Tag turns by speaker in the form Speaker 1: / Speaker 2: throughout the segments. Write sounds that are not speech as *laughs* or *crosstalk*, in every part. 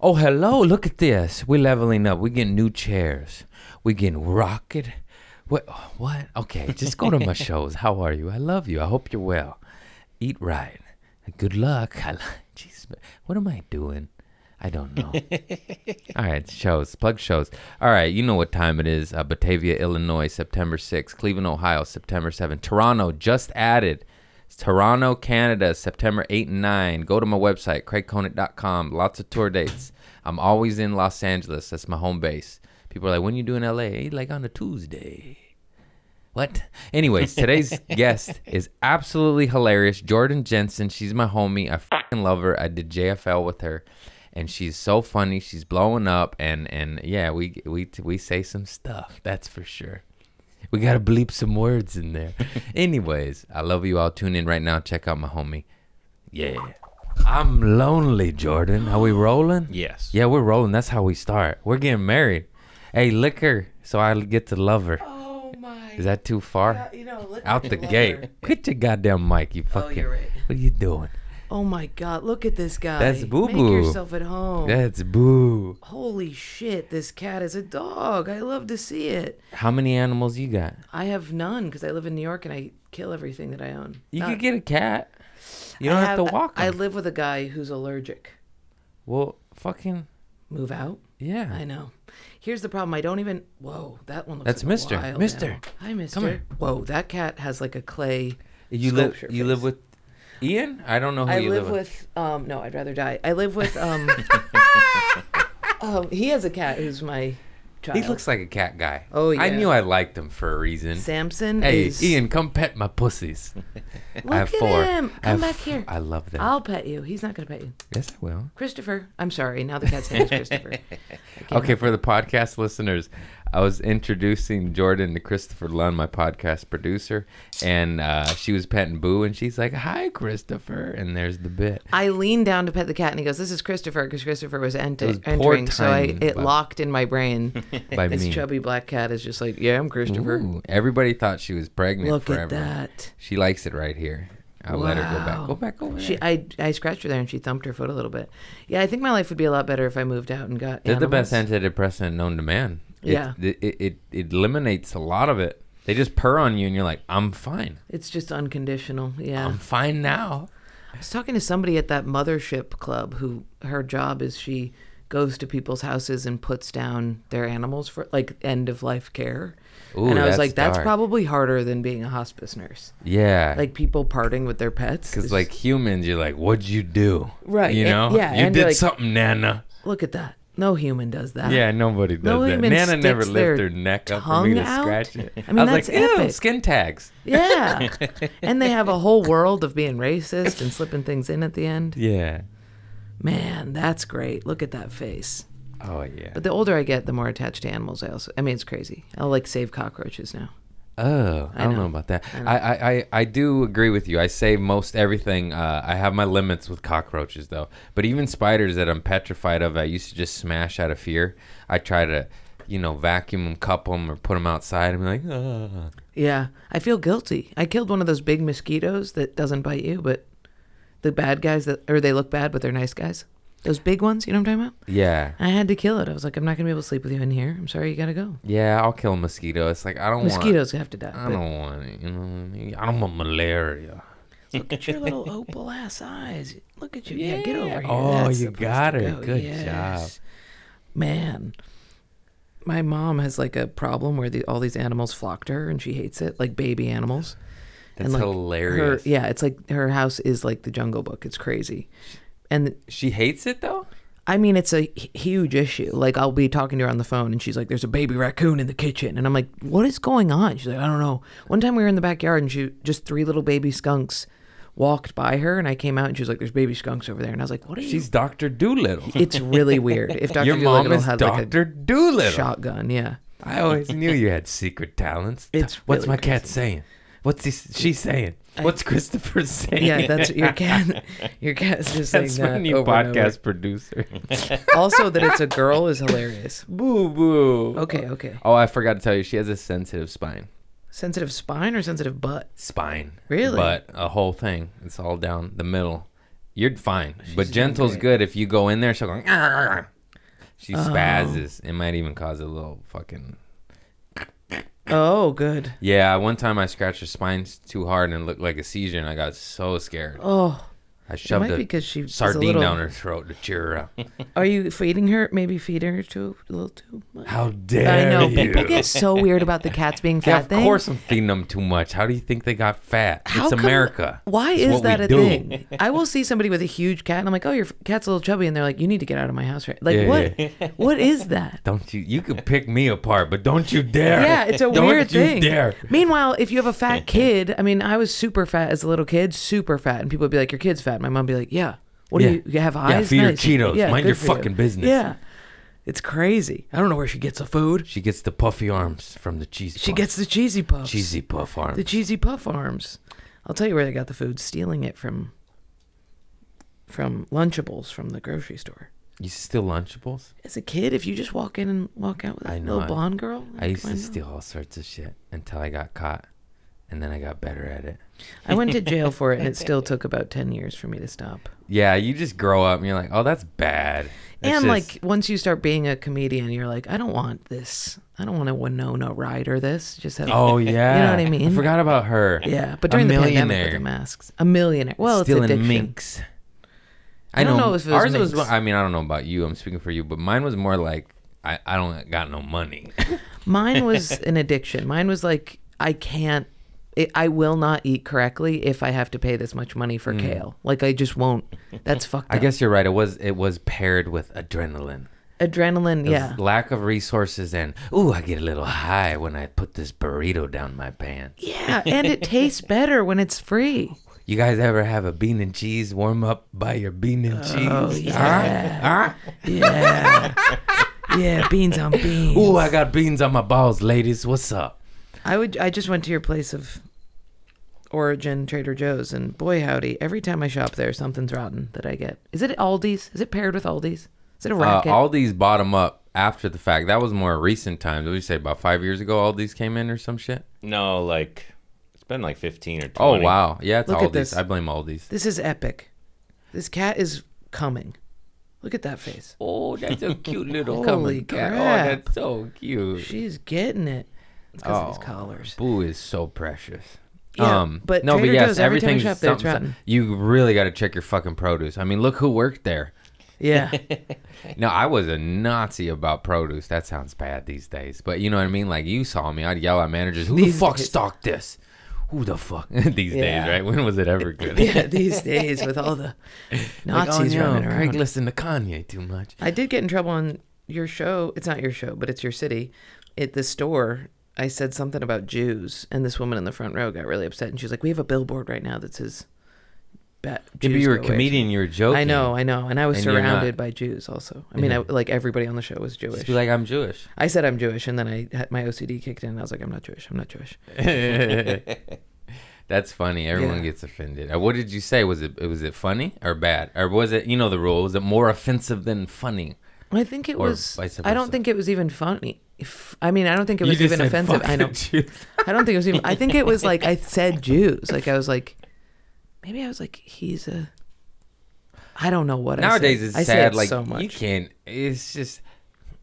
Speaker 1: Oh, hello! Look at this. We're leveling up. We're getting new chairs. We're getting rocket. What? What? Okay, just go to my shows. How are you? I love you. I hope you're well. Eat right. Good luck. *laughs* I, li- jeez, what am I doing? I don't know. All right, shows. Plug shows. All right, you know what time it is. Uh, Batavia, Illinois, September 6th. Cleveland, Ohio, September 7th. Toronto just added. It's Toronto, Canada, September 8 and 9. Go to my website, craigconant.com. Lots of tour dates. I'm always in Los Angeles. That's my home base. People are like, when you do in LA? Like on a Tuesday. What? Anyways, today's guest is absolutely hilarious. Jordan Jensen. She's my homie. I fucking love her. I did JFL with her, and she's so funny. She's blowing up, and and yeah, we we we say some stuff. That's for sure. We gotta bleep some words in there. Anyways, I love you all. Tune in right now. Check out my homie. Yeah. I'm lonely, Jordan. Are we rolling?
Speaker 2: Yes.
Speaker 1: Yeah, we're rolling. That's how we start. We're getting married. Hey, lick her so I get to love her.
Speaker 3: Oh my!
Speaker 1: Is that too far?
Speaker 3: you know, look
Speaker 1: out
Speaker 3: at
Speaker 1: the
Speaker 3: your
Speaker 1: gate.
Speaker 3: lover.
Speaker 1: Get your goddamn mic, you
Speaker 3: Oh,
Speaker 1: fucking.
Speaker 3: you're right.
Speaker 1: What are you doing?
Speaker 3: Oh my God! Look at this guy.
Speaker 1: That's Boo
Speaker 3: Make
Speaker 1: Boo.
Speaker 3: yourself at home.
Speaker 1: That's boo.
Speaker 3: Holy shit! This cat is a dog. I love to see it.
Speaker 1: How many animals you got?
Speaker 3: I have none because I live in New York and I kill everything that I own.
Speaker 1: You
Speaker 3: Not-
Speaker 1: could get a cat. You don't
Speaker 3: I
Speaker 1: have, to walk.
Speaker 3: I, I
Speaker 1: 'em.
Speaker 3: live with a guy who's allergic.
Speaker 1: well, fucking
Speaker 3: Move out.
Speaker 1: yeah.
Speaker 3: I know. Here's the problem. I don't even. Whoa, that one looks.
Speaker 1: That's
Speaker 3: like a
Speaker 1: Mister.
Speaker 3: wild
Speaker 1: Mister.
Speaker 3: animal. Hi, Mister.
Speaker 1: here.
Speaker 3: Whoa, that cat has like a clay.
Speaker 1: you live.
Speaker 3: sculpture
Speaker 1: You
Speaker 3: face.
Speaker 1: live with Ian. I don't know who
Speaker 3: I
Speaker 1: you
Speaker 3: live with. Um, no, I'd rather die. I live with.
Speaker 1: *laughs*
Speaker 3: Um, um, he has a cat who's my child.
Speaker 1: He looks like a cat guy.
Speaker 3: uh, Oh,
Speaker 1: I
Speaker 3: yeah.
Speaker 1: knew I liked him for a reason.
Speaker 3: Samson.
Speaker 1: hey,
Speaker 3: is,
Speaker 1: Ian, come pet my
Speaker 3: *laughs*
Speaker 1: pussies.
Speaker 3: Look
Speaker 1: I have
Speaker 3: at
Speaker 1: four.
Speaker 3: him.
Speaker 1: I
Speaker 3: Come
Speaker 1: have
Speaker 3: back
Speaker 1: f-
Speaker 3: here.
Speaker 1: I love them.
Speaker 3: I'll pet you. He's not gonna pet you.
Speaker 1: yes, I will.
Speaker 3: Christopher. I'm sorry. Now the
Speaker 1: *laughs*
Speaker 3: cat's name is Christopher. I can't-
Speaker 1: Okay, for the podcast listeners, I was introducing Jordan to Christopher Lunn, my podcast producer, and uh, she was petting Boo, and she's like, "Hi, Christopher," and there's the bit.
Speaker 3: I leaned down to pet the cat, and he goes, "This is Christopher," because Christopher was, ent-
Speaker 1: It was poor
Speaker 3: entering. So I
Speaker 1: timing,
Speaker 3: it
Speaker 1: but-
Speaker 3: locked in my brain.
Speaker 1: *laughs* By
Speaker 3: this
Speaker 1: me,
Speaker 3: chubby black cat is just like, "Yeah, I'm Christopher."
Speaker 1: Ooh, everybody thought she was pregnant
Speaker 3: Look
Speaker 1: forever.
Speaker 3: at that.
Speaker 1: She likes it right here. I let her go back. Go back over
Speaker 3: She,
Speaker 1: there.
Speaker 3: I, I scratched her there and she thumped her foot a little bit. Yeah, I think my life would be a lot better if I moved out and got.
Speaker 1: They're the best
Speaker 3: animals.
Speaker 1: antidepressant known to man. It-
Speaker 3: Yeah.
Speaker 1: It, it, it, it eliminates a lot of it. They just purr on you, and you're like, "I'm fine.
Speaker 3: It's just unconditional. Yeah,
Speaker 1: I'm fine now."
Speaker 3: Um, I was talking to somebody at that mothership club who her job is she goes to people's houses and puts down their animals for like end of life care.
Speaker 1: Ooh,
Speaker 3: and I was
Speaker 1: that's
Speaker 3: like, that's
Speaker 1: dark.
Speaker 3: probably harder than being a hospice nurse.
Speaker 1: Yeah.
Speaker 3: Like people parting with their pets.
Speaker 1: Because
Speaker 3: is-
Speaker 1: like humans, you're like, what'd you do?
Speaker 3: Right,
Speaker 1: You
Speaker 3: and-
Speaker 1: know.
Speaker 3: yeah,
Speaker 1: You
Speaker 3: and
Speaker 1: did
Speaker 3: you're like-
Speaker 1: something, Nana.
Speaker 3: look at that. No human does that.
Speaker 1: Yeah, nobody does
Speaker 3: No
Speaker 1: that.
Speaker 3: human
Speaker 1: Nana never
Speaker 3: sticks
Speaker 1: lifted
Speaker 3: their
Speaker 1: her neck up for me
Speaker 3: tongue
Speaker 1: to
Speaker 3: out?
Speaker 1: scratch it.
Speaker 3: I mean,
Speaker 1: was
Speaker 3: that's
Speaker 1: like, ew,
Speaker 3: epic.
Speaker 1: skin tags.
Speaker 3: Yeah.
Speaker 1: *laughs*
Speaker 3: and they have a whole world of being racist and slipping things in at the end.
Speaker 1: Yeah.
Speaker 3: Man, that's great. Look at that face.
Speaker 1: Oh yeah.
Speaker 3: But the older I get, the more attached to animals I also. I mean, it's crazy. I'll like save cockroaches now.
Speaker 1: Oh, I, don't know,
Speaker 3: know.
Speaker 1: about that. I, I, I, I do agree with you. I save most everything. Uh, I have my limits with cockroaches, though. But even spiders that I'm petrified of, I used to just smash out of fear. I try to, you know, vacuum them, cup them, or put them outside and be like, Ugh.
Speaker 3: Yeah, I feel guilty. I killed one of those big mosquitoes that doesn't bite you, but the bad guys that or they look bad but they're nice guys. Those big ones, you know what I'm talking about?
Speaker 1: yeah.
Speaker 3: I had to kill it. I was like, I'm not gonna be able to sleep with you in here. I'm sorry, you gotta go.
Speaker 1: Yeah, I'll kill a mosquito. It's like, I don't want.
Speaker 3: Mosquitoes have to die.
Speaker 1: I
Speaker 3: but-
Speaker 1: don't want it. You know what I mean? I don't want malaria.
Speaker 3: Look at your little opal ass eyes. Look at you. Yeah, get over here.
Speaker 1: Oh,
Speaker 3: That's
Speaker 1: you
Speaker 3: the place
Speaker 1: got
Speaker 3: to
Speaker 1: her.
Speaker 3: go.
Speaker 1: Good
Speaker 3: Yes. Man. My mom has like a problem where the, all these animals flock to her and she hates it, like baby animals.
Speaker 1: That's
Speaker 3: and like
Speaker 1: hilarious.
Speaker 3: Her, yeah, it's like her house is like the jungle book. It's crazy. And
Speaker 1: She hates it though.
Speaker 3: I mean, it's a h- huge issue. Like, I'll be talking to her on the phone, and she's like, "There's a baby raccoon in the kitchen," and I'm like, "What is going on?" She's like, "I don't know." One time we were in the backyard, and she just three little baby skunks walked by her, and I came out, and she was like, "There's baby skunks over there," and I was like, "What are
Speaker 1: She's
Speaker 3: you?"
Speaker 1: Doctor Doolittle.
Speaker 3: *laughs* It's really weird. If Dr.
Speaker 1: Your
Speaker 3: Doolittle
Speaker 1: mom is
Speaker 3: had
Speaker 1: Doctor
Speaker 3: like a
Speaker 1: Doolittle.
Speaker 3: shotgun, yeah.
Speaker 1: I always knew you had secret talents. T-
Speaker 3: *laughs* It's
Speaker 1: what's
Speaker 3: really
Speaker 1: my cat saying? What's this, she saying? What's Christopher saying?
Speaker 3: Yeah, that's your cat. *laughs* Your cat's just
Speaker 1: *laughs* That's
Speaker 3: saying
Speaker 1: my
Speaker 3: that
Speaker 1: new
Speaker 3: over and over.
Speaker 1: podcast *laughs* producer.
Speaker 3: *laughs* Also, that it's a girl is
Speaker 1: *laughs*
Speaker 3: hilarious.
Speaker 1: boo boo.
Speaker 3: Okay, okay.
Speaker 1: Oh, I forgot to tell you, she has a sensitive spine.
Speaker 3: Sensitive spine or sensitive butt?
Speaker 1: spine.
Speaker 3: Really?
Speaker 1: But a whole thing. It's all down the middle. You're fine. but gentle's good if you go "Ah, in there. She'll go. "Arr, arr, arr." She spazzes. It might even cause a little fucking.
Speaker 3: Oh, good.
Speaker 1: Yeah, one time I scratched her spine s- too hard and it looked like a seizure, and I got so scared.
Speaker 3: Oh,
Speaker 1: I
Speaker 3: it
Speaker 1: shoved
Speaker 3: might
Speaker 1: a
Speaker 3: be because she was a
Speaker 1: sardine
Speaker 3: little-
Speaker 1: down her throat to cheer her
Speaker 3: *laughs*
Speaker 1: up.
Speaker 3: Are you feeding her? Maybe feeding her too a little too much.
Speaker 1: How dare
Speaker 3: I know
Speaker 1: you?
Speaker 3: people get so weird about the cats being
Speaker 1: *laughs*
Speaker 3: fat
Speaker 1: yeah, of
Speaker 3: thing.
Speaker 1: course I'm feeding them too much. How do you think they got fat?
Speaker 3: How
Speaker 1: it's
Speaker 3: come-
Speaker 1: America.
Speaker 3: Why
Speaker 1: It's
Speaker 3: is
Speaker 1: what we
Speaker 3: that a
Speaker 1: do. *laughs*
Speaker 3: thing? I will see somebody with a huge cat, and I'm like, "Oh, your f- cat's a little chubby," and they're like, "You need to get out of my house." Right? Like,
Speaker 1: Yeah,
Speaker 3: what? *laughs* What is that?
Speaker 1: Don't you? You could pick me apart, but don't you dare.
Speaker 3: Yeah, it's a
Speaker 1: *laughs* don't
Speaker 3: weird
Speaker 1: you
Speaker 3: thing.
Speaker 1: Dare.
Speaker 3: Meanwhile, if you have
Speaker 1: *laughs*
Speaker 3: a fat kid, I mean, I was super fat as a little kid, super fat, and people would be like, "Your kid's fat." My mom would be like, "Yeah, what
Speaker 1: Yeah.
Speaker 3: do you, you have
Speaker 1: Yeah,
Speaker 3: eyes?"
Speaker 1: feed her
Speaker 3: Nice.
Speaker 1: Cheetos. Mind
Speaker 3: good
Speaker 1: your
Speaker 3: for you."
Speaker 1: fucking business.
Speaker 3: Yeah, it's crazy. I don't know where she gets the food.
Speaker 1: She gets the puffy arms from the cheese.
Speaker 3: She
Speaker 1: puff.
Speaker 3: gets the cheesy puffs.
Speaker 1: cheesy puff arms.
Speaker 3: the cheesy puff arms. I'll tell you where they got the food. Stealing it from from Lunchables from the grocery store.
Speaker 1: you steal Lunchables?
Speaker 3: As a kid, if you just walk in and walk out with a
Speaker 1: I know,
Speaker 3: little
Speaker 1: I-
Speaker 3: blonde girl,
Speaker 1: I used to
Speaker 3: know.
Speaker 1: steal all sorts of shit until I got caught, and then I got better at it.
Speaker 3: I went to jail for it,
Speaker 1: *laughs*
Speaker 3: and it still took about ten years for me to stop.
Speaker 1: Yeah, you just grow up and you're like, oh, that's bad. That's just-
Speaker 3: and like once you start being a comedian, you're like, I don't want this. I don't want a Winona Ryder. This just have
Speaker 1: *laughs* *laughs* oh yeah,
Speaker 3: *laughs* You know what I mean?
Speaker 1: forgot about her.
Speaker 3: yeah. But
Speaker 1: A
Speaker 3: during the pandemic with
Speaker 1: millionaire.
Speaker 3: the masks, a millionaire. Well,
Speaker 1: stealing
Speaker 3: Oh, it's addiction.
Speaker 1: minks.
Speaker 3: I don't know if it was
Speaker 1: ours was.
Speaker 3: minks.
Speaker 1: I mean, I don't know about you. I'm speaking for you, but mine was more like I, I don't got no money. *laughs*
Speaker 3: Mine was an addiction. Mine was like, I can't. It, I will not eat correctly if I have to pay this much money for kale. Like I just won't.
Speaker 1: *laughs*
Speaker 3: That's fucked up.
Speaker 1: Mm. I guess you're right. It was it was paired with adrenaline.
Speaker 3: adrenaline.
Speaker 1: It was
Speaker 3: Yeah.
Speaker 1: Lack of resources and ooh, I get a little high when I put this burrito down my pants.
Speaker 3: Yeah, and it tastes better when
Speaker 1: *laughs*
Speaker 3: it's free.
Speaker 1: You guys ever have a bean and cheese warm up by your bean and cheese?
Speaker 3: Oh, yeah.
Speaker 1: Huh?
Speaker 3: Yeah. Yeah, beans on beans.
Speaker 1: Huh? *laughs* Ooh, I got beans on my balls, ladies. What's up?
Speaker 3: I would. I just went to your place of origin, Trader Joe's, and boy howdy, every time I shop there, something's rotten that I get. Is it Aldi's? Is it paired with Aldi's? Is it a
Speaker 1: Uh,
Speaker 3: racket?
Speaker 1: all these bottom up after the fact. That was more recent times. What did you say about five years ago? All these came in or some shit.
Speaker 2: No, like it's been like fifteen or
Speaker 1: Oh
Speaker 2: twenty.
Speaker 1: wow, yeah, it's
Speaker 3: Look
Speaker 1: all
Speaker 3: at
Speaker 1: these.
Speaker 3: this.
Speaker 1: I blame all these.
Speaker 3: this is epic. This cat is coming. Look at that face.
Speaker 1: Oh, that's a cute little
Speaker 3: *laughs* Holy
Speaker 1: coming cat.
Speaker 3: crap.
Speaker 1: Oh, that's so cute.
Speaker 3: She's getting it. It's because of these
Speaker 1: Oh. Um,
Speaker 3: collars.
Speaker 1: Boo is so precious.
Speaker 3: Yeah, but Trader Joe's, every time you shop there, it's
Speaker 1: something- *laughs*
Speaker 3: rotten.
Speaker 1: You really got to check your fucking produce. I mean, look who worked there.
Speaker 3: Yeah. *laughs*
Speaker 1: No, I was a Nazi about produce. That sounds bad these days, but you know what I mean. Like you saw me, I'd yell at managers, "Who
Speaker 3: These
Speaker 1: the fuck
Speaker 3: days.
Speaker 1: stocked this? Who the fuck?" *laughs* these
Speaker 3: Yeah.
Speaker 1: days, right? When was it ever good?
Speaker 3: yeah. These days, with all the
Speaker 1: *laughs* Like, oh,
Speaker 3: Nazis
Speaker 1: no,
Speaker 3: running around.
Speaker 1: Craig listened to Kanye too much.
Speaker 3: I did get in trouble on your show. It's not your show, but it's your city. At the store, I said something about Jews, and this woman in the front row got really upset, and she's like, "We have a billboard right now that says." Bat-
Speaker 1: Maybe
Speaker 3: Jews
Speaker 1: you were a
Speaker 3: go away."
Speaker 1: comedian. You were joking.
Speaker 3: I know, I know, and I was
Speaker 1: And you're not.
Speaker 3: surrounded by Jews. Also, I mean, I, like everybody on the show was
Speaker 1: Just
Speaker 3: Jewish.
Speaker 1: be like, I'm Jewish.
Speaker 3: I said I'm Jewish, and then I had my OCD kicked in, and I was like, "I'm not Jewish. I'm not Jewish."
Speaker 1: That's funny. Everyone
Speaker 3: Yeah.
Speaker 1: gets offended. Uh, What did you say? Was it was it funny or bad or was it you know the rule? Was it more offensive than funny?
Speaker 3: I think it
Speaker 1: Or
Speaker 3: was.
Speaker 1: vice
Speaker 3: I don't
Speaker 1: versa.
Speaker 3: think it was even funny. If, I mean, I don't think it was even offensive. I *laughs* know. I don't think it was even. I think it was like I said Jews. Like I was like, maybe I was like he's a. I don't know
Speaker 1: *laughs*
Speaker 3: what
Speaker 1: Nowadays
Speaker 3: I said.
Speaker 1: it's
Speaker 3: I say
Speaker 1: sad.
Speaker 3: it
Speaker 1: Like
Speaker 3: so
Speaker 1: you
Speaker 3: much.
Speaker 1: can't. It's just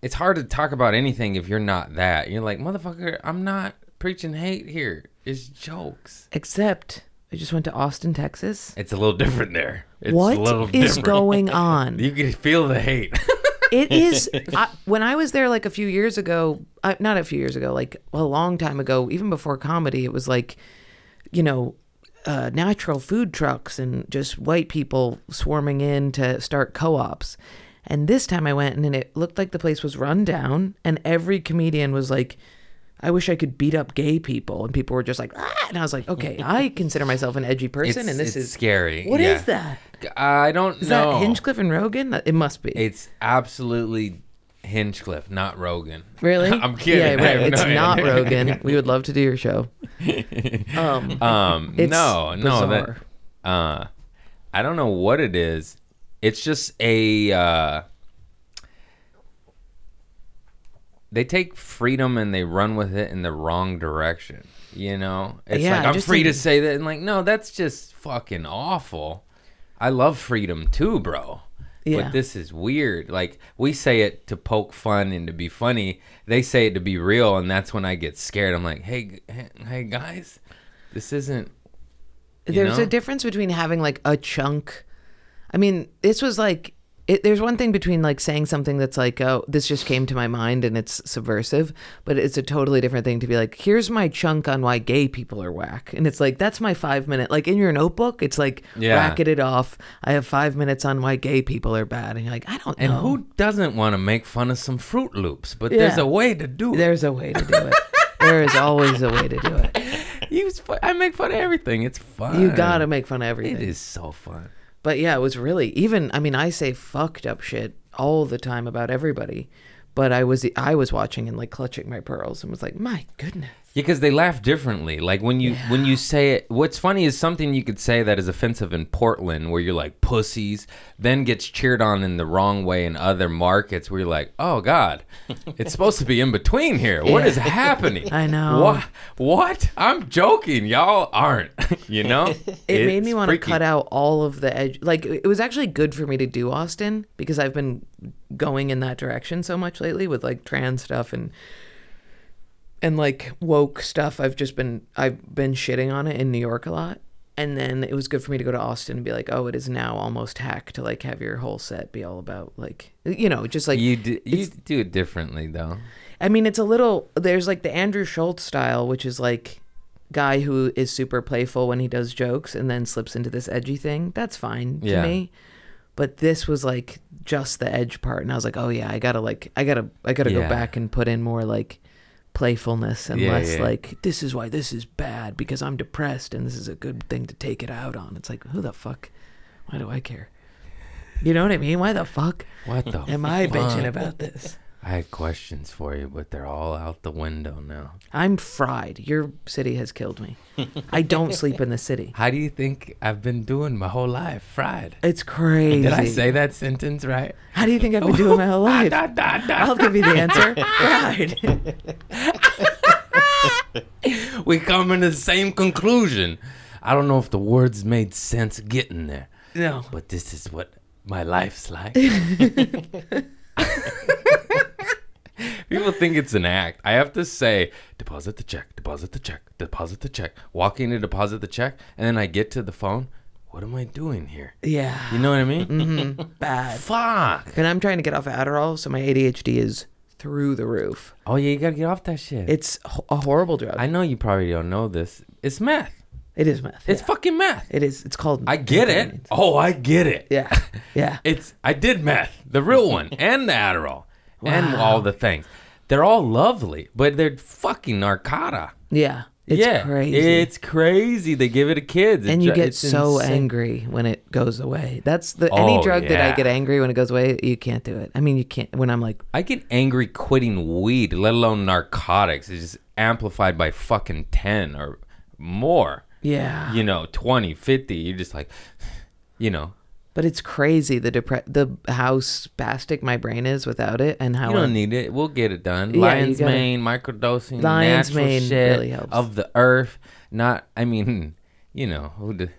Speaker 1: it's hard to talk about anything if you're not that. You're like motherfucker. I'm not preaching hate here. It's jokes.
Speaker 3: Except I just went to Austin, Texas.
Speaker 1: It's a little *laughs* different there. It's
Speaker 3: What is
Speaker 1: a little different. *laughs*
Speaker 3: going on?
Speaker 1: you can feel the
Speaker 3: *laughs*
Speaker 1: hate. *laughs*
Speaker 3: it is. I, when I was there, like a few years ago, uh, not a few years ago, like a long time ago, even before comedy, it was like, you know, uh, natural food trucks and just white people swarming in to start co-ops. And this time I went, and it looked like the place was run down, and every comedian was like. I wish I could beat up gay people, and people were just like, ah! and I was like, okay,
Speaker 1: *laughs*
Speaker 3: I consider myself an edgy person,
Speaker 1: It's-
Speaker 3: and this
Speaker 1: it's
Speaker 3: is
Speaker 1: scary.
Speaker 3: What is
Speaker 1: Yeah.
Speaker 3: that?
Speaker 1: I don't
Speaker 3: Is
Speaker 1: know.
Speaker 3: that Hinchcliffe and Rogan? It must be.
Speaker 1: It's absolutely Hinchcliffe, not Rogan. *laughs*
Speaker 3: Really?
Speaker 1: I'm kidding.
Speaker 3: Yeah,
Speaker 1: I
Speaker 3: right.
Speaker 1: have
Speaker 3: It's
Speaker 1: no
Speaker 3: not
Speaker 1: idea. *laughs*
Speaker 3: Rogan. We would love to do your show. Um, *laughs*
Speaker 1: Um,
Speaker 3: It's
Speaker 1: no, no,
Speaker 3: bizarre.
Speaker 1: that, uh, I don't know what it is. It's just a, uh, they take freedom and they run with it in the wrong direction. You know, it's
Speaker 3: Yeah,
Speaker 1: like I'm
Speaker 3: just
Speaker 1: free to
Speaker 3: in-
Speaker 1: say that, and like, no, that's just fucking awful. I love freedom too, bro.
Speaker 3: Yeah.
Speaker 1: But this is weird. Like we say it to poke fun and to be funny. They say it to be real, and that's when I get scared. I'm like, hey, g- hey, hey guys, this isn't. you
Speaker 3: There's
Speaker 1: know?
Speaker 3: a difference between having like a chunk. I mean, this was like it, there's one thing between like saying something that's like, "Oh, this just came to my mind and it's subversive," but it's a totally different thing to be like, "Here's my chunk on why gay people are whack," and it's like that's my five minute. Like in your notebook, it's like
Speaker 1: Yeah.
Speaker 3: racket it off. I have five minutes on why gay people are bad, and you're like, I don't
Speaker 1: And
Speaker 3: know.
Speaker 1: who doesn't want to make fun of some Fruit Loops? But there's
Speaker 3: Oh. Yeah.
Speaker 1: a way to do it.
Speaker 3: There's a way to do it. there is always a way to do it.
Speaker 1: You s- I make fun of everything. It's fun.
Speaker 3: You gotta make fun of everything.
Speaker 1: It is so fun.
Speaker 3: But yeah, it was really even. I mean, I say fucked up shit all the time about everybody, but I was I was watching and like clutching my pearls and was like, my goodness.
Speaker 1: Yeah, because they laugh differently. Like when you when you say it, what's funny is something you could say that is offensive in Portland, where you're like pussies, then gets cheered on in the wrong way in other markets, where you're like, oh god,
Speaker 3: *laughs*
Speaker 1: it's supposed to be in between here. What is happening?
Speaker 3: I know.
Speaker 1: What? What? I'm joking. Y'all aren't. *laughs* You know.
Speaker 3: It made me want to cut out all of the edge. Like it was actually good for me to do Austin because I've been going in that direction so much lately with like trans stuff and and like woke stuff. I've just been I've been shitting on it in New York a lot. And then it was good for me to go to Austin and be like, oh, it is now almost hack to like have your whole set be all about like, you know, just like
Speaker 1: You do, you do it differently though.
Speaker 3: I mean, it's a little. There's like the Andrew Schultz style, which is like guy who is super playful when he does jokes and then slips into this edgy thing. That's fine to
Speaker 1: Yeah.
Speaker 3: me. But this was like just the edge part, and I was like, oh yeah, I gotta like, I gotta, I gotta
Speaker 1: Yeah.
Speaker 3: go back and put in more like playfulness and
Speaker 1: Yeah,
Speaker 3: less
Speaker 1: yeah.
Speaker 3: like this is why this is bad because I'm depressed and this is a good thing to take it out on. It's like who the fuck? Why do I care? You know what I mean? Why the fuck
Speaker 1: What the?
Speaker 3: am I
Speaker 1: fuck?
Speaker 3: bitching about this?
Speaker 1: I had questions for you, but they're all out the window now.
Speaker 3: I'm fried. Your city has killed me. I don't sleep in the city.
Speaker 1: How do you think I've been doing my whole life? Fried.
Speaker 3: It's crazy.
Speaker 1: Did I say that sentence right?
Speaker 3: How do you think I've been *laughs* doing my
Speaker 1: *laughs*
Speaker 3: whole life?
Speaker 1: Da, da, da.
Speaker 3: I'll give you the
Speaker 1: *laughs*
Speaker 3: answer. Fried.
Speaker 1: We come to the same conclusion. I don't know if the words made sense getting there,
Speaker 3: No.
Speaker 1: but this is what my life's *laughs* like. People think it's an act. I have to say, deposit the check, deposit the check, deposit the check. Walk in to deposit the check, and then I get to the phone. What am I doing here?
Speaker 3: Yeah.
Speaker 1: You know what I mean?
Speaker 3: Bad.
Speaker 1: Fuck.
Speaker 3: And I'm trying to get off of Adderall, so my ADHD is through the roof.
Speaker 1: Oh yeah, you gotta get off that shit.
Speaker 3: It's ho- a horrible drug.
Speaker 1: I know you probably don't know this. It's meth.
Speaker 3: it is meth.
Speaker 1: It's
Speaker 3: yeah.
Speaker 1: fucking meth.
Speaker 3: It is. It's called.
Speaker 1: I get it. Oh, I get it.
Speaker 3: Yeah. Yeah.
Speaker 1: *laughs* It's I did meth, the real
Speaker 3: *laughs*
Speaker 1: one, and the Adderall, and all the things. They're all lovely, but they're fucking narcotic.
Speaker 3: Yeah. It's
Speaker 1: yeah,
Speaker 3: crazy.
Speaker 1: It's crazy. They give it to kids,
Speaker 3: and
Speaker 1: It
Speaker 3: you
Speaker 1: dri-
Speaker 3: get
Speaker 1: it's
Speaker 3: so
Speaker 1: insane.
Speaker 3: angry when it goes away. That's the any
Speaker 1: Oh,
Speaker 3: drug that I
Speaker 1: yeah.
Speaker 3: get angry when it goes away. You can't do it. I mean, you can't when I'm like
Speaker 1: I get angry quitting weed, let alone narcotics. It's just amplified by fucking ten or more.
Speaker 3: Yeah.
Speaker 1: You know, 20, 50. You're just like, *sighs* you know,
Speaker 3: But it's crazy the depre- the how spastic my brain is without it, and how
Speaker 1: You don't
Speaker 3: I'm-
Speaker 1: need it. We'll get it done.
Speaker 3: Yeah,
Speaker 1: Lion's
Speaker 3: you gotta-
Speaker 1: mane, microdosing,
Speaker 3: Lion's
Speaker 1: natural
Speaker 3: mane
Speaker 1: shit
Speaker 3: really helps.
Speaker 1: of the earth. Not, I mean, *laughs* you know, who the,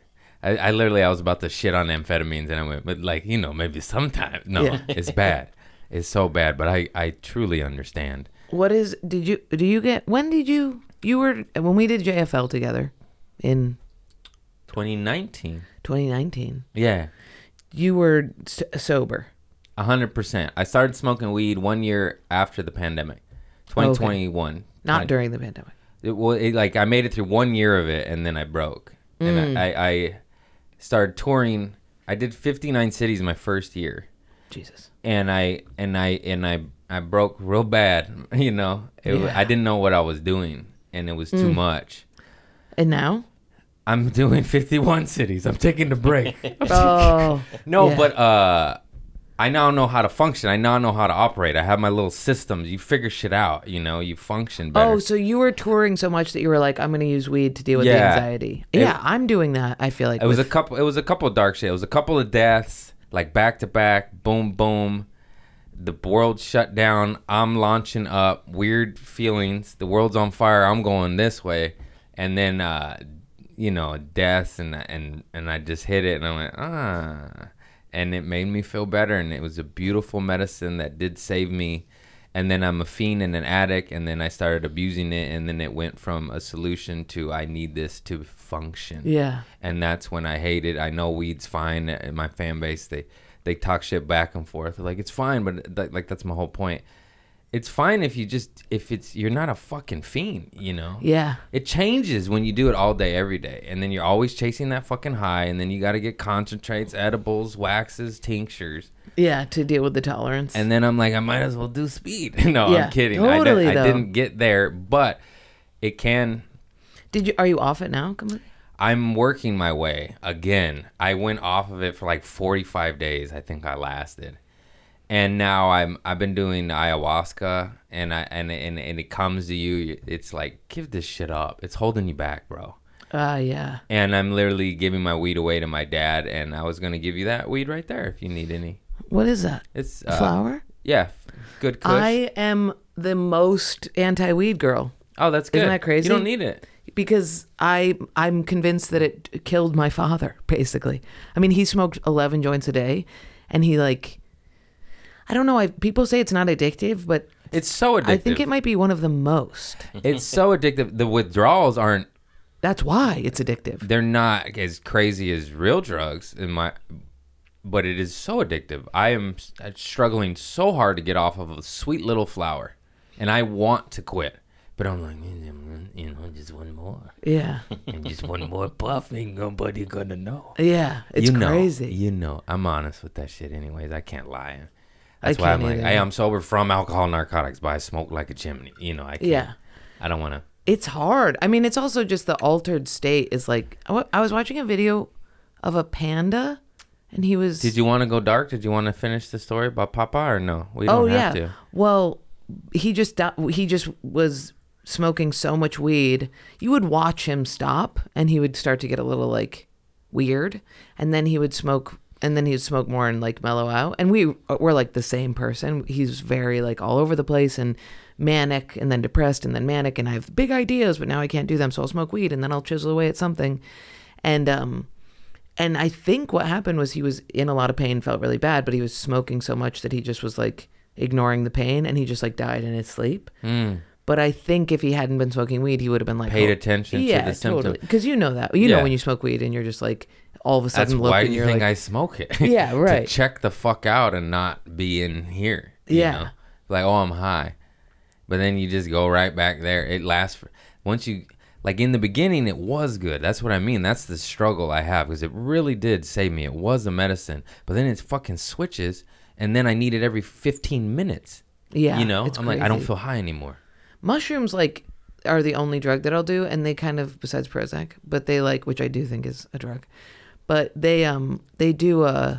Speaker 1: I, I literally I was about to shit on amphetamines, and I went, but like, you know, maybe *laughs* sometimes. No,
Speaker 3: Yeah.
Speaker 1: it's bad. It's so bad. But I, I truly understand.
Speaker 3: what is did you do you get when did you you were when we did JFL together in
Speaker 1: 2019.
Speaker 3: 2019
Speaker 1: Yeah,
Speaker 3: you were s- sober
Speaker 1: hundred percent. I started smoking weed one year after the pandemic, 2021.
Speaker 3: not
Speaker 1: I-
Speaker 3: during the pandemic
Speaker 1: it, well, it, like I made it through one year of it, and then I broke,
Speaker 3: Mm.
Speaker 1: and I, I, I started touring. I did 59 cities my first year,
Speaker 3: Jesus
Speaker 1: and I and I and I I broke real bad. *laughs* You know, it, wa-
Speaker 3: Yeah. Mm.
Speaker 1: I didn't know what I was doing, and it was too much. *laughs*
Speaker 3: and now
Speaker 1: I'm doing *laughs* 51 cities. I'm taking a
Speaker 3: *laughs*
Speaker 1: break.
Speaker 3: oh
Speaker 1: no,
Speaker 3: Yeah.
Speaker 1: but uh, I now know how to function. I now know how to operate. I have my little systems. You figure shit out. You know, you function better.
Speaker 3: oh so you were touring so much that you were like I'm gonna use weed to deal with the
Speaker 1: Yeah.
Speaker 3: anxiety yeah I'm doing that I feel like
Speaker 1: It was a
Speaker 3: with-
Speaker 1: couple. It was a couple of dark shit. It was a couple of deaths, like back to back. Boom, boom. The world shut down. I'm launching up. Weird feelings. The world's on fire. I'm going this way, and then uh, you know deaths and and and I just hit it, and I went ah. and it made me feel better and it was a beautiful medicine that did save me and then i'm a fiend and an addict and then i started abusing it and then it went from a solution to i need this to function
Speaker 3: Yeah.
Speaker 1: and that's when i hate it i know weed's fine in my fan base they they talk shit back and forth like it's fine but th- like that's my whole point it's fine if you just if it's you're not a fucking fiend you know
Speaker 3: Yeah.
Speaker 1: it changes when you do it all day, every day. And then you're always chasing that fucking high. And then you got to get concentrates, edibles, waxes, tinctures.
Speaker 3: Yeah. To deal with the tolerance.
Speaker 1: And then I'm like, I might as well do speed. *laughs* no,
Speaker 3: Yeah,
Speaker 1: I'm kidding.
Speaker 3: totally,
Speaker 1: I, di- I
Speaker 3: though.
Speaker 1: didn't get there, but it can.
Speaker 3: Did you? Are you off it now? Come on.
Speaker 1: I'm working my way again. I went off of it for like 45 days. I think I lasted, and now I'm I've been doing ayahuasca, and I and and, and it comes to you. It's like give this shit up. It's holding you back, bro.
Speaker 3: Ah, yeah.
Speaker 1: and I'm literally giving my weed away to my dad, and I was gonna give you that weed right there if you need any.
Speaker 3: What is that?
Speaker 1: It's uh,
Speaker 3: Flower?
Speaker 1: Yeah, f- good kush.
Speaker 3: I am the most anti-weed girl
Speaker 1: oh, that's good.
Speaker 3: Isn't that crazy?
Speaker 1: You don't need it.
Speaker 3: because I I'm convinced that it killed my father. Basically, I mean, he smoked eleven joints a day, and he like, I don't know. I people say it's not addictive, but
Speaker 1: It's so addictive.
Speaker 3: I think it might be one of the most.
Speaker 1: it's so addictive. The withdrawals aren't.
Speaker 3: That's why it's addictive.
Speaker 1: They're not as crazy as real drugs in my. But it is so addictive. I am s- uh, struggling so hard to get off of a sweet little flower, and I want to quit. But I'm like, "Mm, you know, just one more,
Speaker 3: Yeah,
Speaker 1: and just one
Speaker 3: *laughs*
Speaker 1: more puff, ain't nobody gonna know.
Speaker 3: yeah. It's
Speaker 1: you know,
Speaker 3: crazy.
Speaker 1: You know, I'm honest with that shit. Anyways, I can't lie. That's
Speaker 3: I
Speaker 1: why I'm
Speaker 3: can't
Speaker 1: like,
Speaker 3: either.
Speaker 1: hey, I'm sober from alcohol and narcotics, but I smoke like a chimney. You know, I can't.
Speaker 3: Yeah.
Speaker 1: I don't want to.
Speaker 3: it's hard. I mean, it's also just the altered state is like I wa- I was watching a video of a panda, and he was.
Speaker 1: Did you want to go dark? Did you want to finish the story about Papa or no? We
Speaker 3: oh
Speaker 1: don't
Speaker 3: yeah.
Speaker 1: have to.
Speaker 3: Well, he just di- he just was smoking so much weed. You would watch him stop, and he would start to get a little like weird, and then he would smoke. And then he'd smoke more and like mellow out. And we uh, were like the same person. He's very like all over the place and manic and then depressed and then manic. And I have big ideas, but now I can't do them. So I'll smoke weed and then I'll chisel away at something. And um, and I think what happened was he was in a lot of pain, felt really bad, but he was smoking so much that he just was like ignoring the pain and he just like died in his sleep. But I think if he hadn't been smoking weed, he would have been like
Speaker 1: Hmm.
Speaker 3: oh,
Speaker 1: Paid attention to the symptom.
Speaker 3: Because you know that. You know
Speaker 1: Yeah.
Speaker 3: when you smoke weed and you're just like all of a
Speaker 1: That's
Speaker 3: sudden looking
Speaker 1: why you
Speaker 3: you're
Speaker 1: think
Speaker 3: like,
Speaker 1: I smoke it. *laughs*
Speaker 3: Yeah, right.
Speaker 1: to check the fuck out and not be in here. you
Speaker 3: Yeah.
Speaker 1: know? Like, oh, I'm high. But then you just go right back there. It lasts for. Once you. Like in the beginning, it was good. That's what I mean. That's the struggle I have because it really did save me. It was a medicine. But then it fucking switches. And then I need it every 15 minutes.
Speaker 3: Yeah,
Speaker 1: You know?
Speaker 3: it's
Speaker 1: I'm like, I don't
Speaker 3: crazy.
Speaker 1: feel high anymore.
Speaker 3: mushrooms like are the only drug that I'll do and they kind of besides Prozac, but they like which I do think is a drug. But they um they do uh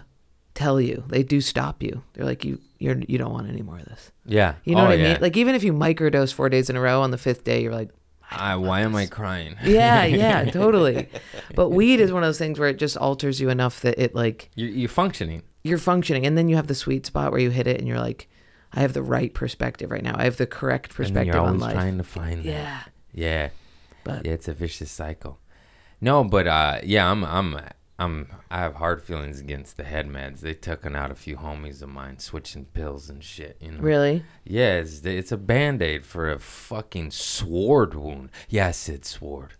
Speaker 3: tell you. They do stop you. They're like you you're you don't want any more of this.
Speaker 1: Yeah.
Speaker 3: You know
Speaker 1: Oh,
Speaker 3: what I
Speaker 1: yeah.
Speaker 3: mean? Like even if you microdose 4 days in a row on the 5th day you're like
Speaker 1: *laughs* I, why am I crying? *laughs*
Speaker 3: yeah, yeah, totally. But weed is one of those things where it just alters you enough that it like
Speaker 1: You're, you're functioning.
Speaker 3: you're functioning and then you have the sweet spot where you hit it and you're like I have the right perspective right now. I have the correct
Speaker 1: And
Speaker 3: perspective
Speaker 1: you're
Speaker 3: on
Speaker 1: always
Speaker 3: life.
Speaker 1: trying to find that.
Speaker 3: yeah.
Speaker 1: Yeah.
Speaker 3: But-
Speaker 1: yeah, it's a vicious cycle. No, but uh, yeah, I'm I'm I'm I have hard feelings against the head meds. They taken out a few homies of mine switching pills and shit, you know.
Speaker 3: Really?
Speaker 1: Yeah, it's, it's a band-aid for a fucking sword wound. Yeah, I said sword.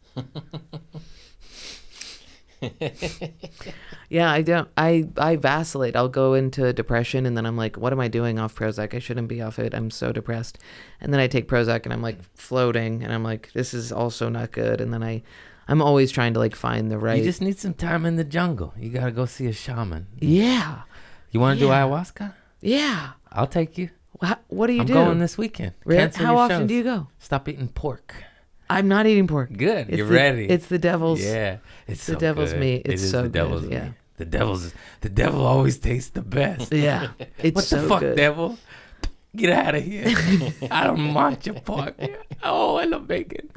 Speaker 3: Yeah, I don't. I I vacillate. I'll go into depression, and then I'm like, "What am I doing off Prozac? I shouldn't be off it. I'm so depressed." And then I take Prozac, and I'm like floating, and I'm like, "This is also not good." And then I, I'm always trying to like find the right.
Speaker 1: You just need some time in the jungle. You got to go see a shaman.
Speaker 3: yeah,
Speaker 1: You want to
Speaker 3: Yeah.
Speaker 1: do ayahuasca?
Speaker 3: yeah.
Speaker 1: I'll take you.
Speaker 3: Wha what do you
Speaker 1: I'm
Speaker 3: do?
Speaker 1: going this weekend.
Speaker 3: Really?
Speaker 1: Cancel
Speaker 3: How
Speaker 1: your
Speaker 3: often
Speaker 1: shows.
Speaker 3: do you go?
Speaker 1: Stop eating pork.
Speaker 3: I'm not eating pork.
Speaker 1: Good.
Speaker 3: It's
Speaker 1: You're
Speaker 3: the-
Speaker 1: ready.
Speaker 3: It's the devil's.
Speaker 1: Yeah, it's
Speaker 3: the devil's meat. It's so good, yeah.
Speaker 1: The devil's the devil always tastes the best. *laughs*
Speaker 3: Yeah. It's
Speaker 1: what
Speaker 3: so
Speaker 1: the fuck,
Speaker 3: good.
Speaker 1: devil? Get out of here! *laughs* I don't want your pork. Oh, I love bacon.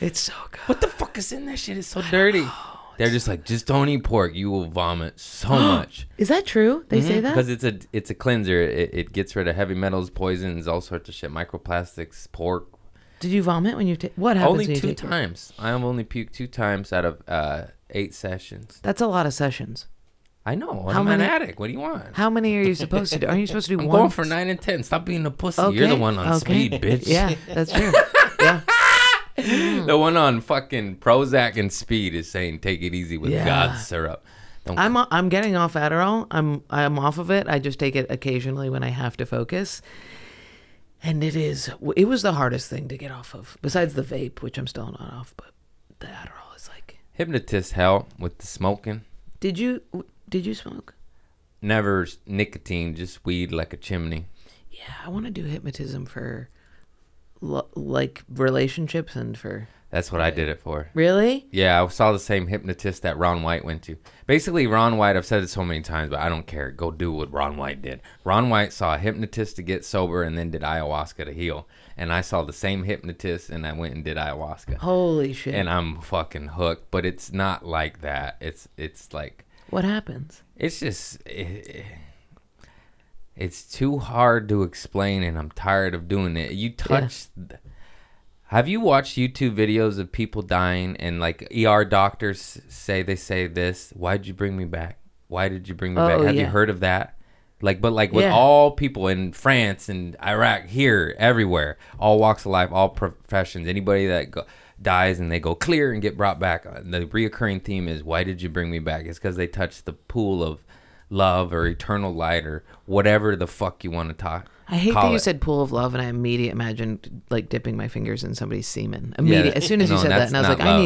Speaker 3: It's so good.
Speaker 1: What the fuck is in that shit? It's so
Speaker 3: *gasps*
Speaker 1: dirty.
Speaker 3: Oh,
Speaker 1: They're just like, just don't eat pork. You will vomit
Speaker 3: *gasps*
Speaker 1: so much.
Speaker 3: Is that true? They say that.
Speaker 1: Because it's a it's a cleanser. It, it gets rid of heavy metals, poisons, all sorts of shit, microplastics, pork,
Speaker 3: Did you vomit when you take? What happens?
Speaker 1: only
Speaker 3: when you
Speaker 1: two
Speaker 3: take it?
Speaker 1: times. I have only puked two times out of uh, eight sessions.
Speaker 3: That's a lot of sessions.
Speaker 1: I know.
Speaker 3: How
Speaker 1: I'm
Speaker 3: many-
Speaker 1: an addict. What do you want?
Speaker 3: How many are you supposed to do? Aren't you supposed to
Speaker 1: *laughs*
Speaker 3: do
Speaker 1: I'm
Speaker 3: one?
Speaker 1: going for nine and ten. Stop being a pussy.
Speaker 3: Okay.
Speaker 1: You're the one on
Speaker 3: okay.
Speaker 1: speed, bitch.
Speaker 3: *laughs* Yeah, that's true. yeah.
Speaker 1: *laughs* The one on fucking Prozac and speed is saying take it easy with
Speaker 3: Yeah.
Speaker 1: God's syrup. Don't
Speaker 3: I'm I'm getting off Adderall. I'm I'm off of it. I just take it occasionally when I have to focus. And it is it was the hardest thing to get off of besides the vape, which I'm still not off, but the Adderall is like.
Speaker 1: hypnotists help with the smoking.
Speaker 3: Did you did you smoke?
Speaker 1: Never s- nicotine, just weed like a chimney.
Speaker 3: Yeah, I want to do hypnotism for lo- like relationships and for
Speaker 1: That's what I did it for.
Speaker 3: Really?
Speaker 1: Yeah, I saw the same hypnotist that Ron White went to. Basically, Ron White, I've said it so many times, but I don't care. Go do what Ron White did. Ron White saw a hypnotist to get sober and then did ayahuasca to heal. And I saw the same hypnotist and I went and did ayahuasca.
Speaker 3: Holy shit.
Speaker 1: And I'm fucking hooked, but it's not like that. It's it's like
Speaker 3: what happens?
Speaker 1: it's just it, it's too hard to explain and i'm tired of doing it you touch th- have you watched youtube videos of people dying and like er doctors say they say this why'd you bring me back why did you bring me back
Speaker 3: Oh,
Speaker 1: have you
Speaker 3: yeah.
Speaker 1: heard of that like but like with
Speaker 3: Yeah.
Speaker 1: all people in france and iraq here everywhere all walks of life all professions anybody that go, dies and they go clear and get brought back uh, the reoccurring theme is why did you bring me back it's because they touched the pool of love or eternal light or whatever the fuck you want to talk
Speaker 3: I hate
Speaker 1: call
Speaker 3: that you
Speaker 1: it.
Speaker 3: said pool of love, and I immediately imagined like dipping my fingers in somebody's semen. Immediate, as soon as you
Speaker 1: eh, no,
Speaker 3: said that,
Speaker 1: that's
Speaker 3: and I was like,
Speaker 1: not
Speaker 3: I
Speaker 1: love.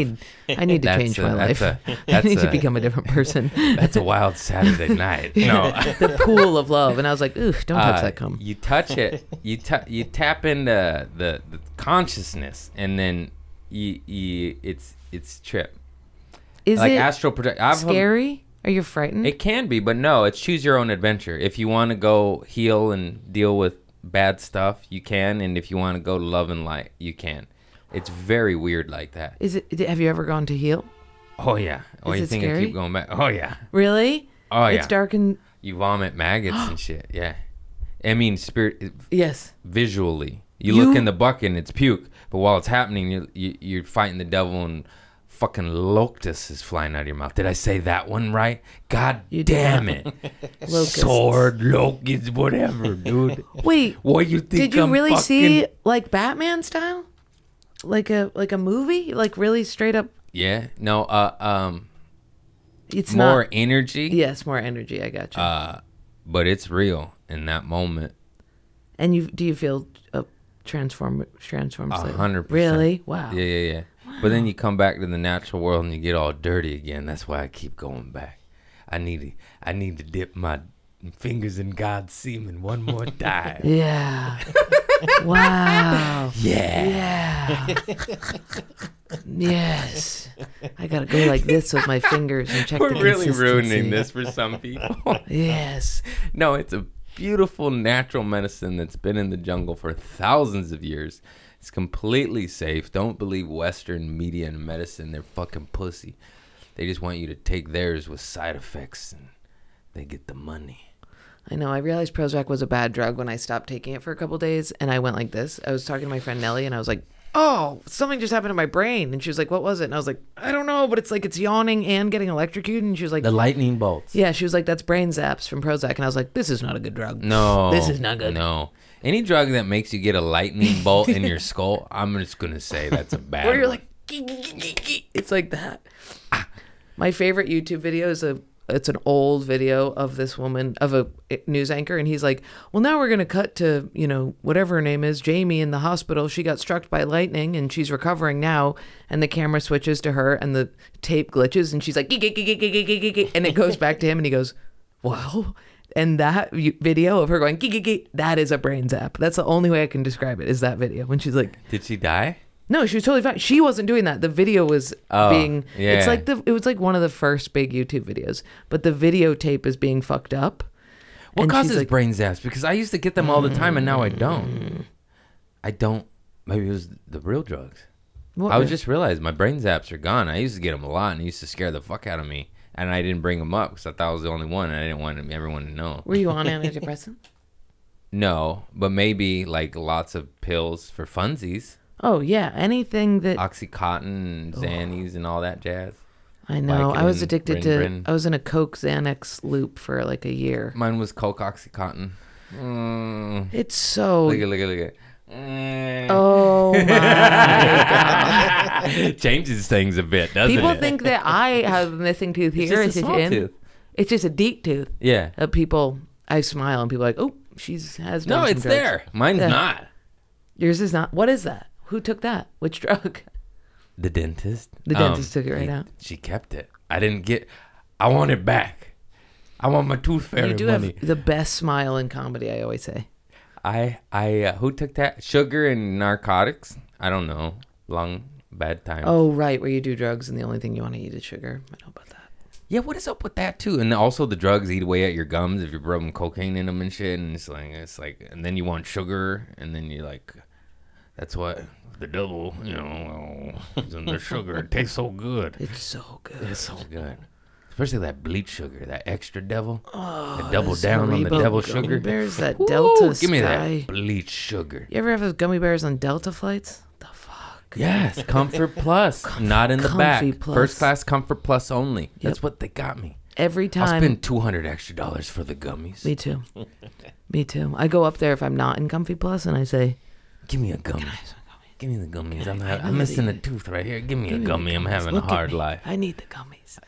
Speaker 3: need, I need to
Speaker 1: That's
Speaker 3: change
Speaker 1: a-
Speaker 3: my
Speaker 1: that's
Speaker 3: life.
Speaker 1: a-
Speaker 3: *laughs* I
Speaker 1: that's
Speaker 3: need to
Speaker 1: a-
Speaker 3: become a
Speaker 1: *laughs*
Speaker 3: different person.
Speaker 1: that's a wild
Speaker 3: *laughs*
Speaker 1: saturday night no
Speaker 3: the pool of love, and I was like, ooh, don't touch
Speaker 1: Uh,
Speaker 3: that cum.
Speaker 1: You touch it. You t- you tap into the, the consciousness, and then you, you it's it's trip.
Speaker 3: Is
Speaker 1: like
Speaker 3: it
Speaker 1: astral project. I've,
Speaker 3: scary? Are you frightened?
Speaker 1: It can be, but no. It's choose your own adventure. If you want to go heal and deal with bad stuff, you can, and if you want to go to love and light, you can. It's very weird like that.
Speaker 3: Is it? Have you ever gone to heal?
Speaker 1: Oh yeah. Oh,
Speaker 3: Is
Speaker 1: you
Speaker 3: it
Speaker 1: think I
Speaker 3: scary?
Speaker 1: keep going back? Oh yeah.
Speaker 3: Really?
Speaker 1: Oh yeah.
Speaker 3: It's dark and
Speaker 1: You vomit maggots
Speaker 3: *gasps*
Speaker 1: and shit. Yeah. I mean, spirit
Speaker 3: yes.
Speaker 1: visually. You,
Speaker 3: You-
Speaker 1: look in the bucket and it's puke, but while it's happening, you, you you're fighting the devil and fucking locust is flying out of your mouth. Did I say that one right? God
Speaker 3: You did
Speaker 1: damn it!
Speaker 3: *laughs* Locusts.
Speaker 1: Sword, locust, whatever, dude.
Speaker 3: Wait,
Speaker 1: What you think?
Speaker 3: did you
Speaker 1: I'm
Speaker 3: really
Speaker 1: fucking-
Speaker 3: see like Batman style, like a like a movie, like really straight up?
Speaker 1: Yeah. No. Uh. Um.
Speaker 3: It's
Speaker 1: more
Speaker 3: not.
Speaker 1: energy.
Speaker 3: Yes, more energy. I got you.
Speaker 1: Uh. But it's real in that moment.
Speaker 3: And you do you feel uh, transform transformed?
Speaker 1: A
Speaker 3: slightly?
Speaker 1: hundred percent.
Speaker 3: Really? Wow.
Speaker 1: Yeah. Yeah. Yeah. But then you come back to the natural world and you get all dirty again. That's why I keep going back. I need to. I need to dip my fingers in God's semen one *laughs* more time.
Speaker 3: Yeah. wow. *laughs*
Speaker 1: yeah.
Speaker 3: Yeah. yes. I gotta go like this with my fingers and check.
Speaker 1: We're
Speaker 3: the
Speaker 1: really
Speaker 3: consistency.
Speaker 1: ruining this for some people. *laughs*
Speaker 3: Yes.
Speaker 1: no, it's a beautiful natural medicine that's been in the jungle for thousands of years. It's completely safe. Don't believe Western media and medicine. They're fucking pussy. They just want you to take theirs with side effects and they get the money.
Speaker 3: I know. I realized Prozac was a bad drug when I stopped taking it for a couple days, and I went like this. I was talking to my friend Nellie, and I was like, "Oh, something just happened to my brain," and she was like, "What was it?" And I was like, "I don't know, but it's like it's yawning and getting electrocuted." And she was like,
Speaker 1: The lightning bolts.
Speaker 3: Yeah, she was like, "That's brain zaps from Prozac," and I was like, "This is not a good drug.
Speaker 1: No.
Speaker 3: this is not good."
Speaker 1: No. Any drug that makes you get a lightning bolt in
Speaker 3: *laughs*
Speaker 1: your skull, I'm just going to say that's a bad
Speaker 3: Where you're
Speaker 1: one.
Speaker 3: like, it's like that. My favorite YouTube video is a. It's an old video of this woman of a eh, news anchor, and he's like, "Well, now we're gonna cut to you know whatever her name is, Jamie in the hospital. She got struck by lightning, and she's recovering now. And the camera switches to her, and the tape glitches, and she's like, "Geek, geek, geek, geek, geek, geek, geek, geek," and it goes back to him, and he goes, "Wow." And that vi- video of her going, "Geek, geek, geek," that is a brain zap. That's the only way I can describe it is that video when she's like,
Speaker 1: Did she die?
Speaker 3: no, she was totally fine. She wasn't doing that. The video was
Speaker 1: Oh,
Speaker 3: being. It's
Speaker 1: yeah.
Speaker 3: like the. It was like one of the first big YouTube videos, but the videotape is being fucked up.
Speaker 1: What
Speaker 3: And she's
Speaker 1: causes
Speaker 3: like-
Speaker 1: brain zaps? Because I used to get them all the time, and now I don't. I don't. Maybe it was the real drugs.
Speaker 3: What
Speaker 1: I was
Speaker 3: was-
Speaker 1: just realized my brain zaps are gone. I used to get them a lot, and it used to scare the fuck out of me. And I didn't bring them up because I thought I was the only one, and I didn't want everyone to know.
Speaker 3: Were you
Speaker 1: *laughs*
Speaker 3: on antidepressant?
Speaker 1: No, but maybe like lots of pills for funsies,
Speaker 3: oh yeah, anything that
Speaker 1: OxyContin, and Xannies, and all that jazz.
Speaker 3: I know. I was
Speaker 2: Vicodin,
Speaker 3: addicted
Speaker 2: Rin
Speaker 3: to.
Speaker 1: Rin.
Speaker 3: I was in a Coke Xanax loop for like a year.
Speaker 1: Mine was Coke Oxycontin. Mm.
Speaker 3: It's
Speaker 1: *laughs*
Speaker 3: so.
Speaker 1: Look at, look at, look at. Mm.
Speaker 3: Oh
Speaker 1: *laughs*
Speaker 3: my god!
Speaker 1: Changes things a bit, doesn't
Speaker 3: Oh. People
Speaker 1: it?
Speaker 3: think that I have a missing tooth
Speaker 1: It's
Speaker 3: here.
Speaker 1: just a small
Speaker 3: in.
Speaker 1: tooth.
Speaker 3: It's just a deep tooth.
Speaker 1: Yeah.
Speaker 3: Uh, people, I smile and people are like, oh, she's has. done
Speaker 1: No,
Speaker 3: some
Speaker 1: it's
Speaker 3: drugs."
Speaker 1: there. Mine's
Speaker 3: Yeah.
Speaker 1: not.
Speaker 3: Yours is not. What is that? Who took that? Which drug?
Speaker 1: The dentist.
Speaker 3: The dentist took it right out.
Speaker 1: Um, She kept it. I didn't get. I want it back. I want my tooth fairy
Speaker 3: you do
Speaker 1: money.
Speaker 3: have the best smile in comedy. I always say.
Speaker 1: I I uh, who took that sugar and narcotics? I don't know. Long bad time.
Speaker 3: Oh right, where you do drugs and the only thing you want to eat is sugar. I know about that.
Speaker 1: Yeah, what is up with that too? And also the drugs eat away at your gums if you're rubbing cocaine in them and shit. And it's like it's like, and then you want sugar, and then you like, that's what the double, you know, is
Speaker 3: *laughs*
Speaker 1: in the sugar. It tastes so good.
Speaker 3: It's so good.
Speaker 1: It's so good. Especially that bleach sugar, that extra devil,
Speaker 3: Oh,
Speaker 1: the double
Speaker 3: those
Speaker 1: down on the
Speaker 3: Haribo
Speaker 1: devil
Speaker 3: gummy
Speaker 1: sugar.
Speaker 3: Bears that
Speaker 1: Ooh,
Speaker 3: Delta
Speaker 1: give me
Speaker 3: Sky.
Speaker 1: that bleach sugar.
Speaker 3: You ever have those gummy bears on Delta flights? The fuck.
Speaker 1: Yes,
Speaker 3: *laughs*
Speaker 1: Comfort Plus, not in the
Speaker 3: Comfy
Speaker 1: back.
Speaker 3: Plus.
Speaker 1: First class Comfort Plus only.
Speaker 3: Yep.
Speaker 1: That's what they got me.
Speaker 3: Every
Speaker 1: I'll
Speaker 3: time.
Speaker 1: spend two hundred extra dollars for the gummies.
Speaker 3: Me too. Me too. I go up there if I'm not in Comfy Plus and I say,
Speaker 1: Give me a gummy. Give me the gummies. I'm, ha-
Speaker 3: I
Speaker 1: I'm
Speaker 3: know
Speaker 1: missing a
Speaker 3: that
Speaker 1: tooth right here. Give me
Speaker 3: "Give
Speaker 1: a
Speaker 3: me the
Speaker 1: gummy. I'm
Speaker 3: gummies.
Speaker 1: having a
Speaker 3: Look at
Speaker 1: hard
Speaker 3: me.
Speaker 1: life.
Speaker 3: *laughs* I need the gummies.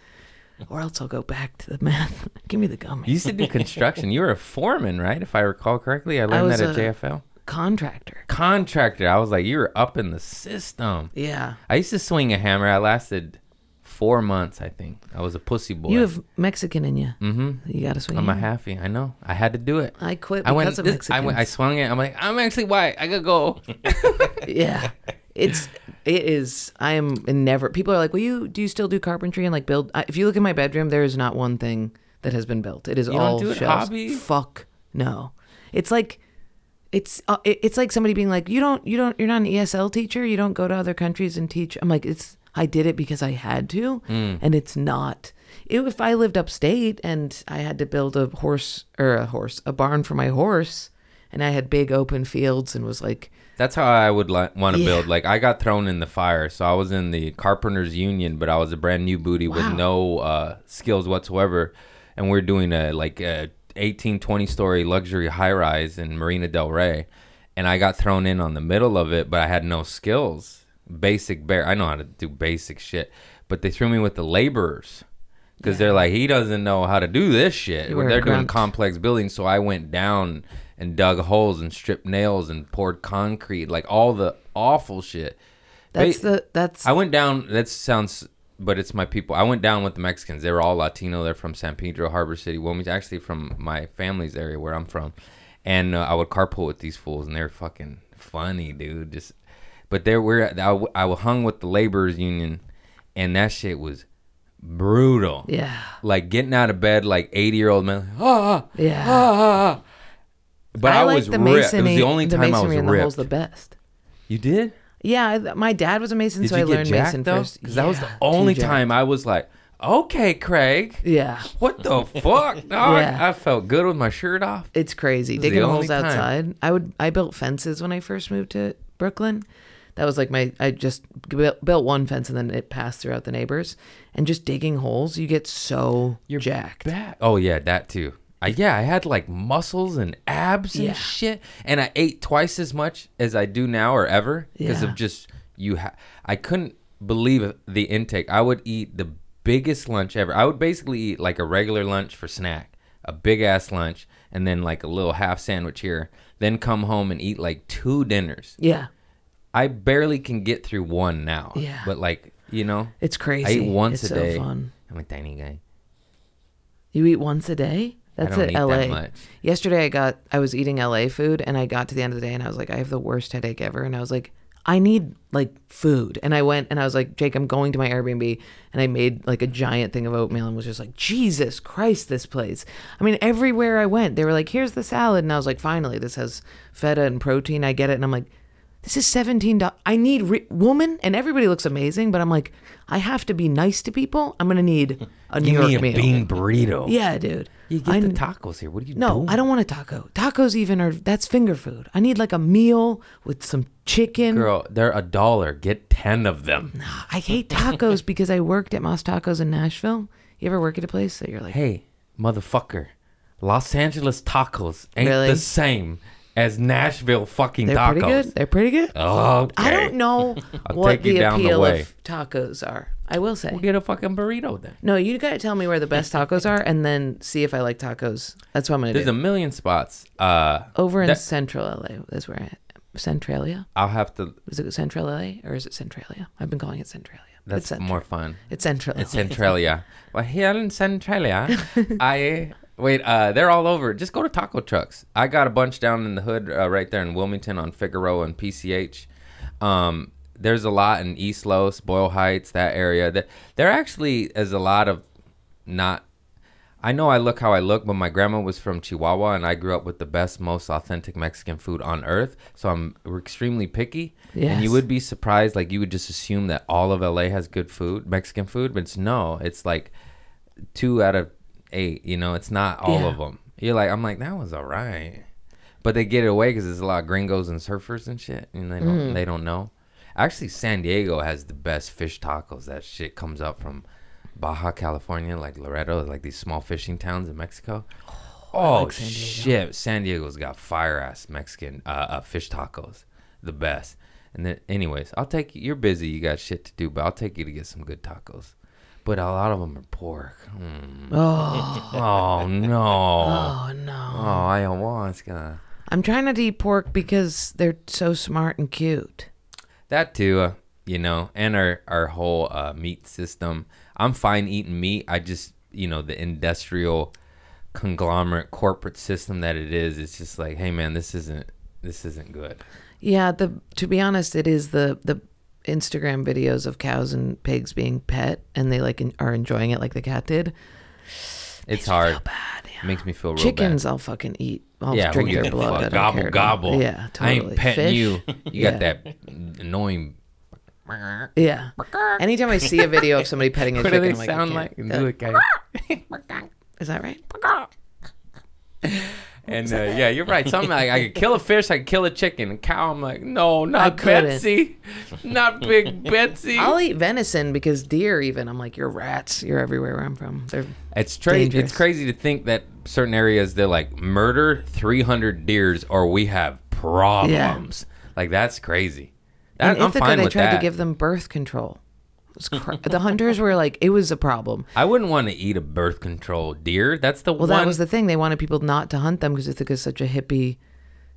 Speaker 3: Or else I'll go back to the math. *laughs* Give me the gummies.
Speaker 1: You used to do construction. You were a foreman, right? If I recall correctly, I learned
Speaker 3: was
Speaker 1: that at
Speaker 3: a-
Speaker 1: JFL.
Speaker 3: Contractor.
Speaker 1: Contractor. I was like, you were up in the system.
Speaker 3: Yeah.
Speaker 1: I used to swing a hammer. I lasted four months, I think. I was a pussy boy.
Speaker 3: You have Mexican in you. Mm-hmm. You gotta swing.
Speaker 1: I'm a
Speaker 3: it.
Speaker 1: happy. I know. I had to do it.
Speaker 3: I quit
Speaker 1: I
Speaker 3: because
Speaker 1: went.
Speaker 3: of
Speaker 1: This, I
Speaker 3: Mexicans.
Speaker 1: went. I swung it. I'm like, I'm actually white. I could go.
Speaker 3: yeah it's it is i am never people are like well you do you still do carpentry and like build I, if you look in my bedroom there is not one thing that has been built it is
Speaker 1: don't
Speaker 3: all
Speaker 1: do it
Speaker 3: shelves.
Speaker 1: hobby?
Speaker 3: fuck no it's like it's uh, it- it's like somebody being like you don't you don't you're not an esl teacher you don't go to other countries and teach i'm like it's i did it because i had to
Speaker 1: Mm.
Speaker 3: and it's not it, if i lived upstate and i had to build a horse or a horse a barn for my horse and i had big open fields and was like
Speaker 1: That's how I would li- want to
Speaker 3: Yeah.
Speaker 1: build. Like I got thrown in the fire, so I was in the carpenters union, but I was a brand new booty
Speaker 3: Wow.
Speaker 1: with no uh, skills whatsoever, and we're doing a like a 18, 20 story luxury high rise in Marina Del Rey, and I got thrown in on the middle of it, but I had no skills, basic bare. I know how to do basic shit, but they threw me with the laborers. Because they're like, he doesn't know how to do this shit.
Speaker 3: You were a
Speaker 1: they're doing
Speaker 3: grunt.
Speaker 1: complex buildings. So I went down and dug holes and stripped nails and poured concrete, like all the awful shit.
Speaker 3: that's
Speaker 1: Ba-
Speaker 3: the that's
Speaker 1: I went down. That sounds, but it's my people. I went down with the Mexicans. They were all Latino. They're from San Pedro, Harbor City, Wilmington, actually from my family's area where I'm from. And uh, I would carpool with these fools, and they're fucking funny, dude. Just, but there were I, w- I hung with the laborers union, and that shit was brutal.
Speaker 3: Yeah.
Speaker 1: Like getting out of bed, like eighty year old man. Ah,
Speaker 3: Yeah.
Speaker 1: ah. *gasps* But I, was ripped. It was the only time I was
Speaker 3: masonry in the hole's
Speaker 1: ripped.
Speaker 3: the best.
Speaker 1: you did?
Speaker 3: Yeah, I, my dad was a mason,
Speaker 1: Did
Speaker 3: so
Speaker 1: you
Speaker 3: I
Speaker 1: get
Speaker 3: learned
Speaker 1: jacked,
Speaker 3: mason
Speaker 1: though?
Speaker 3: first.
Speaker 1: Because that was the
Speaker 3: Yeah,
Speaker 1: only
Speaker 3: too jacked.
Speaker 1: time I was like, okay, Craig,
Speaker 3: Yeah,
Speaker 1: what
Speaker 3: *laughs*
Speaker 1: the fuck, dog?
Speaker 3: Yeah.
Speaker 1: I felt good with my shirt off.
Speaker 3: it's crazy
Speaker 1: the
Speaker 3: digging holes
Speaker 1: only time.
Speaker 3: outside. I would I built fences when I first moved to Brooklyn. That was like my I just built built one fence and then it passed throughout the neighbors. And just digging holes, you get so jacked.
Speaker 1: Back. Oh, yeah, that too. I, yeah, I had like muscles and abs and
Speaker 3: Yeah.
Speaker 1: shit. And I ate twice as much as I do now or ever because
Speaker 3: Yeah.
Speaker 1: of just you. Ha- I couldn't believe the intake. I would eat the biggest lunch ever. I would basically eat like a regular lunch for snack, a big ass lunch, and then like a little half sandwich here. Then come home and eat like two dinners.
Speaker 3: Yeah,
Speaker 1: I barely can get through one now.
Speaker 3: Yeah.
Speaker 1: But like, you know,
Speaker 3: it's crazy.
Speaker 1: I eat once
Speaker 3: it's
Speaker 1: a day.
Speaker 3: So fun.
Speaker 1: I'm a tiny guy.
Speaker 3: You eat once a day? That's
Speaker 1: don't
Speaker 3: at
Speaker 1: eat
Speaker 3: LA.
Speaker 1: that much.
Speaker 3: Yesterday I got I was eating LA food and I got to the end of the day and I was like, I have the worst headache ever and I was like, I need like food. And I went and I was like, Jake, I'm going to my Airbnb and I made like a giant thing of oatmeal and was just like, Jesus Christ, this place. I mean, everywhere I went, they were like, Here's the salad and I was like, Finally, this has feta and protein. I get it and I'm like, this is seventeen dollars. I need re- woman, and everybody looks amazing, but I'm like, I have to be nice to people. I'm gonna need a New
Speaker 1: Give
Speaker 3: York
Speaker 1: me a
Speaker 3: meal.
Speaker 1: bean burrito.
Speaker 3: Yeah, dude.
Speaker 1: You get
Speaker 3: I
Speaker 1: the
Speaker 3: n-
Speaker 1: tacos here. What are you
Speaker 3: No,
Speaker 1: doing?
Speaker 3: I don't want a taco. Tacos even are that's finger food. I need like a meal with some chicken.
Speaker 1: Girl, they're a dollar. Get 10 of them.
Speaker 3: I
Speaker 1: *laughs*
Speaker 3: hate tacos because I worked at Moss Tacos in Nashville. You ever work at a place that you're like,
Speaker 1: Hey, motherfucker. Los Angeles tacos ain't
Speaker 3: Really?
Speaker 1: the same as Nashville fucking
Speaker 3: they're
Speaker 1: tacos.
Speaker 3: pretty good. They're pretty good.
Speaker 1: Okay.
Speaker 3: I don't know
Speaker 1: *laughs* I'll
Speaker 3: what
Speaker 1: take you
Speaker 3: the
Speaker 1: down the
Speaker 3: appeal
Speaker 1: way.
Speaker 3: of tacos are. I will say.
Speaker 1: We'll get a fucking burrito then.
Speaker 3: No, you gotta tell me where the best tacos are, and then see if I like tacos. That's what I'm gonna
Speaker 1: There's
Speaker 3: do.
Speaker 1: a million spots. Uh,
Speaker 3: Over in
Speaker 1: that-
Speaker 3: Central LA is where I, Centralia.
Speaker 1: I'll have to.
Speaker 3: Is it Central LA or is it Centralia? I've been calling it Centralia.
Speaker 1: That's
Speaker 3: it's Cent-
Speaker 1: more fun.
Speaker 3: It's Central.
Speaker 1: It's Centralia. well, here in Centralia, I wait. Uh, they're all over. Just go to taco trucks. I got a bunch down in the hood, uh, right there in Wilmington on Figueroa and PCH. Um, there's a lot in East Los, Boyle Heights, that area. That there actually is a lot of not. I know I look how I look, but my grandma was from Chihuahua, and I grew up with the best, most authentic Mexican food on earth. So I'm we're extremely picky. And
Speaker 3: Yes.
Speaker 1: you would be surprised, like you would just assume that all of LA has good food, Mexican food, but it's no. It's like two out of eight. You know, it's not all
Speaker 3: Yeah.
Speaker 1: of them. You're like, I'm like, that was all right, but they get it away because there's a lot of gringos and surfers and shit, and they don't
Speaker 3: Mm.
Speaker 1: they don't know. Actually, San Diego has the best fish tacos. That shit comes up from Baja California, like Laredo, like these small fishing towns in Mexico. Oh
Speaker 3: like San Diego.
Speaker 1: shit! San Diego's got fire ass Mexican uh, uh, fish tacos, the best. And then, anyways, I'll take you. You're busy. You got shit to do, but I'll take you to get some good tacos. But a lot of them are pork. Mm.
Speaker 3: Oh,
Speaker 1: Oh
Speaker 3: *laughs*
Speaker 1: no!
Speaker 3: oh
Speaker 1: Oh,
Speaker 3: no.
Speaker 1: I don't want it's gonna
Speaker 3: I'm trying not to eat pork because they're so smart and cute.
Speaker 1: that too. Uh, you know, and our our whole uh, meat system. I'm fine eating meat. I just you know the industrial conglomerate corporate system that it is. It's just like, hey man, this isn't this isn't good.
Speaker 3: Yeah, the to be honest, it is the the Instagram videos of cows and pigs being pet, and they like en- are enjoying it like the cat did.
Speaker 1: It's hard.
Speaker 3: Oh, Bad. yeah.
Speaker 1: Makes me feel real
Speaker 3: Chickens, I'll fucking eat. I'll
Speaker 1: Yeah, who
Speaker 3: drink their
Speaker 1: gives a
Speaker 3: blood.
Speaker 1: fuck?
Speaker 3: I don't
Speaker 1: Gobble,
Speaker 3: care.
Speaker 1: gobble.
Speaker 3: Yeah,
Speaker 1: bad. I
Speaker 3: totally.
Speaker 1: ain't petting
Speaker 3: Fish?
Speaker 1: you. You
Speaker 3: Yeah.
Speaker 1: got that annoying. What
Speaker 3: Yeah. Anytime I see a video of somebody
Speaker 1: *laughs*
Speaker 3: petting a
Speaker 1: do
Speaker 3: chicken,
Speaker 1: they
Speaker 3: I'm like, I
Speaker 1: sound like?
Speaker 3: can't. They're like,
Speaker 1: Okay.
Speaker 3: *laughs* Is that right?
Speaker 1: And uh, yeah, you're right. Something like I could kill a fish, I could kill a chicken. A cow, I'm like, no, not
Speaker 3: couldn't.
Speaker 1: Betsy, not
Speaker 3: *laughs*
Speaker 1: Big Betsy.
Speaker 3: I'll eat venison because deer. Even I'm like, you're rats. You're everywhere where I'm from. They're
Speaker 1: It's tra-
Speaker 3: Dangerous.
Speaker 1: It's crazy to think that certain areas they're like murder 300 deers or we have problems. Like that's crazy. That,
Speaker 3: And
Speaker 1: I'm
Speaker 3: Ithaca,
Speaker 1: fine
Speaker 3: they
Speaker 1: with
Speaker 3: tried
Speaker 1: that.
Speaker 3: to give them birth control. It was cra- the hunters were like, it was a problem.
Speaker 1: I wouldn't want to eat a birth control deer. That's the
Speaker 3: Well,
Speaker 1: one.
Speaker 3: that was the thing. They wanted people not to hunt them because Ithaca's such a hippie,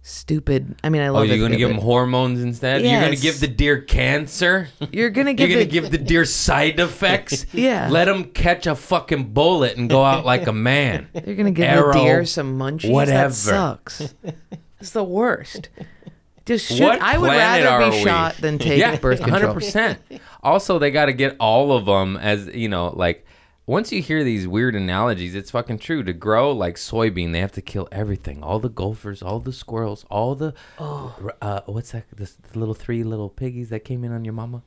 Speaker 3: stupid. I mean, I
Speaker 1: Oh,
Speaker 3: love.
Speaker 1: you're
Speaker 3: Ithaca,
Speaker 1: gonna give them
Speaker 3: but-
Speaker 1: hormones instead. You're gonna
Speaker 3: Yes.
Speaker 1: give the deer
Speaker 3: *laughs*
Speaker 1: cancer.
Speaker 3: You're gonna
Speaker 1: You're
Speaker 3: give.
Speaker 1: gonna
Speaker 3: it-
Speaker 1: give the deer side effects.
Speaker 3: *laughs* Yeah.
Speaker 1: Let them catch a fucking bullet and go out
Speaker 3: *laughs*
Speaker 1: like a man.
Speaker 3: You're gonna give
Speaker 1: arrow,
Speaker 3: the deer some munchies.
Speaker 1: whatever. *laughs*
Speaker 3: That sucks. It's the worst. Just shoot.
Speaker 1: What
Speaker 3: I would
Speaker 1: planet
Speaker 3: rather
Speaker 1: are
Speaker 3: be
Speaker 1: we?
Speaker 3: shot than take
Speaker 1: yeah,
Speaker 3: birth control.
Speaker 1: 100%. Also, they got to get all of them as, you know, like once you hear these weird analogies, it's fucking true. To grow like soybean, they have to kill everything. All the gophers, all the squirrels, all the
Speaker 3: Oh.
Speaker 1: uh what's that the, the little three little piggies that came in on your mama?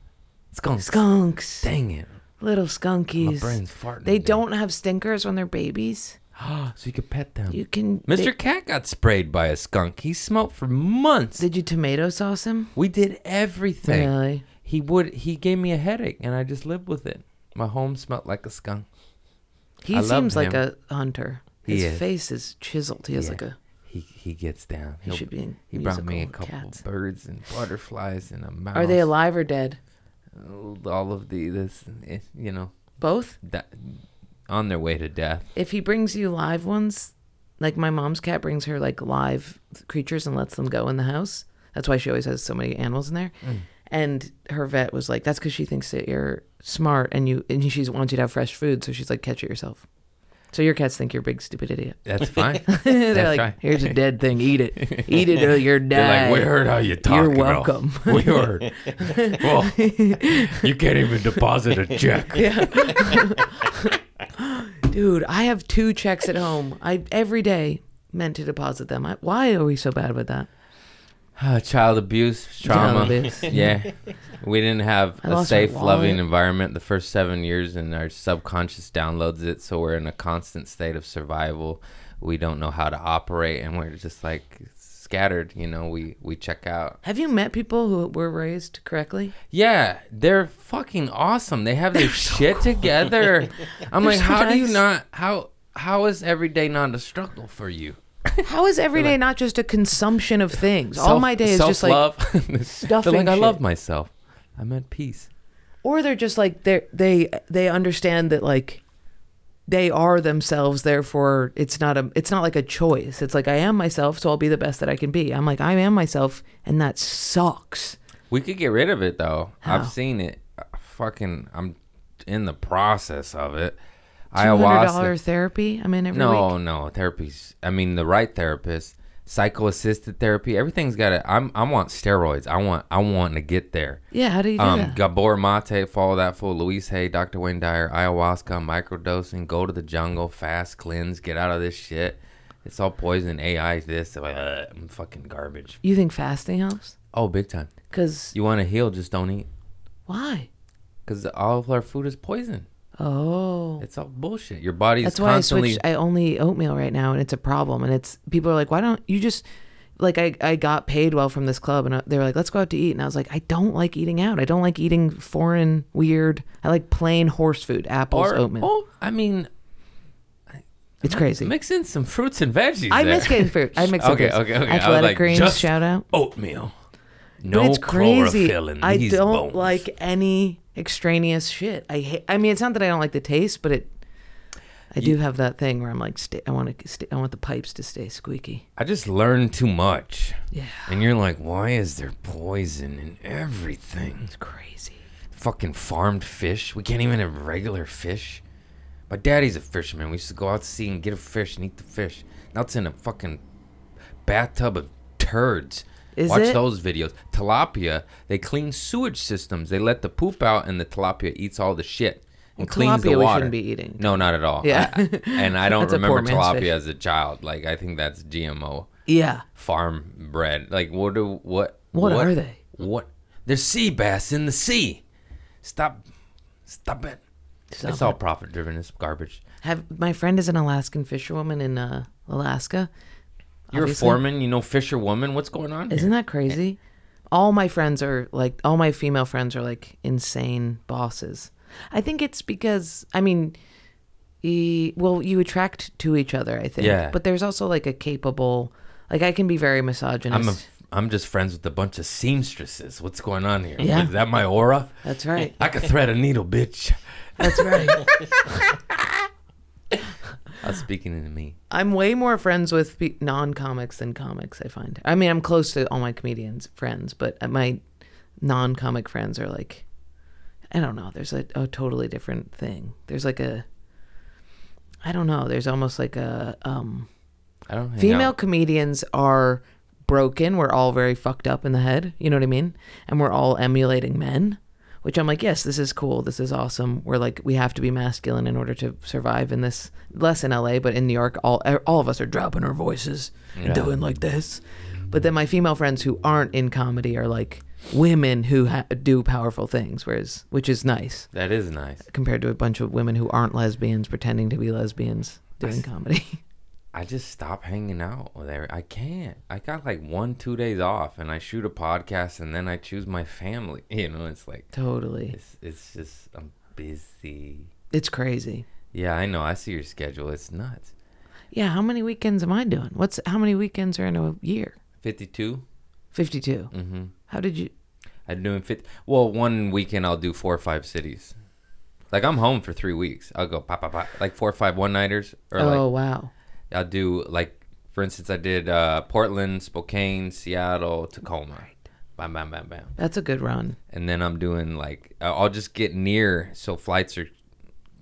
Speaker 1: Skunks.
Speaker 3: Skunks,
Speaker 1: Dang it.
Speaker 3: little
Speaker 1: My
Speaker 3: skunkies.
Speaker 1: brain's farting.
Speaker 3: They
Speaker 1: dude.
Speaker 3: don't have stinkers when they're babies.
Speaker 1: *gasps* so you could pet them.
Speaker 3: You can.
Speaker 1: Mr.
Speaker 3: they-
Speaker 1: Cat got sprayed by a skunk. He smoked for months.
Speaker 3: did you tomato sauce him?
Speaker 1: we did everything.
Speaker 3: Really?
Speaker 1: He would. He gave me a headache, and I just lived with it. My home smelled like a skunk.
Speaker 3: He
Speaker 1: I love
Speaker 3: seems like
Speaker 1: him.
Speaker 3: a hunter.
Speaker 1: He
Speaker 3: His
Speaker 1: is.
Speaker 3: face is chiseled. He has
Speaker 1: Yeah.
Speaker 3: like a.
Speaker 1: He he gets down.
Speaker 3: He
Speaker 1: He'll-
Speaker 3: should be in
Speaker 1: He brought me a
Speaker 3: musical
Speaker 1: couple
Speaker 3: cats.
Speaker 1: birds and butterflies and a mouse.
Speaker 3: Are they alive or dead?
Speaker 1: All of the this, eh, you know,
Speaker 3: Both.
Speaker 1: that on their way to death.
Speaker 3: If he brings you live ones, like my mom's cat brings her like live creatures and lets them go in the house. That's why she always has so many animals in there.
Speaker 1: Mm.
Speaker 3: And her vet was like, "That's because she thinks that you're smart and you and she wants you to have fresh food, so she's like, catch it yourself." So your cats think you're a big stupid idiot. *laughs*
Speaker 1: That's fine.
Speaker 3: They're
Speaker 1: That's
Speaker 3: like,
Speaker 1: right.
Speaker 3: "Here's a dead thing. Eat it. Eat
Speaker 1: *laughs*
Speaker 3: it or you're
Speaker 1: They're
Speaker 3: dead."
Speaker 1: like, we heard how you talk.
Speaker 3: You're
Speaker 1: girl.
Speaker 3: welcome.
Speaker 1: We
Speaker 3: *laughs*
Speaker 1: heard. well, you can't even deposit a check.
Speaker 3: *laughs* Dude, I have two checks at home. I every day meant to deposit them. I, why are we so bad with that?
Speaker 1: Uh, child abuse, trauma.
Speaker 3: abuse.
Speaker 1: *laughs* yeah. We didn't have
Speaker 3: I
Speaker 1: a
Speaker 3: lost my
Speaker 1: safe, loving
Speaker 3: wallet.
Speaker 1: environment the first seven years, and our subconscious downloads it. So we're in a constant state of survival. We don't know how to operate, and we're just like scattered. You know, we, we check out.
Speaker 3: Have you met people who were raised correctly?
Speaker 1: Yeah, they're fucking awesome. They
Speaker 3: *laughs*
Speaker 1: have their shit together. I'm
Speaker 3: They're
Speaker 1: like,
Speaker 3: so
Speaker 1: how do you
Speaker 3: nice.
Speaker 1: not how how is every day not a struggle for you?
Speaker 3: How is every day not just a consumption of things? All
Speaker 1: Self-
Speaker 3: my day is just like
Speaker 1: self-love. *laughs*
Speaker 3: stuffing
Speaker 1: They're like, I
Speaker 3: shit."
Speaker 1: love myself. I'm at peace.
Speaker 3: or they're just like they they they understand that like they are themselves therefore it's not a it's not like a choice it's like i am myself so i'll be the best that i can be i'm like i am myself and that sucks
Speaker 1: We could get rid of it though.
Speaker 3: How?
Speaker 1: I've seen it. I fucking, I'm in the process of it.
Speaker 3: $200
Speaker 1: Ayahuasca.
Speaker 3: therapy i'm in every
Speaker 1: No,
Speaker 3: week
Speaker 1: no therapies. I mean, the right therapist, psycho-assisted therapy. Everything's got to. I'm. I want steroids. I want. I want to get there.
Speaker 3: yeah how do you do
Speaker 1: Um,
Speaker 3: that
Speaker 1: Gabor Mate, follow that fool. Luis Hay, Dr. Wayne Dyer, ayahuasca, microdosing, go to the jungle, fast cleanse, get out of this shit. It's all poison, AI, this, uh, fucking garbage.
Speaker 3: you think fasting helps
Speaker 1: Oh, big time.
Speaker 3: because
Speaker 1: You want to heal, just don't eat.
Speaker 3: why
Speaker 1: Because all of our food is poison.
Speaker 3: oh
Speaker 1: It's all bullshit. Your body's
Speaker 3: that's why i
Speaker 1: constantly.
Speaker 3: switched i only eat oatmeal right now and it's a problem and it's people are like why don't you just like I, I got paid well from this club and I- they were like let's go out to eat and i was like i don't like eating out i don't like eating foreign weird i like plain horse food apples
Speaker 1: or,
Speaker 3: oatmeal
Speaker 1: oh, I mean,
Speaker 3: it's crazy
Speaker 1: mix in some fruits and veggies.
Speaker 3: i
Speaker 1: there.
Speaker 3: miss getting fruit i mix
Speaker 1: *laughs* Okay,
Speaker 3: up fruits.
Speaker 1: okay, okay. I was
Speaker 3: athletic
Speaker 1: like,
Speaker 3: greens
Speaker 1: just-
Speaker 3: shout out
Speaker 1: oatmeal.
Speaker 3: but
Speaker 1: No
Speaker 3: it's crazy
Speaker 1: chlorophyll in
Speaker 3: i
Speaker 1: these
Speaker 3: don't
Speaker 1: bones.
Speaker 3: like any extraneous shit i hate i mean it's not that i don't like the taste but it I do have that thing where I'm like, stay, I want to, stay, I want the pipes to stay squeaky.
Speaker 1: I just learned too much.
Speaker 3: Yeah,
Speaker 1: And you're like, why is there poison in everything?
Speaker 3: it's crazy.
Speaker 1: Fucking farmed fish. We can't even have regular fish. My daddy's a fisherman. We used to go out to sea and get a fish and eat the fish. Now it's in a fucking bathtub of turds.
Speaker 3: Is
Speaker 1: Watch
Speaker 3: it?
Speaker 1: those videos. Tilapia, they clean sewage systems. They let the poop out and the tilapia eats all the shit and cleans
Speaker 3: tilapia
Speaker 1: the
Speaker 3: we
Speaker 1: water.
Speaker 3: shouldn't be eating.
Speaker 1: No, not at all.
Speaker 3: Yeah.
Speaker 1: I- and
Speaker 3: *laughs*
Speaker 1: I don't
Speaker 3: That's a poor
Speaker 1: remember
Speaker 3: man's
Speaker 1: tilapia
Speaker 3: fish.
Speaker 1: as a child. Like I think that's GMO
Speaker 3: Yeah.
Speaker 1: farm bred. Like what do what
Speaker 3: What are they?
Speaker 1: What they're sea bass in the sea. Stop stop it.
Speaker 3: Stop
Speaker 1: it's all profit driven, it's garbage.
Speaker 3: Have my friend is an Alaskan fisherwoman in uh, Alaska.
Speaker 1: You're
Speaker 3: Obviously.
Speaker 1: a foreman, you know fisher woman, what's going on?
Speaker 3: Isn't
Speaker 1: here?
Speaker 3: that crazy? All my friends are like, all my female friends are like insane bosses. I think it's because, I mean, e- well, you attract to each other, I think.
Speaker 1: Yeah.
Speaker 3: But there's also like a capable, like I can be very
Speaker 1: I'm
Speaker 3: misogynist.
Speaker 1: a I'm just friends with a bunch of seamstresses. What's going on here?
Speaker 3: Yeah.
Speaker 1: Is that my aura?
Speaker 3: That's right.
Speaker 1: I
Speaker 3: *laughs*
Speaker 1: could thread a needle, bitch.
Speaker 3: That's right.
Speaker 1: *laughs* That's speaking to me.
Speaker 3: I'm way more friends with pe- non-comics than comics. I find. I mean, I'm close to all my comedians friends, but uh, my non-comic friends are like, I don't know. There's a, a totally different thing. There's like a, I don't know. There's almost like a um,
Speaker 1: I don't hang
Speaker 3: female
Speaker 1: out.
Speaker 3: comedians are broken. We're all very fucked up in the head. You know what I mean? And we're all emulating men, which I'm like, yes, this is cool. This is awesome. We're like, we have to be masculine in order to survive in this. Less in LA, but in New York, all e, all of us are dropping our voices, and doing like this. But then my female friends who aren't in comedy are like women who ha- do powerful things, whereas which is nice
Speaker 1: That is nice.
Speaker 3: compared to a bunch of women who aren't lesbians pretending to be lesbians doing comedy. *laughs*
Speaker 1: I just stop hanging out with every. I can't. I got like one, two days off, and I shoot a podcast, and then I choose my family. *laughs* You know, it's like
Speaker 3: totally,
Speaker 1: it's it's just I'm busy.
Speaker 3: it's crazy.
Speaker 1: Yeah, I know. I see your schedule. It's nuts.
Speaker 3: Yeah, how many weekends am I doing? What's how many weekends are in a year?
Speaker 1: Fifty-two.
Speaker 3: 52.
Speaker 1: Mm-hmm.
Speaker 3: How did you
Speaker 1: I'm doing fifty. Well, one weekend I'll do four or five cities. Like I'm home for three weeks. I'll go pop, pop, pop. Like four or five one-nighters, or like
Speaker 3: Oh, wow.
Speaker 1: I'll do like, for instance, I did uh, Portland, Spokane, Seattle, Tacoma. Bam, bam, bam, bam.
Speaker 3: That's a good run.
Speaker 1: and then I'm doing like I- I'll just get near so flights are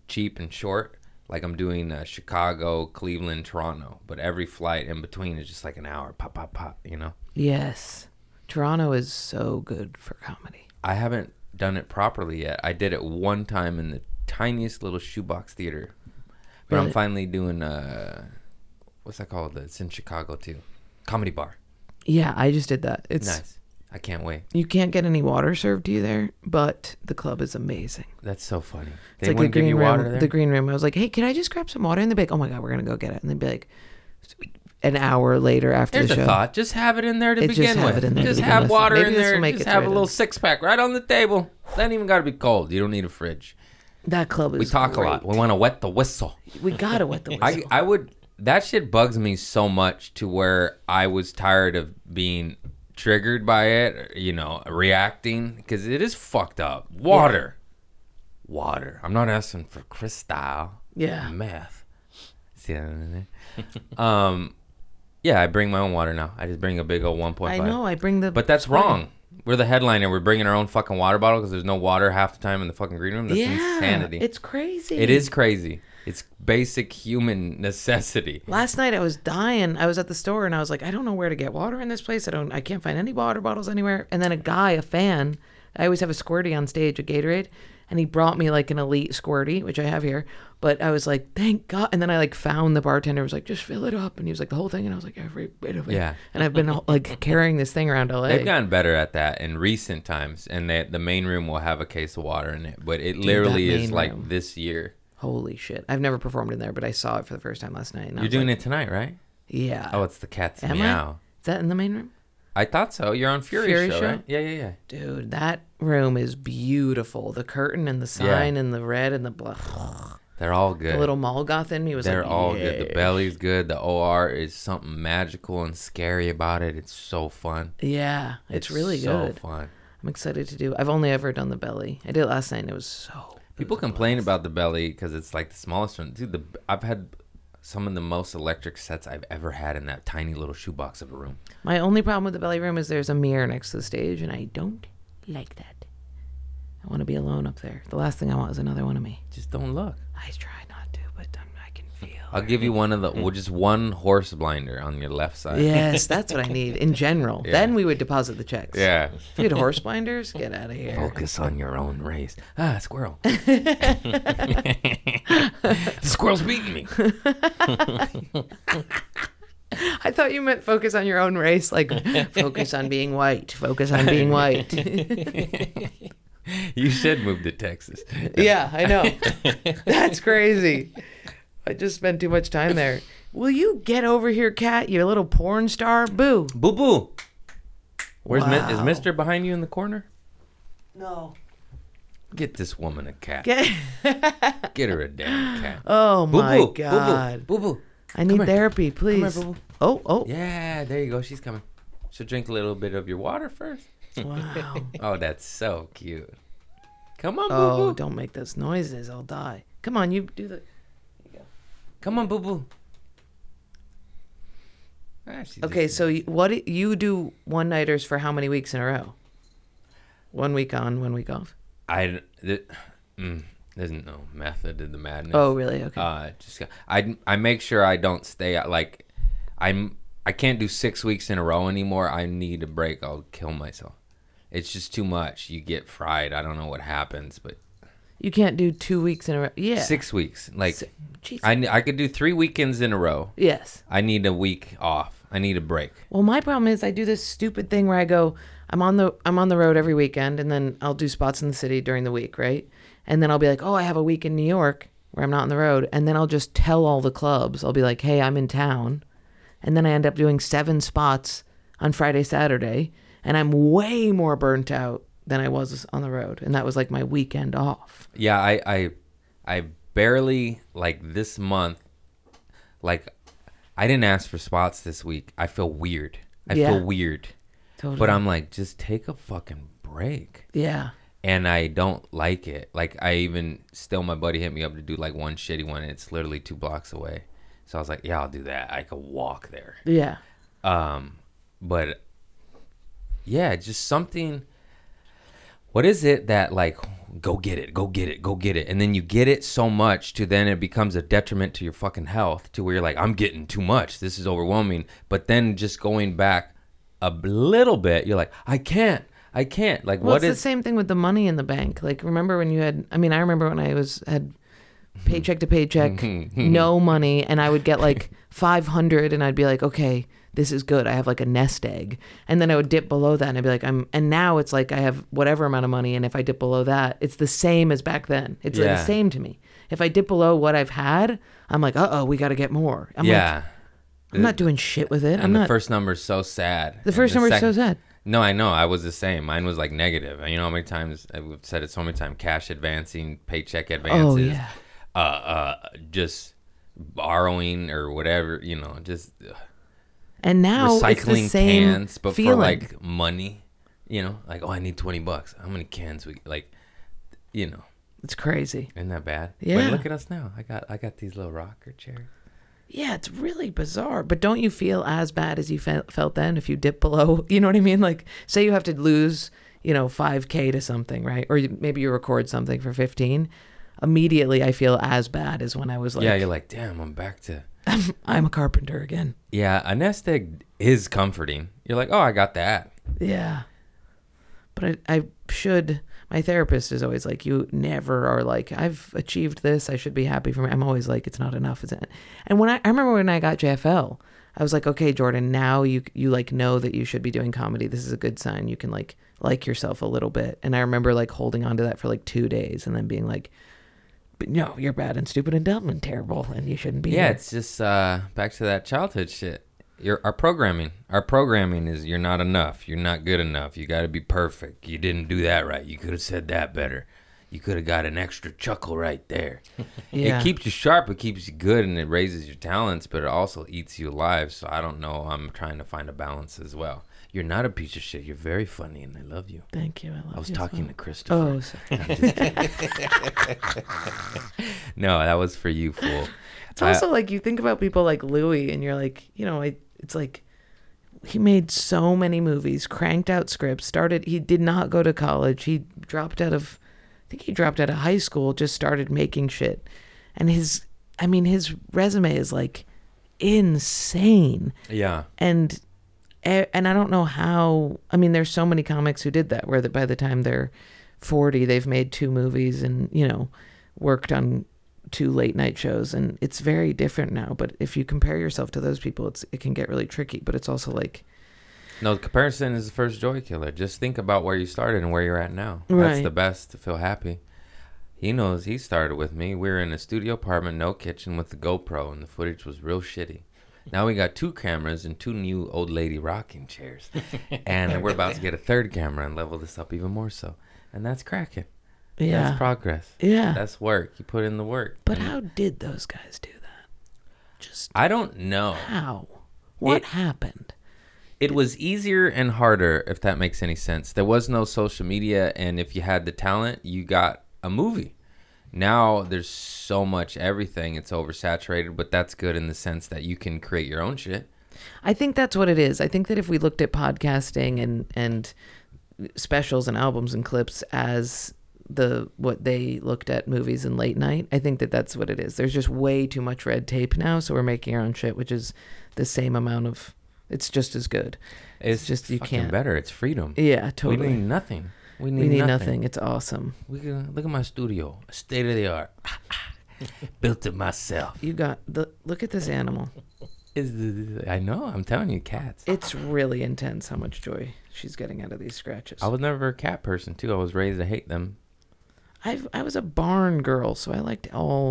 Speaker 1: cheap and short. Like I'm doing uh, Chicago, Cleveland, Toronto, but every flight in between is just like an hour. Pop, pop, pop. You know,
Speaker 3: Yes. Toronto is so good for comedy.
Speaker 1: I haven't done it properly yet. I did it one time in the tiniest little shoebox theater, but I'm
Speaker 3: Really?
Speaker 1: finally doing uh, what's that called? It's in Chicago too, comedy bar.
Speaker 3: Yeah, I just did that. It's
Speaker 1: Nice. I can't wait.
Speaker 3: you can't get any water served to you there, but the club is amazing.
Speaker 1: That's so funny. They
Speaker 3: It's like the
Speaker 1: wouldn't give
Speaker 3: green
Speaker 1: you
Speaker 3: room.
Speaker 1: water there.
Speaker 3: The green room. I was like, hey, can I just grab some water? And they'd be like, oh my god, we're gonna go get it. And they'd be like, an hour later after
Speaker 1: There's
Speaker 3: the
Speaker 1: a
Speaker 3: show.
Speaker 1: thought. Just have it in there to
Speaker 3: It- just
Speaker 1: begin
Speaker 3: have
Speaker 1: with.
Speaker 3: it in there to
Speaker 1: just
Speaker 3: begin
Speaker 1: have
Speaker 3: with.
Speaker 1: water
Speaker 3: Maybe
Speaker 1: in
Speaker 3: this will
Speaker 1: there.
Speaker 3: make
Speaker 1: just
Speaker 3: its
Speaker 1: have
Speaker 3: way
Speaker 1: a
Speaker 3: to
Speaker 1: little
Speaker 3: them.
Speaker 1: six pack right on the table. Doesn't even got to be cold. You don't need a fridge.
Speaker 3: That club is.
Speaker 1: We talk a lot.
Speaker 3: great.
Speaker 1: We want to wet the whistle.
Speaker 3: We gotta wet the whistle.
Speaker 1: I, I would. That shit bugs me so much to where I was tired of being triggered by it, you know, reacting because it is fucked up. Water, water. I'm not asking for crystal.
Speaker 3: Yeah.
Speaker 1: meth. See that in there? *laughs* um, yeah. I bring my own water now. I just bring a big old 1.5.
Speaker 3: I know. I bring the.
Speaker 1: But that's wrong. We're the headliner. We're bringing our own fucking water bottle because there's no water half the time in the fucking green room. That's
Speaker 3: yeah,
Speaker 1: insanity.
Speaker 3: It's crazy.
Speaker 1: It is crazy. It's basic human *laughs* necessity.
Speaker 3: Last night I was dying. I was at the store and I was like, I don't know where to get water in this place. I don't. I can't find any water bottles anywhere. And then a guy, a fan, I always have a squirty on stage, a Gatorade, and he brought me like an elite squirty, which I have here. But I was like, thank God. And then I like found the bartender was like, just fill it up, and he was like the whole thing, and I was like, every bit of it.
Speaker 1: Yeah.
Speaker 3: And I've been like carrying this thing around LA.
Speaker 1: They've gotten better at that in recent times, and that the main room will have a case of water in it. But it literally is
Speaker 3: main
Speaker 1: like
Speaker 3: room.
Speaker 1: this year.
Speaker 3: Holy shit! I've never performed in there, but I saw it for the first time last night. And I
Speaker 1: You're
Speaker 3: was
Speaker 1: doing
Speaker 3: like,
Speaker 1: it tonight, right?
Speaker 3: Yeah.
Speaker 1: Oh, it's the cat's
Speaker 3: Am I?
Speaker 1: meow.
Speaker 3: Is that in the main room?
Speaker 1: I? thought so. You're on Fury,
Speaker 3: Fury
Speaker 1: show,
Speaker 3: Show?
Speaker 1: right? Yeah, yeah, yeah.
Speaker 3: Dude, that room is beautiful. The curtain and the sign and the red and the blah.
Speaker 1: They're all good.
Speaker 3: The little mall goth in me was
Speaker 1: They're
Speaker 3: like,
Speaker 1: all good.
Speaker 3: "Yeah."
Speaker 1: The belly's good. The OR is something magical and scary about it. It's so fun.
Speaker 3: Yeah, it's, really
Speaker 1: so
Speaker 3: good.
Speaker 1: fun.
Speaker 3: I'm excited to do. I've only ever done the belly. I did it last night and it was so.
Speaker 1: People complain about the belly because it's like the smallest one. Dude, the, I've had some of the most electric sets I've ever had in that tiny little shoebox of a room.
Speaker 3: My only problem with the belly room is there's a mirror next to the stage and I don't like that. I want to be alone up there. The last thing I want is another one of me.
Speaker 1: Just don't look.
Speaker 3: I try not to, but I'm, I can feel.
Speaker 1: I'll give you one of the well, just one horse blinder on your left *laughs* side.
Speaker 3: Yes, that's what I need
Speaker 1: *laughs*
Speaker 3: in general. Then we would deposit the checks.
Speaker 1: Yeah.
Speaker 3: If you had horse blinders, get out of here.
Speaker 1: Focus on your own race. Ah, *laughs* squirrel.
Speaker 3: *laughs*
Speaker 1: squirrel's beating me.
Speaker 3: I thought you meant focus on your own race, like focus on being white, focus on being white.
Speaker 1: *laughs* *laughs* You should move to *laughs* Texas.
Speaker 3: yeah, I know. That's crazy. I just spent too much time there. Will you get over here, cat? You little porn star? Boo.
Speaker 1: Boo boo. Where's Mi-
Speaker 3: Wow.
Speaker 1: is Mister behind you in the corner?
Speaker 3: No.
Speaker 1: Get this woman a cat. Get,
Speaker 3: Get-
Speaker 1: her a damn *gasps* cat.
Speaker 3: oh
Speaker 1: Boo
Speaker 3: my
Speaker 1: boo. Boo
Speaker 3: god.
Speaker 1: boo. Boo boo.
Speaker 3: I need
Speaker 1: here.
Speaker 3: therapy, please.
Speaker 1: boo-boo.
Speaker 3: oh, oh.
Speaker 1: Yeah, there you go. She's coming. So drink a little bit of your water
Speaker 3: *laughs*
Speaker 1: first. *laughs*
Speaker 3: Wow.
Speaker 1: Oh, that's so cute. Come on, boo
Speaker 3: Oh,
Speaker 1: boo.
Speaker 3: don't make those noises. I'll die. Come on, you do the.
Speaker 1: Come on, boo boo. Ah, she
Speaker 3: Okay,
Speaker 1: just-
Speaker 3: so y- what i- you do one nighters for how many weeks in a row? One week on, one week off.
Speaker 1: I th- mm, there's no method to the madness.
Speaker 3: Oh, really? Okay.
Speaker 1: Uh, just I I make sure I don't stay out like I'm I can't do six weeks in a row anymore. I need a break. I'll kill myself. It's just too much. You get fried. I don't know what happens, but
Speaker 3: you can't do two weeks in a row. Yeah.
Speaker 1: six weeks like
Speaker 3: Jesus.
Speaker 1: I I could do three weekends in a row.
Speaker 3: yes.
Speaker 1: I need a week off. I need a break.
Speaker 3: Well, my problem is I do this stupid thing where I go, I'm on the I'm on the road every weekend, and then I'll do spots in the city during the week, right? And then I'll be like, oh, I have a week in New York where I'm not on the road, and then I'll just tell all the clubs, I'll be like, hey, I'm in town, and then I end up doing seven spots on Friday, Saturday, and I'm way more burnt out than I was on the road, and that was like my weekend off.
Speaker 1: Yeah, I I I barely like this month like I didn't ask for spots this week. I feel weird. I
Speaker 3: Yeah.
Speaker 1: feel weird.
Speaker 3: Totally.
Speaker 1: But I'm like just take a fucking break.
Speaker 3: yeah.
Speaker 1: And I don't like it. Like I even still my buddy hit me up to do like one shitty one and it's literally 2 blocks away. So I was like, yeah, I'll do that. I could walk there.
Speaker 3: Yeah.
Speaker 1: Um, but yeah, just something. What is it that like? Go get it, go get it, go get it, and then you get it so much to then it becomes a detriment to your fucking health to where you're like, I'm getting too much. This is overwhelming. But then just going back a b- little bit, you're like, I can't, I can't. Like,
Speaker 3: Well,
Speaker 1: what
Speaker 3: it's
Speaker 1: is?
Speaker 3: the same thing with the money in the bank. Like, remember when you had? I mean, I remember when I was had
Speaker 1: *laughs*
Speaker 3: paycheck to paycheck, no money, and I would get like five hundred, and I'd be like, okay, this is good. I have like a nest egg. And then I would dip below that and I'd be like, I'm, and now it's like I have whatever amount of money. And if I dip below that, it's the same as back then. It's like,
Speaker 1: Yeah.
Speaker 3: the same to me. If I dip below what I've had, I'm like, uh oh, we got to get more. I'm
Speaker 1: yeah.
Speaker 3: like, I'm not doing shit with it. I'm
Speaker 1: and the
Speaker 3: not.
Speaker 1: first number's so sad.
Speaker 3: The first number's
Speaker 1: number's
Speaker 3: so sad.
Speaker 1: No, I know. I was the same. Mine was like negative. And you know how many times I've said it so many times cash advancing, paycheck advances.
Speaker 3: Oh, yeah.
Speaker 1: Uh, uh, just borrowing or whatever, you know, just ugh.
Speaker 3: and now it's the
Speaker 1: recycling
Speaker 3: same
Speaker 1: cans, but
Speaker 3: feeling.
Speaker 1: for like money, you know, like, oh, I need 20 bucks. How many cans we, like, you know,
Speaker 3: it's crazy.
Speaker 1: isn't that bad?
Speaker 3: Yeah.
Speaker 1: But look at us now. I got, I got these little rocker chairs.
Speaker 3: Yeah, it's really bizarre. But don't you feel as bad as you fe- felt then if you dip below? *laughs* You know what I mean? Like, say you have to lose, you know, 5K to something, right? Or you, maybe you record something for 15. Immediately, I feel as bad as when I was like,
Speaker 1: yeah. You're like, damn, I'm back to,
Speaker 3: *laughs* I'm a carpenter again.
Speaker 1: yeah. A nest egg is comforting. You're like, oh, I got that.
Speaker 3: Yeah. But I, I should. My therapist is always like, you never are like, I've achieved this. I should be happy for me. I'm always like, it's not enough, is it? And when I, I remember when I got JFL, I was like, okay, Jordan, now you you like know that you should be doing comedy. This is a good sign. You can like like yourself a little bit. And I remember like holding on to that for like two days and then being like, but no, you're bad and stupid and dumb and terrible and you shouldn't be.
Speaker 1: Yeah,
Speaker 3: here."
Speaker 1: it's just uh, back to that childhood shit. Your our programming, our programming is you're not enough, you're not good enough, you got to be perfect. You didn't do that right. You could have said that better. You could have got an extra chuckle right
Speaker 3: *laughs*
Speaker 1: there.
Speaker 3: Yeah.
Speaker 1: It keeps you sharp, it keeps you good, and it raises your talents, but it also eats you alive. So I don't know. I'm trying to find a balance as well. You're not a piece of shit. You're very funny, and I love you.
Speaker 3: Thank you. I, love
Speaker 1: I was
Speaker 3: you as
Speaker 1: talking
Speaker 3: well.
Speaker 1: to Christopher.
Speaker 3: Oh, sorry.
Speaker 1: *laughs* No, that was for you,
Speaker 3: *laughs*
Speaker 1: fool.
Speaker 3: It's also like you think about people like Louis, and you're like, you know, it, it's like he made so many movies, cranked out scripts, started. He did not go to college. He dropped out of, I think he dropped out of high school, just started making shit, and his, I mean, his resume is like insane,
Speaker 1: yeah.
Speaker 3: and e- and I don't know how. I mean, there's so many comics who did that, where that by the time they're 40, they've made two movies and you know worked on two late night shows and it's very different now but if you compare yourself to those people it's it can get really tricky but it's also like
Speaker 1: No, comparison is the first joy killer. Just think about where you started and where you're at now. That's
Speaker 3: Right.
Speaker 1: the best to feel happy. He knows he started with me. We were in a studio apartment, no kitchen, with the GoPro, and the footage was real shitty. Now we got two cameras and two new old lady rocking
Speaker 3: *laughs*
Speaker 1: chairs. and we're about to get a third camera and level this up even more so. And that's cracking.
Speaker 3: yeah
Speaker 1: That's progress.
Speaker 3: yeah
Speaker 1: That's work. You put in the work.
Speaker 3: but how did those guys do that just
Speaker 1: I don't know.
Speaker 3: how what
Speaker 1: It-
Speaker 3: happened
Speaker 1: it was easier and harder if that makes any sense there was no social media and if you had the talent you got a movie now there's so much everything it's oversaturated but that's good in the sense that you can create your own shit
Speaker 3: I think that's what it is. I think that if we looked at podcasting and and specials and albums and clips as the what they looked at movies and late night, I think that that's what it is. There's just way too much red tape now, so we're making our own shit, which is the same amount of. It's just as good.
Speaker 1: it's,
Speaker 3: just you
Speaker 1: fucking
Speaker 3: can't.
Speaker 1: better it's freedom
Speaker 3: Yeah,
Speaker 1: we
Speaker 3: totally.
Speaker 1: need nothing we need,
Speaker 3: We need
Speaker 1: nothing,
Speaker 3: nothing. It's awesome.
Speaker 1: We can, look at my studio state of the art *laughs* built it myself
Speaker 3: You got the look at this animal.
Speaker 1: Is- i know i'm telling you cats
Speaker 3: It's really intense how much joy she's getting out of these scratches.
Speaker 1: i was never a cat person too i was raised to hate them
Speaker 3: I've, I was a barn girl, so I liked all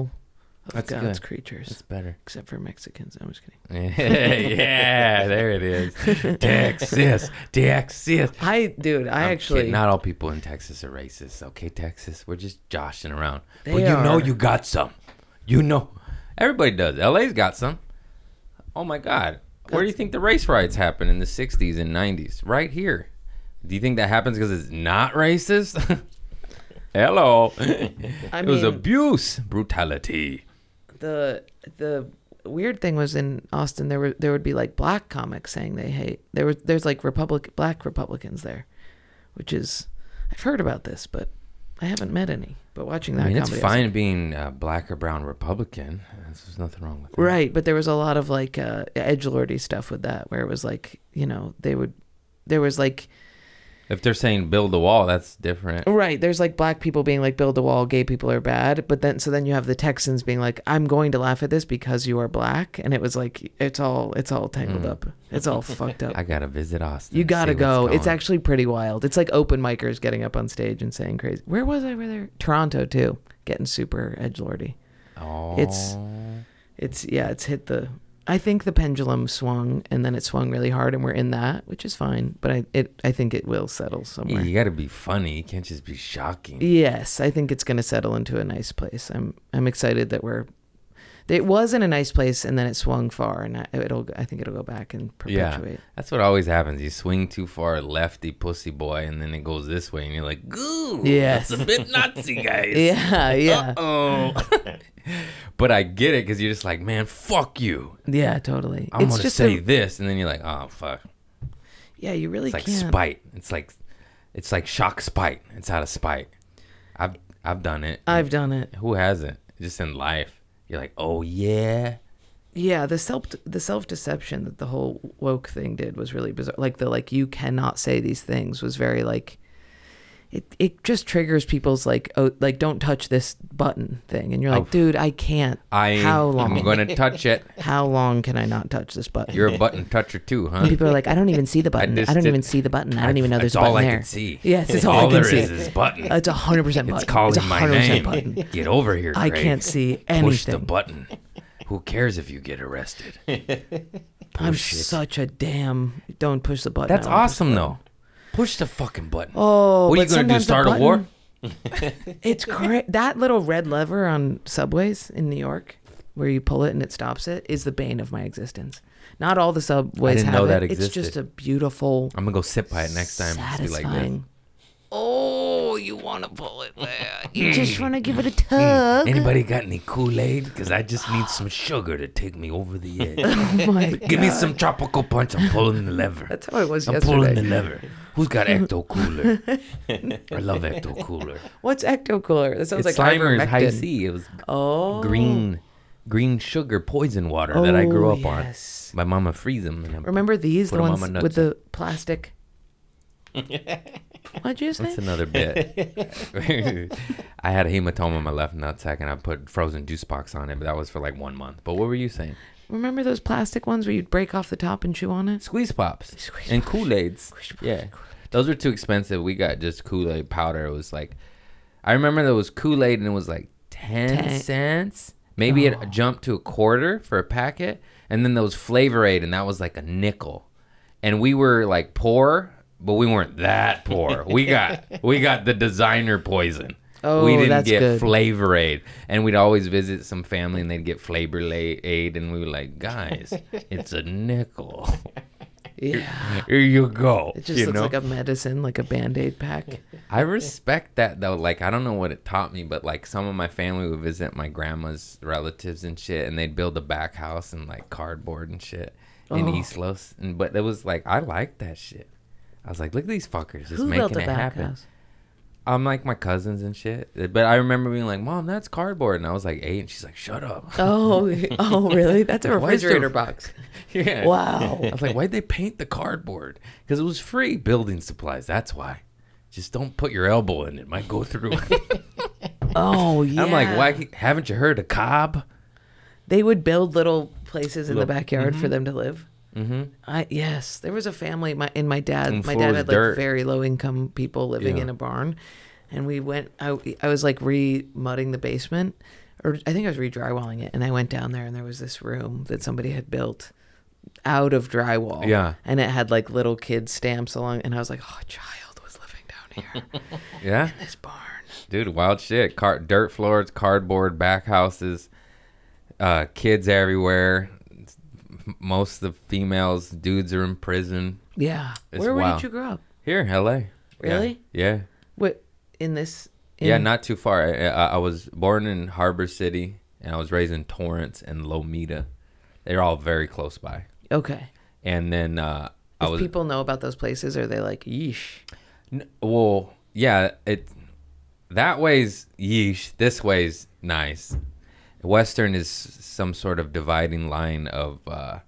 Speaker 3: of
Speaker 1: That's
Speaker 3: God's
Speaker 1: good.
Speaker 3: creatures.
Speaker 1: it's better
Speaker 3: except for Mexicans. I'm just
Speaker 1: *laughs*
Speaker 3: kidding.
Speaker 1: yeah, there it is. Texas, Texas.
Speaker 3: I, dude, I
Speaker 1: I'm
Speaker 3: actually,
Speaker 1: kidding. not all people in Texas are racist. Okay, Texas, we're just joshing around.
Speaker 3: They
Speaker 1: but you know
Speaker 3: are.
Speaker 1: you got some. You know, everybody does. LA's got some. Oh my God, where do you think the race riots happened in the '60s and '90s? Right here. Do you think that happens because it's not racist? *laughs* Hello.
Speaker 3: *laughs* I
Speaker 1: it was
Speaker 3: mean-
Speaker 1: abuse, brutality.
Speaker 3: the the weird thing was in Austin there were there would be like black comics saying they hate there was there's like republic black Republicans there, which is I've heard about this, but I haven't met any. But watching that,
Speaker 1: I mean, it's
Speaker 3: comedy, I was
Speaker 1: fine being uh, black or brown Republican. There's nothing wrong with that.
Speaker 3: Right, but there was a lot of like uh, edge lordy stuff with that, where it was like you know they would, there was like
Speaker 1: If they're saying build the wall, that's different.
Speaker 3: Right. There's like black people being like, build the wall, gay people are bad. But then, so then you have the Texans being like, I'm going to laugh at this because you are black. And it was like, it's all, it's all tangled up. It's
Speaker 1: *laughs*
Speaker 3: all fucked up.
Speaker 1: Mm. I gotta visit Austin.
Speaker 3: You
Speaker 1: see
Speaker 3: gotta
Speaker 1: what's
Speaker 3: go. It's
Speaker 1: going.
Speaker 3: actually pretty wild. It's like open micers getting up on stage and saying crazy. Where was I? Where there? Toronto too. Getting super edge lordy. it's-
Speaker 1: Oh.
Speaker 3: It's yeah. It's hit the. I think the pendulum swung and then it swung really hard and we're in that, which is fine. But I it I think it will settle
Speaker 1: Yeah,
Speaker 3: somewhere.
Speaker 1: you gotta be funny. You can't just be shocking.
Speaker 3: Yes, I think it's going to settle into a nice place. I'm I'm excited that we're. It was in a nice place and then it swung far and I, it'll I think it'll go back and perpetuate.
Speaker 1: That's what always happens. You swing too far lefty pussy boy, and then it goes this way, and you're like, "Goo,
Speaker 3: Yes.
Speaker 1: it's a bit Nazi, guys."
Speaker 3: *laughs* Yeah, yeah,
Speaker 1: Oh, *laughs* but I get it because you're just like, "Man, fuck you."
Speaker 3: yeah, totally.
Speaker 1: I'm
Speaker 3: it's
Speaker 1: gonna
Speaker 3: just
Speaker 1: say
Speaker 3: a,
Speaker 1: this, and then you're like, "Oh, fuck."
Speaker 3: yeah, you really
Speaker 1: It's like
Speaker 3: can't.
Speaker 1: spite. It's like, it's like shock spite. It's out of spite. I've I've done it.
Speaker 3: I've done it.
Speaker 1: Who hasn't? Just in life, you're like, "Oh yeah."
Speaker 3: Yeah, the self the self deception that the whole woke thing did was really bizarre. Like the like you cannot say these things was very like it it just triggers people's like oh like don't touch this button thing and you're like
Speaker 1: Oh.
Speaker 3: dude I can't
Speaker 1: I
Speaker 3: how
Speaker 1: I'm
Speaker 3: long
Speaker 1: gonna touch it.
Speaker 3: how long can I not touch this
Speaker 1: *laughs*
Speaker 3: button
Speaker 1: You're a button toucher too, huh?
Speaker 3: people are like I don't
Speaker 1: *laughs*
Speaker 3: even see the button I,
Speaker 1: just
Speaker 3: don't
Speaker 1: did-
Speaker 3: even see the button I don't
Speaker 1: I-
Speaker 3: even know
Speaker 1: that's
Speaker 3: there's a button
Speaker 1: all I
Speaker 3: there
Speaker 1: can see.
Speaker 3: yes it's all,
Speaker 1: all
Speaker 3: I can
Speaker 1: there
Speaker 3: see
Speaker 1: is is button.
Speaker 3: it's a hundred percent button
Speaker 1: It's calling
Speaker 3: a
Speaker 1: my
Speaker 3: 100%
Speaker 1: name. *laughs*
Speaker 3: button
Speaker 1: Get over here.
Speaker 3: I
Speaker 1: Craig.
Speaker 3: can't see
Speaker 1: Push the
Speaker 3: anything
Speaker 1: button. Who cares if you get
Speaker 3: *laughs*
Speaker 1: arrested?
Speaker 3: I'm
Speaker 1: Push it.
Speaker 3: such a damn don't push the button
Speaker 1: That's
Speaker 3: I don't push
Speaker 1: awesome though. Push the fucking button.
Speaker 3: Oh,
Speaker 1: what are you
Speaker 3: but
Speaker 1: gonna do?
Speaker 3: sometimes the
Speaker 1: Start a war? *laughs*
Speaker 3: button- It's cra- that little red lever on subways in New York, where you pull it and it stops it, is the bane of my existence. Not all the subways
Speaker 1: didn't
Speaker 3: have
Speaker 1: know that
Speaker 3: it. It's just
Speaker 1: existed.
Speaker 3: a beautiful,
Speaker 1: I'm gonna go sit by it next time. Just be like
Speaker 3: satisfying.
Speaker 1: this.
Speaker 3: Oh, you want to pull it there? *laughs* You just want to give it a tug.
Speaker 1: Anybody got any Kool Aid? Because I just need some sugar to take me over the
Speaker 3: *laughs*
Speaker 1: edge.
Speaker 3: Oh my
Speaker 1: *laughs* Give me
Speaker 3: God.
Speaker 1: some tropical punch. I'm pulling the lever.
Speaker 3: That's how it was
Speaker 1: I'm pulling the
Speaker 3: yesterday.
Speaker 1: lever. Who's
Speaker 3: *laughs*
Speaker 1: got Ecto Cooler? I love Ecto Cooler.
Speaker 3: What's Ecto Cooler? That sounds
Speaker 1: it's
Speaker 3: like
Speaker 1: Slimer's High
Speaker 3: ivermectin.
Speaker 1: C. It was
Speaker 3: Oh,
Speaker 1: green, green sugar poison water that I grew
Speaker 3: Oh,
Speaker 1: up
Speaker 3: yes.
Speaker 1: on. My mama freeze them. And I'm,
Speaker 3: Remember these?
Speaker 1: Put
Speaker 3: the
Speaker 1: 'em on
Speaker 3: ones
Speaker 1: my nuts.
Speaker 3: with the
Speaker 1: *laughs*
Speaker 3: plastic. What'd you say?
Speaker 1: That's another
Speaker 3: *laughs*
Speaker 1: bit. I had a hematoma in my left nutsack, and I put frozen juice box on it, but that was for like one month. But what were you saying?
Speaker 3: Remember those plastic ones where you'd break off the top and chew on it?
Speaker 1: Squeeze pops
Speaker 3: Squeeze
Speaker 1: and Kool Aids. Yeah, those were too expensive. We got just Kool Aid powder. It was like, I remember there was Kool Aid, and it was like ten,
Speaker 3: Ten. Oh.
Speaker 1: cents. Maybe it jumped to a quarter for a packet, and then there was Flavor Aid, and that was like a nickel. And we were like poor, but we weren't that poor. we
Speaker 3: *laughs*
Speaker 1: got we got the designer poison.
Speaker 3: Oh,
Speaker 1: we didn't
Speaker 3: that's
Speaker 1: get
Speaker 3: good.
Speaker 1: Flavor Aid, and we'd always visit some family, and they'd get Flavor La- Aid, and we were like,
Speaker 3: *laughs*
Speaker 1: guys, it's a nickel.
Speaker 3: Yeah.
Speaker 1: Here you go. *laughs*
Speaker 3: It just
Speaker 1: you
Speaker 3: looks
Speaker 1: know?
Speaker 3: like a medicine, like a band aid pack.
Speaker 1: I respect that though. Like I don't know what it taught me, but like some of my family would visit my grandma's relatives and shit, and they'd build a back house and like cardboard and shit in
Speaker 3: Oh.
Speaker 1: East Los. And but it was like I liked that shit. I was like, look at these fuckers just
Speaker 3: Who built
Speaker 1: making
Speaker 3: a
Speaker 1: it
Speaker 3: back
Speaker 1: happen.
Speaker 3: house?
Speaker 1: I'm like my cousins and shit. But I remember being like, Mom, that's cardboard, and I was like eight, and she's like, Shut up. *laughs*
Speaker 3: Oh, *laughs* oh, really? That's a
Speaker 1: Why is there- *laughs*
Speaker 3: refrigerator box.
Speaker 1: yeah. I *laughs*
Speaker 3: Wow.
Speaker 1: was like, why'd they paint the cardboard? Because it was free building supplies. That's why. Just don't put your elbow in it. It might go through. *laughs*
Speaker 3: Oh, yeah.
Speaker 1: I'm like, why ca- haven't you heard of Cobb?
Speaker 3: They would build little places in the
Speaker 1: Little-
Speaker 3: backyard for them to live. Mm-hmm. I yes, there was a family. My and my dad.
Speaker 1: And
Speaker 3: my
Speaker 1: floor
Speaker 3: dad
Speaker 1: was
Speaker 3: had
Speaker 1: dirt.
Speaker 3: like very low income people living
Speaker 1: Yeah.
Speaker 3: in a barn, and we went. I I was like re mudding the basement, or I think I was re drywalling it, and I went down there and there was this room that somebody had built out of drywall.
Speaker 1: Yeah.
Speaker 3: and it had like little kid stamps along, and I was like, oh, a child was living
Speaker 1: *laughs*
Speaker 3: down here,
Speaker 1: Yeah,
Speaker 3: this barn.
Speaker 1: dude, wild shit. Car- dirt floors, cardboard back houses, uh, kids everywhere. It's- Most of the females, dudes are in prison.
Speaker 3: Yeah,
Speaker 1: It's
Speaker 3: where, where
Speaker 1: wild.
Speaker 3: did you grow up?
Speaker 1: Here, in L.A. Yeah.
Speaker 3: Really?
Speaker 1: Yeah.
Speaker 3: What in this? In,
Speaker 1: Yeah, not too far. I, I, I was born in Harbor City, and I was raised in Torrance and Lomita. They're all very close by.
Speaker 3: okay.
Speaker 1: And then uh, I
Speaker 3: If
Speaker 1: was
Speaker 3: people know about those places, are they like, yeesh?
Speaker 1: N- well, yeah, it that way's yeesh, this way's nice. Western is some sort of dividing line of uh,
Speaker 3: Mm.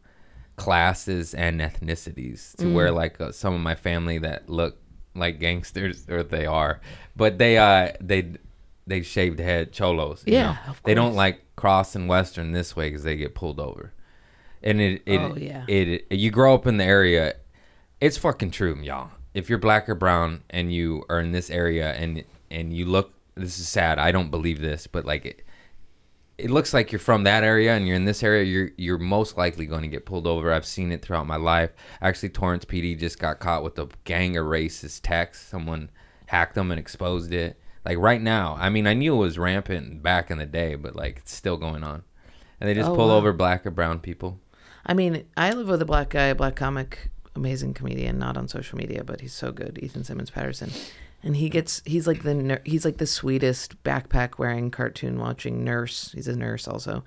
Speaker 1: classes and ethnicities to where like uh, some of my family that look like gangsters, or they are, but they uh they they shaved head cholos. you
Speaker 3: Yeah,
Speaker 1: know?
Speaker 3: of
Speaker 1: they don't
Speaker 3: course.
Speaker 1: like crossing western this way because they get pulled over, and it it,
Speaker 3: Oh, yeah.
Speaker 1: it you grow up in the area, it's fucking true, y'all. If you're black or brown and you are in this area and and you look, this is sad. I don't believe this, but like it, it looks like you're from that area and you're in this area, you're you're most likely going to get pulled over. I've seen it throughout my life. Actually, Torrance PD just got caught with a gang of racist texts. Someone hacked them and exposed it. Like right now, I mean, I knew it was rampant back in the day, but like it's still going on. And they just
Speaker 3: Oh,
Speaker 1: pull
Speaker 3: wow.
Speaker 1: over black or brown people.
Speaker 3: I mean, I live with a black guy, a black comic, amazing comedian, not on social media, but he's so good, Ethan Simmons Patterson. And he gets he's like the ner- he's like the sweetest backpack wearing cartoon watching nurse. He's a nurse also.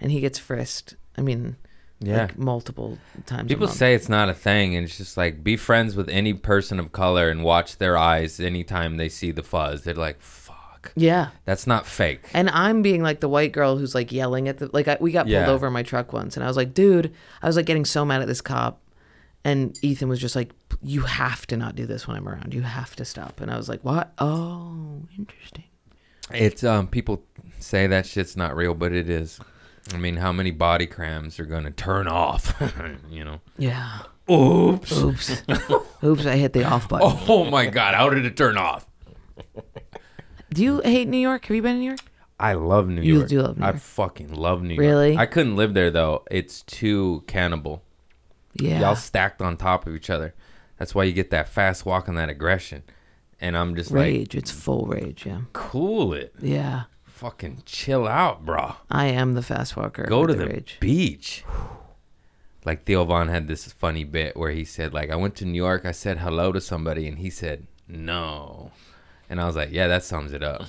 Speaker 3: And he gets frisked. I mean,
Speaker 1: Yeah.
Speaker 3: like multiple times.
Speaker 1: People
Speaker 3: a month.
Speaker 1: say it's not a thing, and it's just like be friends with any person of color and watch their eyes anytime they see the fuzz. They're like, "Fuck,
Speaker 3: Yeah.
Speaker 1: that's not fake."
Speaker 3: And I'm being like the white girl who's like yelling at the like I, we got
Speaker 1: Yeah.
Speaker 3: pulled over in my truck once, and I was like, dude, I was like getting so mad at this cop, and Ethan was just like, you have to not do this when I'm around. You have to stop. And I was like, what? Oh, interesting.
Speaker 1: It's um, people say that shit's not real, but it is. I mean, how many body crams are gonna turn off? *laughs* you know?
Speaker 3: Yeah.
Speaker 1: Oops! *laughs*
Speaker 3: Oops. Oops. I hit the off button.
Speaker 1: Oh my god, how did it turn off?
Speaker 3: Do you hate New York? Have you been in New York?
Speaker 1: I love New
Speaker 3: You
Speaker 1: York.
Speaker 3: do love New
Speaker 1: I
Speaker 3: York.
Speaker 1: fucking love New York.
Speaker 3: Really?
Speaker 1: I couldn't live there though. It's too cannibal.
Speaker 3: Yeah.
Speaker 1: y'all stacked on top of each other. That's why you get that fast walk and that aggression. And I'm just like,
Speaker 3: rage. it's full rage. Yeah.
Speaker 1: cool it,
Speaker 3: Yeah.
Speaker 1: fucking chill out, bro.
Speaker 3: I am the fast walker.
Speaker 1: Go
Speaker 3: with
Speaker 1: to the
Speaker 3: rage.
Speaker 1: beach. Like Theo Von had this funny bit where he said, like, I went to New York, I said hello to somebody, and he said no. And I was like, yeah, that sums it
Speaker 3: *laughs*
Speaker 1: up.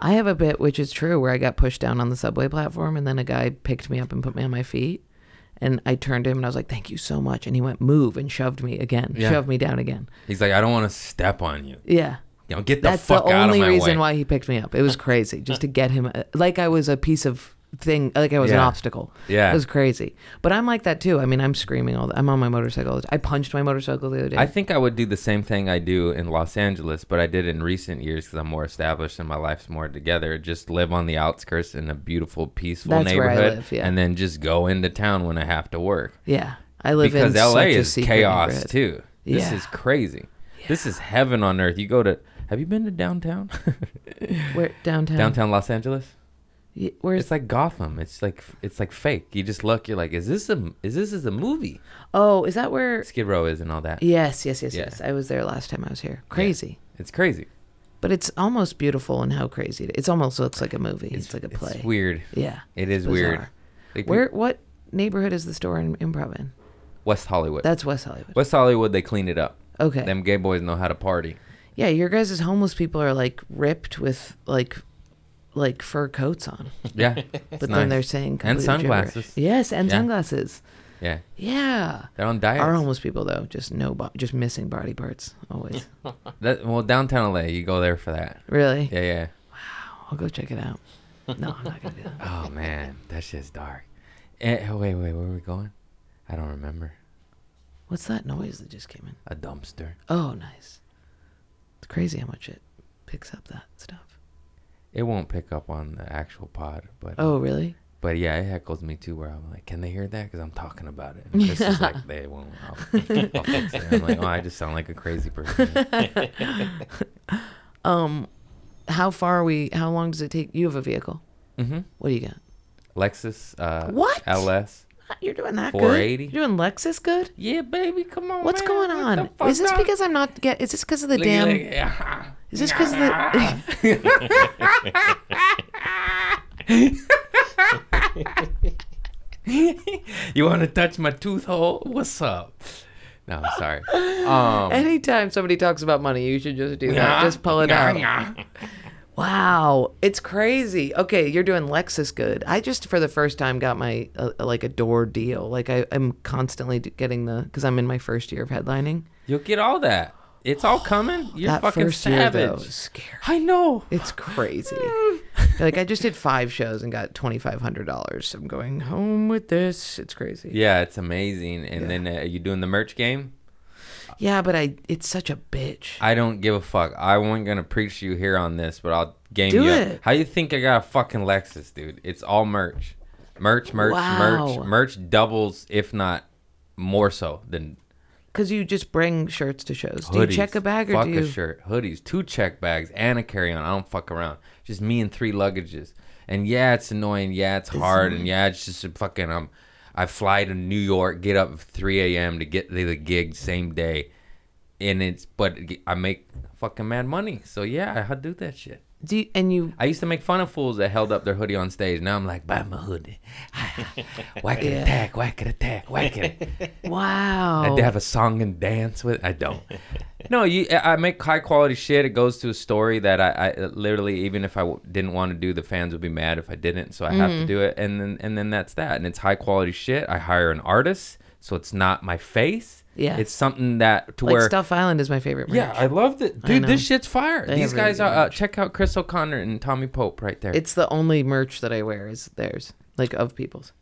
Speaker 3: I have a bit which is true where I got pushed down on the subway platform and then a guy picked me up and put me on my feet and I turned to him and I was like, Thank you so much and he went move and shoved me again.
Speaker 1: Yeah.
Speaker 3: Shoved me down again.
Speaker 1: He's like, I don't want to step on you.
Speaker 3: Yeah.
Speaker 1: You know, get the
Speaker 3: That's the,
Speaker 1: fuck out of
Speaker 3: only
Speaker 1: my
Speaker 3: reason
Speaker 1: way.
Speaker 3: why he picked me up. It was crazy. Just to get him uh, like I was a piece of thing like I was an
Speaker 1: Yeah.
Speaker 3: obstacle.
Speaker 1: Yeah.
Speaker 3: It was crazy. But I'm like that too. I mean I'm screaming all the I'm on my motorcycle. all the- I punched my motorcycle the other day.
Speaker 1: I think I would do the same thing I do in Los Angeles, but I did in recent years because I'm more established and my life's more together. Just live on the outskirts in a beautiful, peaceful
Speaker 3: That's where I
Speaker 1: neighborhood,
Speaker 3: live, yeah.
Speaker 1: and then just go into town when I have to work
Speaker 3: yeah. I live
Speaker 1: because
Speaker 3: in
Speaker 1: LA
Speaker 3: such a
Speaker 1: is
Speaker 3: secret
Speaker 1: chaos
Speaker 3: neighborhood.
Speaker 1: too. This
Speaker 3: Yeah.
Speaker 1: is crazy. This is heaven on earth. You go to Have you been to downtown? *laughs*
Speaker 3: Where downtown?
Speaker 1: downtown Los Angeles?
Speaker 3: Y- Where's
Speaker 1: It's like Gotham. It's like it's like fake. You just look. You're like, is this a is this is a movie?
Speaker 3: Oh, is that where
Speaker 1: Skid Row is and all that.
Speaker 3: Yes, yes, yes,
Speaker 1: Yeah.
Speaker 3: yes. I was there last time I was here. Crazy.
Speaker 1: It's crazy.
Speaker 3: But it's almost beautiful and how crazy it is. It almost looks like a movie. It's, like a play.
Speaker 1: It's weird.
Speaker 3: Yeah.
Speaker 1: It
Speaker 3: it's
Speaker 1: is weird.
Speaker 3: bizarre.
Speaker 1: Like,
Speaker 3: Where what neighborhood is the store in improv in?
Speaker 1: West Hollywood.
Speaker 3: That's West Hollywood.
Speaker 1: West Hollywood, they cleaned it up.
Speaker 3: Okay.
Speaker 1: Them gay boys know how to
Speaker 3: *laughs*
Speaker 1: party.
Speaker 3: Yeah, your guys' homeless people are like ripped with like like fur coats
Speaker 1: *laughs*
Speaker 3: on.
Speaker 1: Yeah.
Speaker 3: But then they're saying
Speaker 1: And
Speaker 3: complete
Speaker 1: sunglasses.
Speaker 3: gibberish. Yes, and
Speaker 1: Yeah.
Speaker 3: sunglasses.
Speaker 1: Yeah.
Speaker 3: Yeah.
Speaker 1: They're on diets.
Speaker 3: Our homeless people though, just no bo- just missing body parts
Speaker 1: *laughs*
Speaker 3: always.
Speaker 1: That- well, downtown LA, you go there for that.
Speaker 3: really?
Speaker 1: Yeah, yeah.
Speaker 3: I'll go check it out. No, I'm not going to do that.
Speaker 1: Oh, man. That shit's dark. Eh, oh, wait, wait. Where were we going? I don't remember.
Speaker 3: What's that noise that just came in?
Speaker 1: A dumpster.
Speaker 3: Oh, nice. It's crazy how much it picks up that stuff.
Speaker 1: It won't pick up on the actual pod, but
Speaker 3: Oh, really?
Speaker 1: but yeah, it heckles me too. Where I'm like, can they hear that? Because I'm talking about it. And Chris is
Speaker 3: *laughs*
Speaker 1: like, they won't. I'll, I'll fix it. I'm like, oh, I just sound like a crazy
Speaker 3: *laughs*
Speaker 1: person.
Speaker 3: Um, how far are we? How long does it take? You have a vehicle.
Speaker 1: mm-hmm.
Speaker 3: What do you got?
Speaker 1: Lexus. Uh,
Speaker 3: What?
Speaker 1: LS.
Speaker 3: You're doing that good.
Speaker 1: 480?
Speaker 3: You're doing Lexus good.
Speaker 1: Yeah, baby, come on.
Speaker 3: What's
Speaker 1: man.
Speaker 3: going
Speaker 1: What the
Speaker 3: on?
Speaker 1: fuck
Speaker 3: Is this
Speaker 1: up?
Speaker 3: because I'm not get? Is this because of the
Speaker 1: Look,
Speaker 3: damn?
Speaker 1: look, yeah.
Speaker 3: Is this because the?
Speaker 1: *laughs*
Speaker 3: *laughs*
Speaker 1: you want to touch my tooth hole? What's up? No, I'm sorry. Um,
Speaker 3: Anytime somebody talks about money, you should just do that. Just pull it out. Wow, it's crazy. Okay, you're doing Lexus good. I just for the first time got my uh, like a door deal. Like I, I'm constantly d- getting the because I'm in my first year of headlining.
Speaker 1: You'll get all that. It's all coming. You're
Speaker 3: that
Speaker 1: fucking
Speaker 3: first
Speaker 1: savage.
Speaker 3: year though is scary.
Speaker 1: I know. *laughs*
Speaker 3: It's crazy. like I just did five shows and got twenty five hundred dollars. I'm going home with this. It's crazy.
Speaker 1: Yeah, it's amazing. And then uh, you doing the merch game?
Speaker 3: Yeah, but I it's such a bitch.
Speaker 1: I don't give a fuck. I wasn't gonna preach to you here on this, but I'll game
Speaker 3: Do
Speaker 1: you
Speaker 3: it.
Speaker 1: up. How you think I got a fucking Lexus, dude? It's all merch, merch, merch,
Speaker 3: Wow.
Speaker 1: merch, merch doubles, if not more so than
Speaker 3: Cuz you just bring shirts to shows.
Speaker 1: hoodies.
Speaker 3: Do you check a bag or
Speaker 1: fuck
Speaker 3: do you
Speaker 1: a shirt, hoodies, two check bags, and a carry on. I don't fuck around. Just me and three luggages. And yeah, it's annoying. Yeah, it's hard. And yeah, it's just a fucking. Um, I fly to New York, get up at 3 a.m. to get to the gig same day, and it's but I make fucking mad money. So yeah, I do that shit.
Speaker 3: Do you, and you
Speaker 1: I used to make fun of fools that held up their hoodie on stage. Now I'm like, buy my hoodie. *laughs* whack *laughs* it,
Speaker 3: Yeah.
Speaker 1: attack, whack it, attack, whack it.
Speaker 3: wow.
Speaker 1: I'd have a song and dance with. I don't. No, you. I I make high quality shit. It goes to a story that I, I literally, even if I w- didn't want to do, the fans would be mad if I didn't. So I have
Speaker 3: Mm-hmm.
Speaker 1: to do it, and then and then that's that. And it's high quality shit. I hire an artist, so it's not my face.
Speaker 3: Yeah.
Speaker 1: it's something that to
Speaker 3: like
Speaker 1: where
Speaker 3: Stuff Island is my favorite.
Speaker 1: yeah,
Speaker 3: merch.
Speaker 1: I loved it,
Speaker 3: I
Speaker 1: dude.
Speaker 3: know.
Speaker 1: This shit's fire.
Speaker 3: They
Speaker 1: These
Speaker 3: have really
Speaker 1: guys
Speaker 3: good
Speaker 1: are. Uh,
Speaker 3: merch.
Speaker 1: check out Chris O'Connor and Tommy Pope right there.
Speaker 3: It's the only merch that I wear is theirs, like of people's.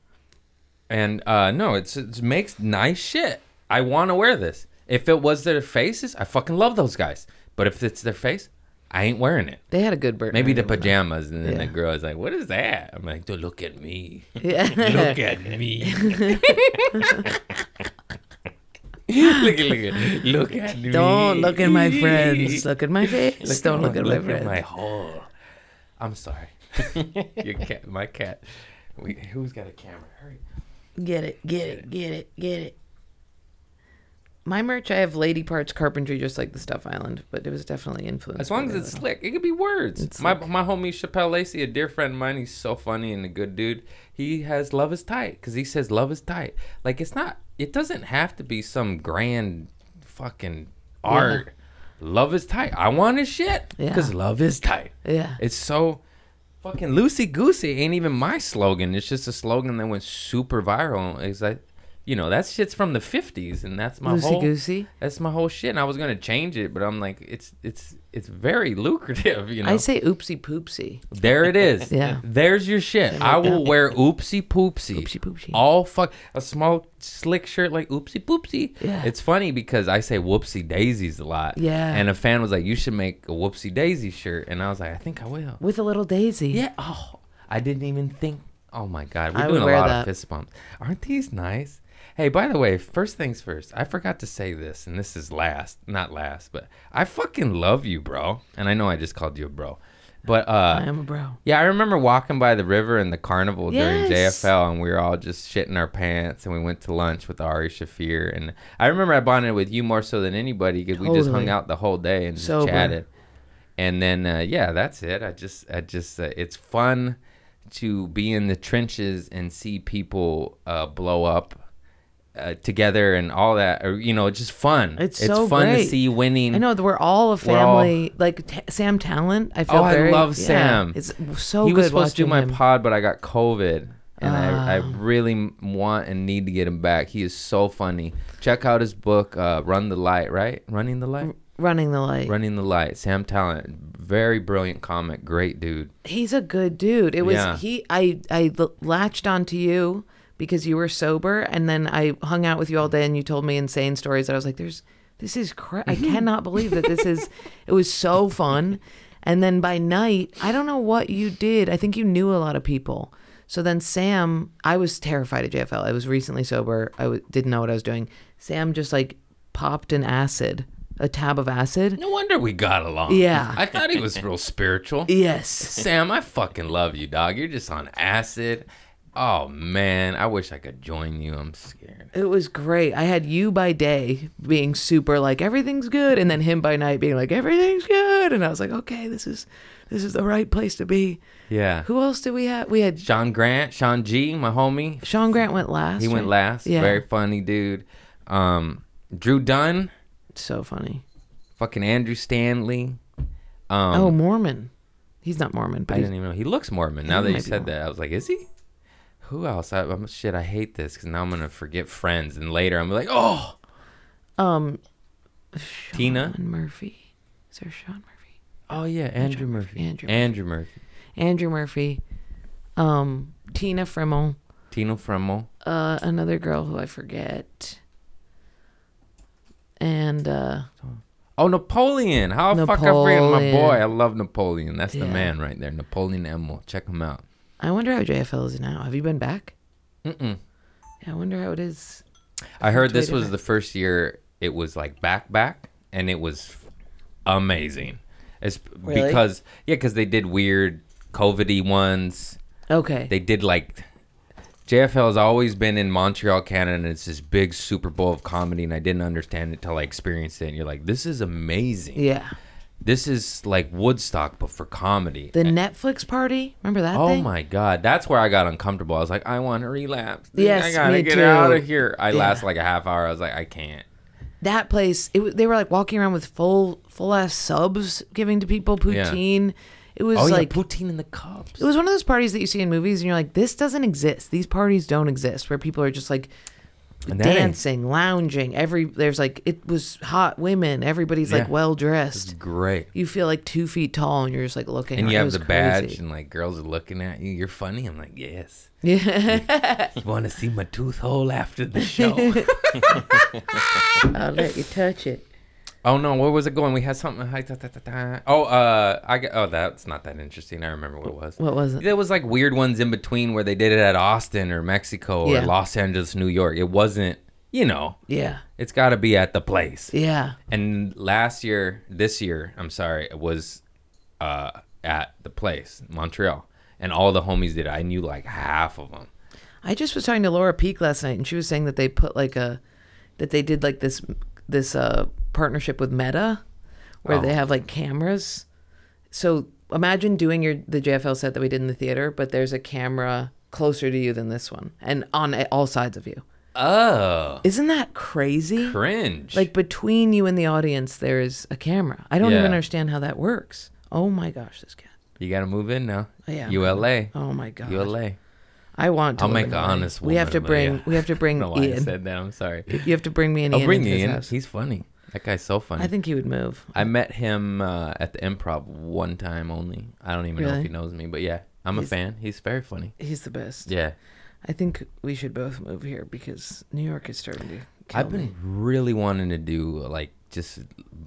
Speaker 1: and uh no it's it makes nice shit i want to wear this if it was their faces i fucking love those guys but if it's their face i ain't wearing it
Speaker 3: They had a good Burton.
Speaker 1: maybe the
Speaker 3: Ireland
Speaker 1: pajamas and then the
Speaker 3: Yeah.
Speaker 1: girl is like what is that i'm like "Dude, look at me
Speaker 3: one. Yeah.
Speaker 1: *laughs* look
Speaker 3: *laughs*
Speaker 1: at me look, at, look, at, look at me
Speaker 3: Don't look at my
Speaker 1: *laughs*
Speaker 3: friends. Look at my face. Don't look at my
Speaker 1: look
Speaker 3: friends.
Speaker 1: my hole i'm sorry *laughs* your cat my cat we, who's got a camera hurry
Speaker 3: Get it, get it, get it, get it. My merch, I have lady parts carpentry, just like the Stuff Island, but it was definitely influenced.
Speaker 1: As long
Speaker 3: by
Speaker 1: as
Speaker 3: the
Speaker 1: it's
Speaker 3: other
Speaker 1: slick, it could be words.
Speaker 3: It's
Speaker 1: my
Speaker 3: slick.
Speaker 1: my homie Chappelle Lacey, a dear friend of mine, he's so funny and a good dude. He has love is tight because he says love is tight. Like it's not, it doesn't have to be some grand fucking art. Love is tight. I want his shit
Speaker 3: Yeah.
Speaker 1: because love is tight.
Speaker 3: one. yeah,
Speaker 1: It's so fucking loosey goosey. Ain't even my slogan. It's just a slogan that went super viral. It's like, you know, that shit's from the '50s, and that's my
Speaker 3: loosey
Speaker 1: whole.
Speaker 3: goosey.
Speaker 1: That's my whole shit. And I was gonna change it, but I'm like, it's it's it's very lucrative, you know.
Speaker 3: I say oopsie poopsie.
Speaker 1: there it is.
Speaker 3: *laughs* Yeah.
Speaker 1: There's your shit. I will wear oopsie poopsie.
Speaker 3: Oopsie poopsie.
Speaker 1: All fuck a small slick shirt like oopsie poopsie.
Speaker 3: Yeah.
Speaker 1: It's funny because I say whoopsie daisies a lot.
Speaker 3: Yeah.
Speaker 1: And a fan was like, You should make a whoopsie daisy shirt and I was like, I think I will.
Speaker 3: with a little daisy.
Speaker 1: Yeah. Oh I didn't even think Oh my god, we're
Speaker 3: I would
Speaker 1: doing a
Speaker 3: wear
Speaker 1: lot
Speaker 3: that.
Speaker 1: of fist bumps. Aren't these nice? Hey, by the way, first things first, I forgot to say this, and this is last, not last, but I fucking love you, bro. And I know I just called you a bro. But uh
Speaker 3: I am a bro.
Speaker 1: yeah, I remember walking by the river and the carnival during
Speaker 3: Yes.
Speaker 1: JFL, and we were all just shitting our pants, and we went to lunch with Ari Shafir, and I remember I bonded with you more so than anybody because we just
Speaker 3: Totally.
Speaker 1: hung out the whole day and just
Speaker 3: Sober.
Speaker 1: chatted. And then uh, yeah, that's it. I just I just uh, it's fun to be in the trenches and see people uh, blow up. Uh, together and all that, or, you know, it's just fun.
Speaker 3: It's so
Speaker 1: fun
Speaker 3: great.
Speaker 1: to see winning.
Speaker 3: I know that we're all a
Speaker 1: We're all-
Speaker 3: family. Like t- Sam Talent, I feel.
Speaker 1: Oh, I
Speaker 3: very,
Speaker 1: love
Speaker 3: yeah,
Speaker 1: Sam.
Speaker 3: It's so
Speaker 1: he
Speaker 3: good
Speaker 1: was supposed to do
Speaker 3: watching
Speaker 1: my
Speaker 3: him. Ah.
Speaker 1: pod, but I got COVID, and I, I really m- want and need to get him back. He is so funny. Check out his book, uh, "Run the Light," right? Running the light,
Speaker 3: running the light.
Speaker 1: running the light. Sam Talent, very brilliant comic, great dude.
Speaker 3: He's a good dude. It was
Speaker 1: Yeah.
Speaker 3: he. I I l- latched onto you because you were sober, and then I hung out with you all day, and you told me insane stories. That I was like, "There's this is cra- I cannot believe that this is." It was so fun, and then by night, I don't know what you did. I think you knew a lot of people. So then Sam, I was terrified of JFL. I was recently sober. I w- didn't know what I was doing. Sam just like popped an acid, a tab of acid.
Speaker 1: No wonder we got along.
Speaker 3: Yeah.
Speaker 1: I thought he was real
Speaker 3: *laughs*
Speaker 1: spiritual.
Speaker 3: Yes.
Speaker 1: Sam, I fucking love you, dog. You're just on acid. Oh man, I wish I could join you. I'm scared.
Speaker 3: It was great. I had you by day being super like everything's good, and then him by night being like everything's good, and I was like, okay, this is this is the right place to be.
Speaker 1: Yeah.
Speaker 3: Who else did we have? We had
Speaker 1: Sean Grant, Sean G, my homie,
Speaker 3: Sean Grant went last.
Speaker 1: He went
Speaker 3: right?
Speaker 1: last.
Speaker 3: Yeah,
Speaker 1: Very funny dude. Um, Drew Dunn,
Speaker 3: so funny.
Speaker 1: fucking Andrew Stanley. Um,
Speaker 3: oh, Mormon. He's not Mormon,
Speaker 1: I
Speaker 3: but he's,
Speaker 1: didn't even know he looks Mormon. Now
Speaker 3: He
Speaker 1: that you
Speaker 3: might be
Speaker 1: said that, I was like, is he? Who else? I, I'm shit. I hate this because now I'm gonna forget friends, and later I'm like, oh,
Speaker 3: um,
Speaker 1: Tina.
Speaker 3: Sean Murphy. Is there Sean Murphy?
Speaker 1: Oh yeah, Andrew Murphy. Andrew,
Speaker 3: Andrew
Speaker 1: Andrew Murphy.
Speaker 3: Andrew Murphy. Um, Tina Frimmel.
Speaker 1: Tina Fremmel.
Speaker 3: Uh, another girl who I forget. and uh,
Speaker 1: Oh, Napoleon. How the fuck I forget my
Speaker 3: Napoleon.
Speaker 1: boy. I love Napoleon. That's the
Speaker 3: Yeah.
Speaker 1: man right there. Napoleon Emil. Check him out.
Speaker 3: I wonder how JFL is now. Have you been back?
Speaker 1: Mm-mm.
Speaker 3: Yeah, I wonder how it is.
Speaker 1: I heard this
Speaker 3: tweeted
Speaker 1: was
Speaker 3: it.
Speaker 1: the first year it was like back back, and it was amazing. It's
Speaker 3: Really?
Speaker 1: because yeah, because they did weird COVIDy ones.
Speaker 3: Okay.
Speaker 1: They did like JFL has always been in Montreal, Canada, and it's this big Super Bowl of comedy, and I didn't understand it till I experienced it. And you're like, this is amazing.
Speaker 3: yeah.
Speaker 1: This is like Woodstock, but for comedy.
Speaker 3: The Netflix party. Remember that
Speaker 1: oh
Speaker 3: thing?
Speaker 1: my god, that's where I got uncomfortable. I was like, I want to relapse. Dude, I
Speaker 3: Yes,
Speaker 1: gotta
Speaker 3: me
Speaker 1: get
Speaker 3: too.
Speaker 1: out of here. I
Speaker 3: Yeah.
Speaker 1: lasted like a half hour. I was like, I can't.
Speaker 3: That place. It, wa- they were like walking around with full full ass subs giving to people poutine. It was
Speaker 1: Oh yeah,
Speaker 3: like
Speaker 1: poutine in the cups.
Speaker 3: it was one of those parties that you see in movies and you're like this doesn't exist. These parties don't exist where people are just like
Speaker 1: And that ain't-
Speaker 3: dancing, lounging. Every there's like it was hot women. Everybody's like
Speaker 1: Yeah.
Speaker 3: well dressed.
Speaker 1: great.
Speaker 3: You feel like two feet tall and you're just like looking.
Speaker 1: And you
Speaker 3: it
Speaker 1: have
Speaker 3: was
Speaker 1: the badge,
Speaker 3: crazy.
Speaker 1: and like girls are looking at you. You're funny. I'm like, yes.
Speaker 3: Yeah.
Speaker 1: *laughs* You want to see my tooth hole after the show?
Speaker 3: *laughs* I'll let you touch it.
Speaker 1: oh no, where was it going? We had something. hi, da, da, da, da. Oh, uh, I got, oh that's not that interesting. I remember what it was.
Speaker 3: What was it?
Speaker 1: There was like weird ones in between where they did it at Austin or Mexico or
Speaker 3: Yeah.
Speaker 1: Los Angeles, New York. It wasn't, you know,
Speaker 3: Yeah.
Speaker 1: it's got to be at the place.
Speaker 3: Yeah.
Speaker 1: And last year, this year, I'm sorry, it was uh, at the place, Montreal. And all the homies did. it. I knew like half of them.
Speaker 3: I just was talking to Laura Peak last night, and she was saying that they put like a that they did like this this uh, partnership with Meta, where they have like cameras. So imagine doing your the JFL set that we did in the theater, but there's a camera closer to you than this one, and on all sides of you.
Speaker 1: Oh,
Speaker 3: Isn't that crazy?
Speaker 1: cringe.
Speaker 3: Like between you and the audience, there is a camera. I don't
Speaker 1: Yeah.
Speaker 3: even understand how that works. Oh my gosh, this cat.
Speaker 1: you got to move in now.
Speaker 3: Yeah.
Speaker 1: ULA.
Speaker 3: Oh my god.
Speaker 1: ULA.
Speaker 3: I want to.
Speaker 1: I'll
Speaker 3: live
Speaker 1: make
Speaker 3: in
Speaker 1: an
Speaker 3: LA.
Speaker 1: honest
Speaker 3: We have to
Speaker 1: woman, but yeah.
Speaker 3: bring. We have to
Speaker 1: I
Speaker 3: bring
Speaker 1: *laughs* don't know why I
Speaker 3: Ian.
Speaker 1: said that. I'm sorry.
Speaker 3: You have to bring me and Ian
Speaker 1: I'll bring
Speaker 3: into
Speaker 1: you
Speaker 3: his
Speaker 1: in.
Speaker 3: house.
Speaker 1: He's funny. That guy's so funny.
Speaker 3: I think he would move.
Speaker 1: I met him uh, at the improv one time only. I don't even know if
Speaker 3: Really?
Speaker 1: he knows me, but yeah, I'm a
Speaker 3: He's-
Speaker 1: fan. He's very funny.
Speaker 3: He's the best.
Speaker 1: Yeah.
Speaker 3: I think we should both move here because New York is starting to kill
Speaker 1: I've been
Speaker 3: me.
Speaker 1: really wanting to do like just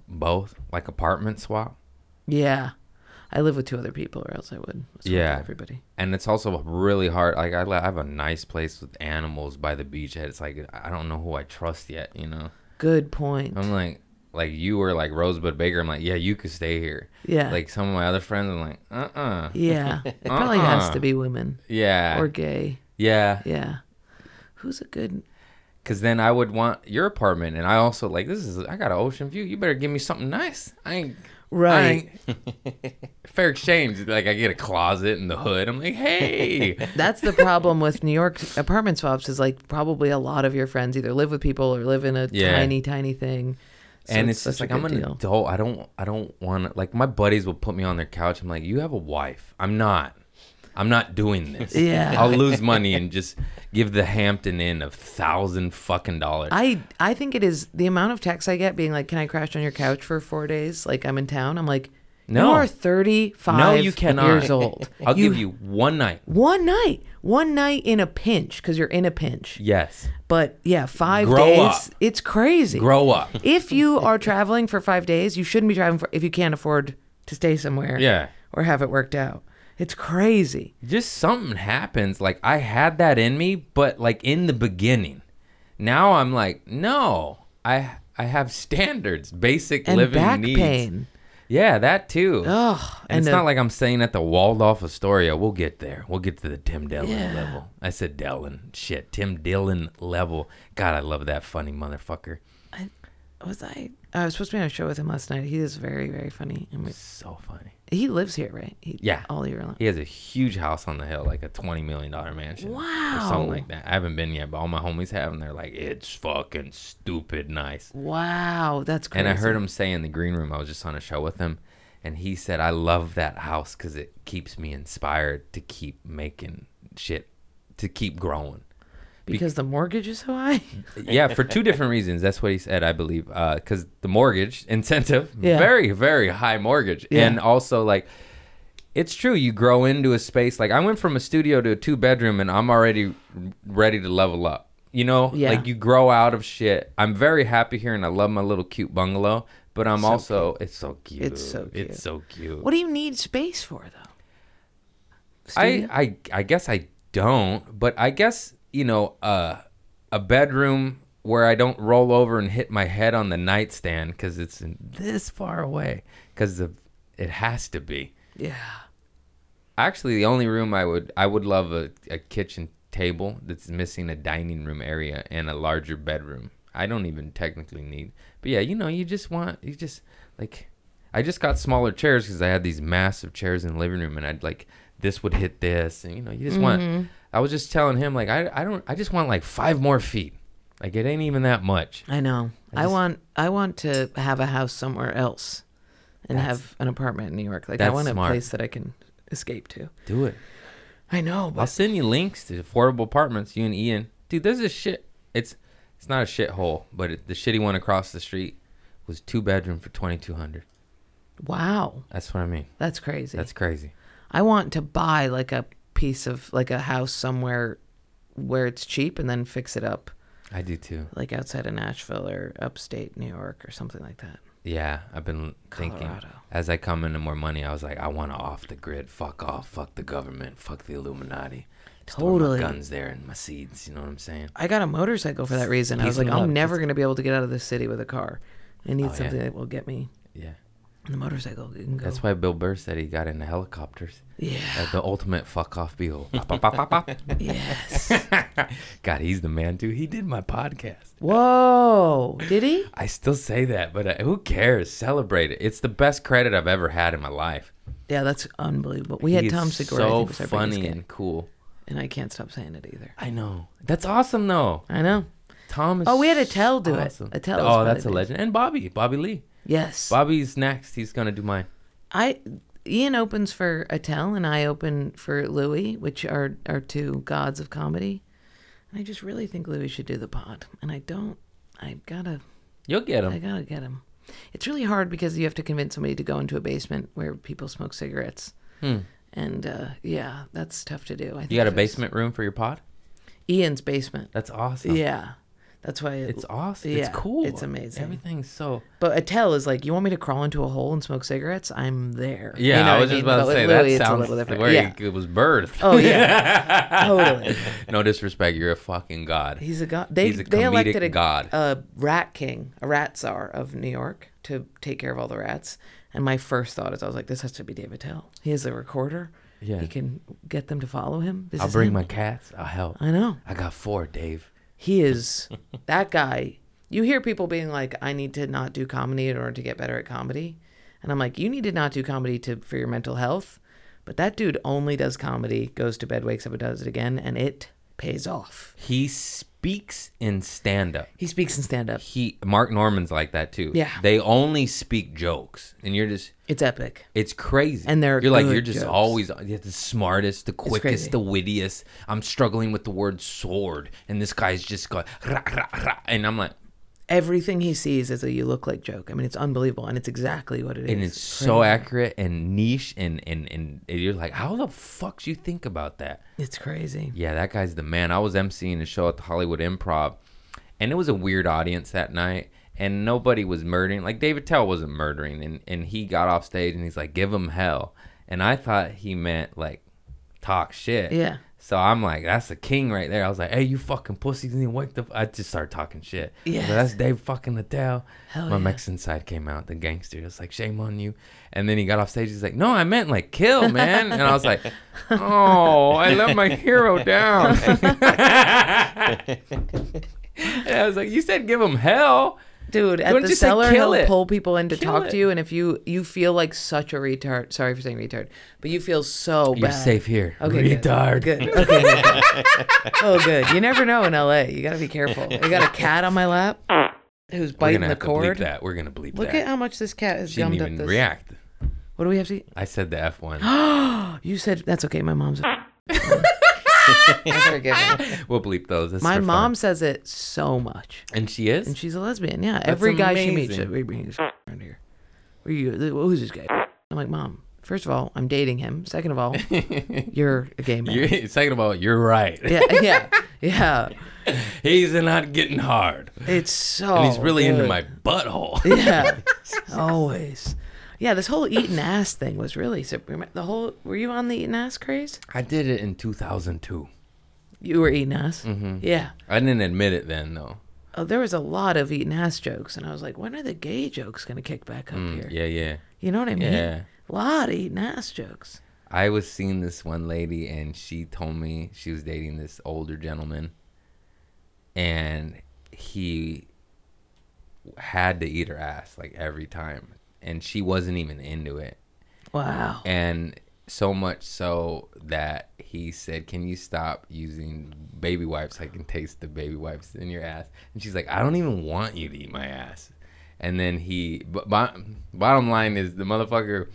Speaker 1: both, like apartment swap.
Speaker 3: Yeah. I live with two other people, or else I would. swap with
Speaker 1: Yeah.
Speaker 3: Everybody.
Speaker 1: And it's also really hard. Like I, li- I have a nice place with animals by the beach. and It's like I don't know who I trust yet. You know,
Speaker 3: Good point.
Speaker 1: I'm like, like you or like Rosebud Baker. I'm like, yeah, you could stay here.
Speaker 3: yeah.
Speaker 1: Like some of my other friends, I'm like, uh, uh
Speaker 3: yeah. It
Speaker 1: *laughs*
Speaker 3: probably has to be women
Speaker 1: Uh-uh. yeah,
Speaker 3: or gay.
Speaker 1: yeah.
Speaker 3: Yeah. Who's a good.
Speaker 1: Cause then I would want your apartment, and I also like this is I got an ocean view. You better give me something nice. I ain't
Speaker 3: Right.
Speaker 1: I ain't- fair exchange. Like I get a closet in the hood. I'm like, hey,
Speaker 3: That's the problem with New York apartment swaps is like probably a lot of your friends either live with people or live in a
Speaker 1: Yeah.
Speaker 3: tiny, tiny thing. So
Speaker 1: and it's, just
Speaker 3: such
Speaker 1: like
Speaker 3: a
Speaker 1: I'm
Speaker 3: good
Speaker 1: an
Speaker 3: deal.
Speaker 1: adult. I don't I don't want to like my buddies will put me on their couch. I'm like, you have a wife. I'm not. I'm not doing this.
Speaker 3: *laughs* Yeah.
Speaker 1: I'll lose money and just give the Hampton Inn a thousand fucking dollars.
Speaker 3: I I think it is the amount of texts I get being like, "Can I crash on your couch for four days? Like I'm in town." I'm like,
Speaker 1: No.
Speaker 3: you are 35
Speaker 1: no, you cannot. *laughs*
Speaker 3: years old.
Speaker 1: I'll give you one night.
Speaker 3: one night, one night in a pinch because you're in a pinch.
Speaker 1: Yes.
Speaker 3: But yeah, five
Speaker 1: Grow
Speaker 3: days.
Speaker 1: up.
Speaker 3: It's crazy.
Speaker 1: Grow
Speaker 3: *laughs*
Speaker 1: up.
Speaker 3: if you are traveling for five days, you shouldn't be traveling for, if you can't afford to stay somewhere.
Speaker 1: Yeah.
Speaker 3: or have it worked out. It's crazy.
Speaker 1: just something happens like i had that in me but like in the beginning now i'm like no i i have standards basic
Speaker 3: And
Speaker 1: living
Speaker 3: back
Speaker 1: needs
Speaker 3: pain. Oh,
Speaker 1: yeah that too
Speaker 3: Ugh.
Speaker 1: and, it's
Speaker 3: the-
Speaker 1: not like i'm saying at the waldorf astoria we'll get there we'll get to the tim dillon
Speaker 3: Yeah.
Speaker 1: level i said dillon shit tim dillon level god i love that funny motherfucker
Speaker 3: I, was I. I was supposed to be on a show with him last night. He is very, very funny. And we,
Speaker 1: so funny
Speaker 3: He lives here, right? He,
Speaker 1: Yeah.
Speaker 3: all year long.
Speaker 1: he has a huge house on the hill like a 20 million dollar mansion or something
Speaker 3: Wow.
Speaker 1: like that i haven't been yet but all my homies have and they're like it's fucking stupid nice
Speaker 3: Wow, that's crazy.
Speaker 1: And I heard him say in the green room, I was just on a show with him, and he said, I love that house because it keeps me inspired to keep making shit, to keep growing.
Speaker 3: because the mortgage is so high. *laughs*
Speaker 1: yeah, for two different reasons. That's what he said, I believe. Because the mortgage *laughs* incentive,
Speaker 3: Yeah.
Speaker 1: very, very high mortgage.
Speaker 3: Yeah.
Speaker 1: And also, like, it's true. You grow into a space. Like, I went from a studio to a two bedroom, and I'm already ready to level up. You know,
Speaker 3: Yeah.
Speaker 1: like you grow out of shit. I'm very happy here, and I love my little cute bungalow. But I'm also it's so cute.
Speaker 3: It's so cute.
Speaker 1: It's so cute.
Speaker 3: What do you need space for though?
Speaker 1: I,
Speaker 3: Studio?
Speaker 1: I I guess I don't, but I guess you know uh, a bedroom where I don't roll over and hit my head on the nightstand because it's this far away because it has to be.
Speaker 3: yeah.
Speaker 1: Actually, the only room I would I would love a, a kitchen table that's missing a dining room area and a larger bedroom. I don't even technically need, but yeah, you know, you just want you just like I just got smaller chairs because I had these massive chairs in the living room, and I'd like this would hit this, and you know, you just want. I was just telling him like I I don't I just want like five more feet, like it ain't even that much.
Speaker 3: I know. I,
Speaker 1: just-
Speaker 3: want I want to have a house somewhere else and
Speaker 1: That's-
Speaker 3: have an apartment in New York. Like I
Speaker 1: That's
Speaker 3: want a
Speaker 1: smart.
Speaker 3: place that I can escape to.
Speaker 1: Do it.
Speaker 3: I know,
Speaker 1: I'll
Speaker 3: but
Speaker 1: send you links to affordable apartments. You and Ian, dude. There's a shit. It's it's not a shithole, but it, the shitty one across the street was two bedroom for twenty two hundred.
Speaker 3: wow,
Speaker 1: That's what I mean.
Speaker 3: that's crazy.
Speaker 1: That's crazy.
Speaker 3: I want to buy like a piece of like a house somewhere where it's cheap and then fix it up
Speaker 1: I do too.
Speaker 3: like outside of Nashville or upstate New York or something like that.
Speaker 1: Yeah, I've been thinking
Speaker 3: Colorado.
Speaker 1: as I come into more money. I was like, I want to off the grid. Fuck off. Fuck the government. Fuck the Illuminati. Store
Speaker 3: Totally.
Speaker 1: my guns there and my seeds. You know what I'm saying?
Speaker 3: I got a motorcycle for that reason. I
Speaker 1: Peace
Speaker 3: was like,
Speaker 1: and love.
Speaker 3: I'm never going to be able to get out of this city with a car. I need
Speaker 1: Oh, yeah.
Speaker 3: something that will get me
Speaker 1: Yeah.
Speaker 3: the motorcycle. You can go.
Speaker 1: That's why Bill Burr said he got into helicopters. *laughs*
Speaker 3: yeah. *laughs*
Speaker 1: Uh, the ultimate fuck off Bill. Pop, pop, pop, pop, pop.
Speaker 3: yes.
Speaker 1: *laughs* God, he's the man too. He did my podcast.
Speaker 3: Whoa. Did he?
Speaker 1: I still say that, but uh, who cares? Celebrate it. It's the best credit I've ever had in my life.
Speaker 3: Yeah, that's unbelievable. We had
Speaker 1: He's
Speaker 3: Tom Segura. I
Speaker 1: So
Speaker 3: think, was our biggest
Speaker 1: funny
Speaker 3: guest,
Speaker 1: and cool.
Speaker 3: and I can't stop saying it either.
Speaker 1: I know. That's awesome, though.
Speaker 3: I know.
Speaker 1: Tom is
Speaker 3: Oh, we had Attell do it.
Speaker 1: awesome.
Speaker 3: Attell is
Speaker 1: Oh,
Speaker 3: probably
Speaker 1: that's a
Speaker 3: the-
Speaker 1: legend. And Bobby, Bobby Lee.
Speaker 3: Yes.
Speaker 1: Bobby's next. He's gonna do mine.
Speaker 3: I Ian opens for Attell and I open for Louis, which are are two gods of comedy. And I just really think Louis should do the pod, and I don't. I gotta.
Speaker 1: You'll get him.
Speaker 3: I gotta get him. It's really hard because you have to convince somebody to go into a basement where people smoke cigarettes. And uh, yeah, that's tough to do. I think
Speaker 1: Hmm. you got a
Speaker 3: it was
Speaker 1: basement room for your pod?
Speaker 3: Ian's basement.
Speaker 1: That's awesome.
Speaker 3: Yeah, that's why it,
Speaker 1: It's awesome.
Speaker 3: Yeah,
Speaker 1: it's cool.
Speaker 3: it's amazing.
Speaker 1: Everything's so.
Speaker 3: But Attell is like, you want me to crawl into a hole and smoke cigarettes? I'm there. You
Speaker 1: Yeah,
Speaker 3: know
Speaker 1: I
Speaker 3: what
Speaker 1: was just
Speaker 3: mean?
Speaker 1: about
Speaker 3: But
Speaker 1: to
Speaker 3: with
Speaker 1: say
Speaker 3: Louis,
Speaker 1: that
Speaker 3: it's a
Speaker 1: sounds
Speaker 3: little different.
Speaker 1: where
Speaker 3: yeah.
Speaker 1: he, it was birthed.
Speaker 3: Oh yeah, totally.
Speaker 1: *laughs* no disrespect. You're a fucking god.
Speaker 3: He's a god. They
Speaker 1: He's a
Speaker 3: they
Speaker 1: comedic
Speaker 3: elected a
Speaker 1: god.
Speaker 3: a rat king, a rat czar of New York to take care of all the rats. And my first thought is, I was like, this has to be David Tell. He is a recorder.
Speaker 1: Yeah.
Speaker 3: he can get them to follow him. This
Speaker 1: I'll
Speaker 3: is
Speaker 1: bring
Speaker 3: him.
Speaker 1: my cats. I'll help.
Speaker 3: I know.
Speaker 1: I got four, Dave.
Speaker 3: He is that guy. You hear people being like, I need to not do comedy in order to get better at comedy. And I'm like, you need to not do comedy to for your mental health. But that dude only does comedy, goes to bed, wakes up, and does it again, and it pays off.
Speaker 1: He speaks in stand up.
Speaker 3: He speaks in stand up.
Speaker 1: He Mark Norman's like that too.
Speaker 3: Yeah.
Speaker 1: They only speak jokes. And you're just
Speaker 3: It's epic.
Speaker 1: it's crazy.
Speaker 3: And they're
Speaker 1: you're like
Speaker 3: good
Speaker 1: you're just
Speaker 3: jokes.
Speaker 1: always you're the smartest, the
Speaker 3: crazy.
Speaker 1: quickest, the wittiest. I'm struggling with the word sword. And this guy's just going rah, rah, rah, and I'm like
Speaker 3: Everything he sees is a you look like joke. I mean, it's unbelievable, and it's exactly what it is.
Speaker 1: and it's so accurate and niche and, and and you're like, How the fuck do you think about that?
Speaker 3: It's crazy.
Speaker 1: Yeah, that guy's the man. I was emceeing a show at the Hollywood Improv, and it was a weird audience that night, and nobody was murdering. Like David Tell wasn't murdering, and and he got off stage and he's like, "Give him hell," and I thought he meant like talk shit.
Speaker 3: Yeah.
Speaker 1: So I'm like, that's a king right there. I was like, hey, you fucking pussies, you wake the. F-. I just started talking shit. I was like,
Speaker 3: Yes.
Speaker 1: that's Dave fucking Littell.
Speaker 3: Hell
Speaker 1: My
Speaker 3: yeah.
Speaker 1: Mexican side came out, the gangster. It's like, shame on you. And then he got off stage. He's like, no, I meant like kill, man. And I was
Speaker 3: *laughs*
Speaker 1: like, oh, I let my hero down. and I was like, you said give him hell.
Speaker 3: Dude, at
Speaker 1: Don't
Speaker 3: the
Speaker 1: you say
Speaker 3: cellar,
Speaker 1: kill
Speaker 3: he'll
Speaker 1: it?
Speaker 3: pull people in to
Speaker 1: Kill
Speaker 3: talk
Speaker 1: it.
Speaker 3: to you, and if you you feel like such a retard, sorry for saying retard, but you feel so
Speaker 1: You're
Speaker 3: bad.
Speaker 1: safe here.
Speaker 3: Okay,
Speaker 1: retard. *laughs*
Speaker 3: Good. good. Okay. good. oh, good. You never know in LA. You gotta be careful. I got a cat on my lap who's
Speaker 1: We're
Speaker 3: biting
Speaker 1: gonna
Speaker 3: the
Speaker 1: have to bleep
Speaker 3: cord.
Speaker 1: that. We're gonna bleep
Speaker 3: Look at
Speaker 1: that.
Speaker 3: how much this cat has
Speaker 1: She didn't
Speaker 3: gummed up
Speaker 1: even
Speaker 3: this.
Speaker 1: react.
Speaker 3: What do we have to?
Speaker 1: I said the F
Speaker 3: *gasps*
Speaker 1: one.
Speaker 3: Oh, you said that's okay. My mom's. A...
Speaker 1: *laughs*
Speaker 3: I forgive her.
Speaker 1: we'll bleep those. That's
Speaker 3: My
Speaker 1: for fun.
Speaker 3: mom says it so much.
Speaker 1: And she is.
Speaker 3: And she's a lesbian. Yeah. Every guy she meets,
Speaker 1: amazing.
Speaker 3: we bring this around here. Where you? Who's this guy? I'm like, mom. First of all, I'm dating him. Second
Speaker 1: *laughs*
Speaker 3: of all, you're a gay man.
Speaker 1: You're, *laughs* second of all, you're right.
Speaker 3: yeah, *laughs* yeah, yeah.
Speaker 1: *laughs* He's not getting hard.
Speaker 3: It's so.
Speaker 1: And he's really into
Speaker 3: good.
Speaker 1: my butthole.
Speaker 3: *laughs* Yeah, always. Yeah, this whole eating ass thing was really sup- remem- the whole. Were you on the eating ass craze?
Speaker 1: I did it in 2002.
Speaker 3: You were eating ass. Mm-hmm. Yeah.
Speaker 1: I didn't admit it then, though.
Speaker 3: Oh, there was a lot of eating ass jokes, and I was like, when are the gay jokes gonna kick back up here?
Speaker 1: Mm, Yeah, yeah.
Speaker 3: You know what I mean?
Speaker 1: Yeah.
Speaker 3: A lot of eating ass jokes.
Speaker 1: I was seeing this one lady, and she told me she was dating this older gentleman, and he had to eat her ass like every time, and she wasn't even into it.
Speaker 3: Wow.
Speaker 1: And so much so that he said, "Can you stop using baby wipes? I can taste the baby wipes in your ass." And she's like, "I don't even want you to eat my ass." And then he, but bo- bottom line is the motherfucker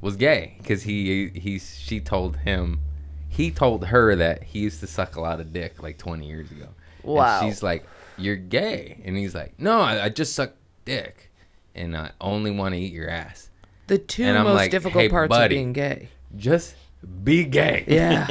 Speaker 1: was gay because he he she told him, he told her that he used to suck a lot of dick like 20 years ago. And
Speaker 3: Wow.
Speaker 1: she's like, "You're gay," and he's like, "No, I, I just suck dick, and I only want to eat your ass."
Speaker 3: The two
Speaker 1: And I'm
Speaker 3: most
Speaker 1: like,
Speaker 3: difficult
Speaker 1: "Hey,
Speaker 3: parts
Speaker 1: buddy."
Speaker 3: of
Speaker 1: *laughs*
Speaker 3: being gay.
Speaker 1: just be gay.
Speaker 3: Yeah.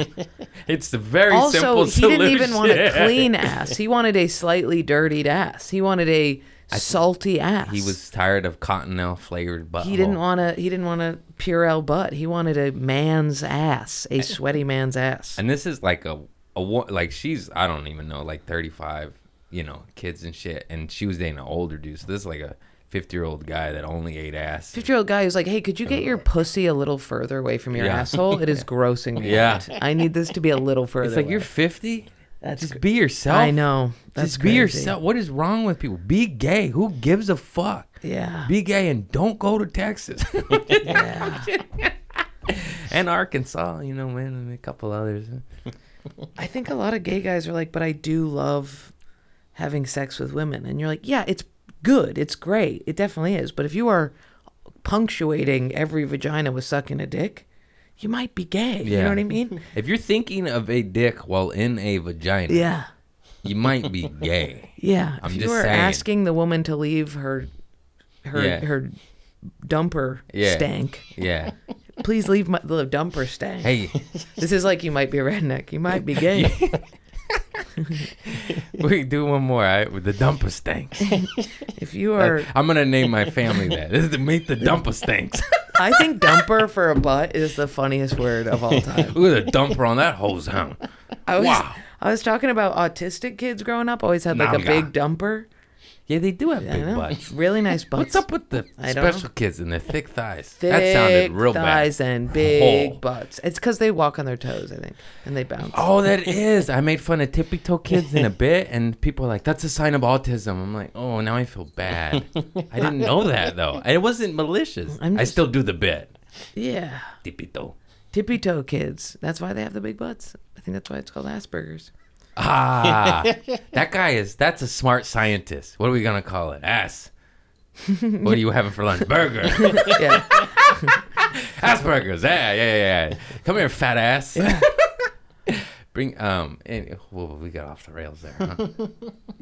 Speaker 1: it's the very
Speaker 3: *laughs* also,
Speaker 1: simple
Speaker 3: he
Speaker 1: solution.
Speaker 3: didn't
Speaker 1: *laughs*
Speaker 3: even want a clean ass. He wanted a slightly dirtied ass. He wanted a salty ass.
Speaker 1: He was tired of cottonelle flavored butthole.
Speaker 3: He didn't want to. He didn't want a Purell butt. He wanted a man's ass, a sweaty man's ass.
Speaker 1: And this is like a a wo- like she's I don't even know like 35, you know, kids and shit and she was dating an older dude. So this is like a 50-year-old guy that only ate ass.
Speaker 3: Fifty-year-old guy who's like, "Hey, could you get your pussy a little further away from your
Speaker 1: Uh. Yeah.
Speaker 3: asshole? *laughs* It is grossing me.
Speaker 1: Yeah.
Speaker 3: out. I need this to be a little further.
Speaker 1: It's like
Speaker 3: away.
Speaker 1: you're 50?
Speaker 3: That's
Speaker 1: Just
Speaker 3: cr-
Speaker 1: be yourself.
Speaker 3: I know. That's
Speaker 1: Just
Speaker 3: crazy.
Speaker 1: be yourself. What is wrong with people? Be gay. Who gives a fuck?
Speaker 3: Yeah.
Speaker 1: Be gay and don't go to Texas.
Speaker 3: *laughs* Yeah.
Speaker 1: *laughs* and Arkansas, you know, man, and a couple others.
Speaker 3: I think a lot of gay guys are like, "But I do love having sex with women," and you're like, "Yeah, it's good. It's great. It definitely is." But if you are punctuating every vagina with sucking a dick, you might be gay. You
Speaker 1: Yeah.
Speaker 3: know what I mean?
Speaker 1: If you're thinking of a dick while in a vagina,
Speaker 3: Yeah.
Speaker 1: you might be gay.
Speaker 3: Yeah.
Speaker 1: I'm
Speaker 3: if you
Speaker 1: just
Speaker 3: were
Speaker 1: saying.
Speaker 3: asking the woman to leave her her
Speaker 1: Yeah.
Speaker 3: her dumper
Speaker 1: Yeah.
Speaker 3: stank.
Speaker 1: Yeah.
Speaker 3: Please leave my the dumper stank.
Speaker 1: Hey, *laughs*
Speaker 3: This is like you might be a redneck. You might be gay.
Speaker 1: we can do one more. All right? With the dumper stinks.
Speaker 3: if you are
Speaker 1: I'm gonna name my family that. This is the meet the dumper stinks.
Speaker 3: I think dumper for a butt is the funniest word of all
Speaker 1: *laughs*
Speaker 3: time.
Speaker 1: *laughs* Look at the dumper on that hose hound.
Speaker 3: I was
Speaker 1: Wow.
Speaker 3: I was talking about autistic kids growing up always had like a
Speaker 1: Namga.
Speaker 3: big dumper.
Speaker 1: Yeah, they do have
Speaker 3: I
Speaker 1: big
Speaker 3: know.
Speaker 1: butts.
Speaker 3: Really nice butts.
Speaker 1: What's up with the
Speaker 3: I don't
Speaker 1: special kids and their thick thighs?
Speaker 3: Thick
Speaker 1: that sounded real
Speaker 3: thighs
Speaker 1: bad.
Speaker 3: and big
Speaker 1: Oh.
Speaker 3: butts. It's because they walk on their toes, I think, and they bounce.
Speaker 1: Oh,
Speaker 3: *laughs*
Speaker 1: that is. I made fun of tippy toe kids in a bit, and people are like, "That's a sign of autism." I'm like, "Oh, now I feel
Speaker 3: *laughs*
Speaker 1: bad. I didn't know that though. It wasn't malicious.
Speaker 3: I'm
Speaker 1: I
Speaker 3: just-
Speaker 1: still do the bit.
Speaker 3: Yeah.
Speaker 1: Tippy toe.
Speaker 3: Tippy toe kids. That's why they have the big butts. I think that's why it's
Speaker 1: *laughs*
Speaker 3: called Asperger's.
Speaker 1: Ah, that guy is. That's a smart scientist. What are we gonna call it?
Speaker 3: *laughs*
Speaker 1: Ass. What are you having for lunch? Burger.
Speaker 3: Yeah.
Speaker 1: Asperger's. Yeah, yeah, yeah. yeah. Come here, fat ass.
Speaker 3: Yeah.
Speaker 1: *laughs* Bring um. And, whoa, we got off the rails there. Huh?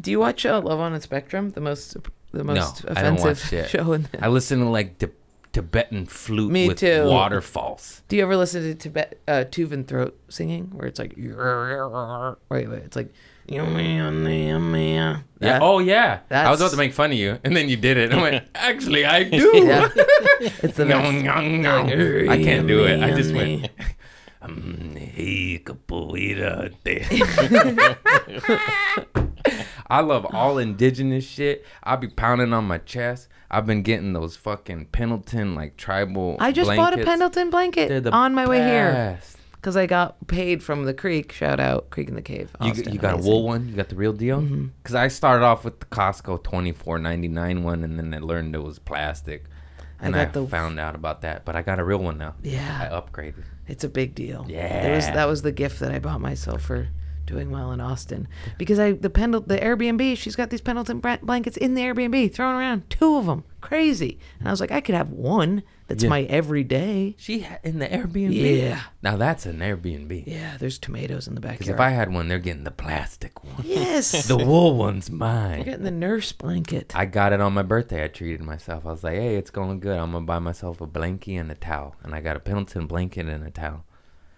Speaker 3: Do you watch uh, Love on a Spectrum? The most the most
Speaker 1: I don't watch
Speaker 3: offensive
Speaker 1: shit.
Speaker 3: show in the-
Speaker 1: I listen to like Tib- Tibetan flute
Speaker 3: Me
Speaker 1: with
Speaker 3: too.
Speaker 1: waterfalls.
Speaker 3: Do you ever listen to Tibet uh Tuvan throat singing where it's like wait, wait, it's like yeah.
Speaker 1: Yeah. Oh yeah. I was about
Speaker 3: that's-
Speaker 1: to make fun of you, and then you did it. And I
Speaker 3: *laughs*
Speaker 1: went, actually, I do. *laughs*
Speaker 3: Yeah. It's the best.
Speaker 1: I can't do it. I just went. *laughs* "Mm, hey, capoeira te." *laughs* I love all indigenous shit. I be pounding on my chest. I've been getting those fucking Pendleton like tribal.
Speaker 3: I just bought a
Speaker 1: blankets.
Speaker 3: Pendleton
Speaker 1: They're
Speaker 3: blanket
Speaker 1: the
Speaker 3: on my way here
Speaker 1: best.
Speaker 3: because I got paid from the creek. Shout out Creek in the Cave.
Speaker 1: You,
Speaker 3: Austin,
Speaker 1: you got a
Speaker 3: amazing.
Speaker 1: wool one. You got the real deal.
Speaker 3: Mm-hmm.
Speaker 1: Because I started off with the Costco twenty four ninety nine one, and then I learned it was plastic,
Speaker 3: I
Speaker 1: and I,
Speaker 3: got the-
Speaker 1: found out about that. But I got a real one now.
Speaker 3: Yeah.
Speaker 1: I upgraded.
Speaker 3: It's a big deal. That was,
Speaker 1: Yeah.
Speaker 3: that was the gift that I bought myself for doing well in Austin because I the Pendle the Airbnb she's got these Pendleton bra- blankets in the Airbnb thrown around two of them crazy and I was like I could have one That's
Speaker 1: Yeah.
Speaker 3: my everyday.
Speaker 1: She ha- in the Airbnb.
Speaker 3: Yeah.
Speaker 1: Now that's an Airbnb.
Speaker 3: Yeah, there's tomatoes in the
Speaker 1: Because
Speaker 3: backyard.
Speaker 1: if I had one, they're getting the plastic *laughs*
Speaker 3: *laughs*
Speaker 1: one.
Speaker 3: yes,
Speaker 1: the wool one's
Speaker 3: I'm
Speaker 1: mine.
Speaker 3: getting the nurse blanket.
Speaker 1: I got it on my birthday. I treated myself. I was like, hey, it's going good. I'm going to buy myself a blankie and a towel. And I got a Pendleton blanket and a towel.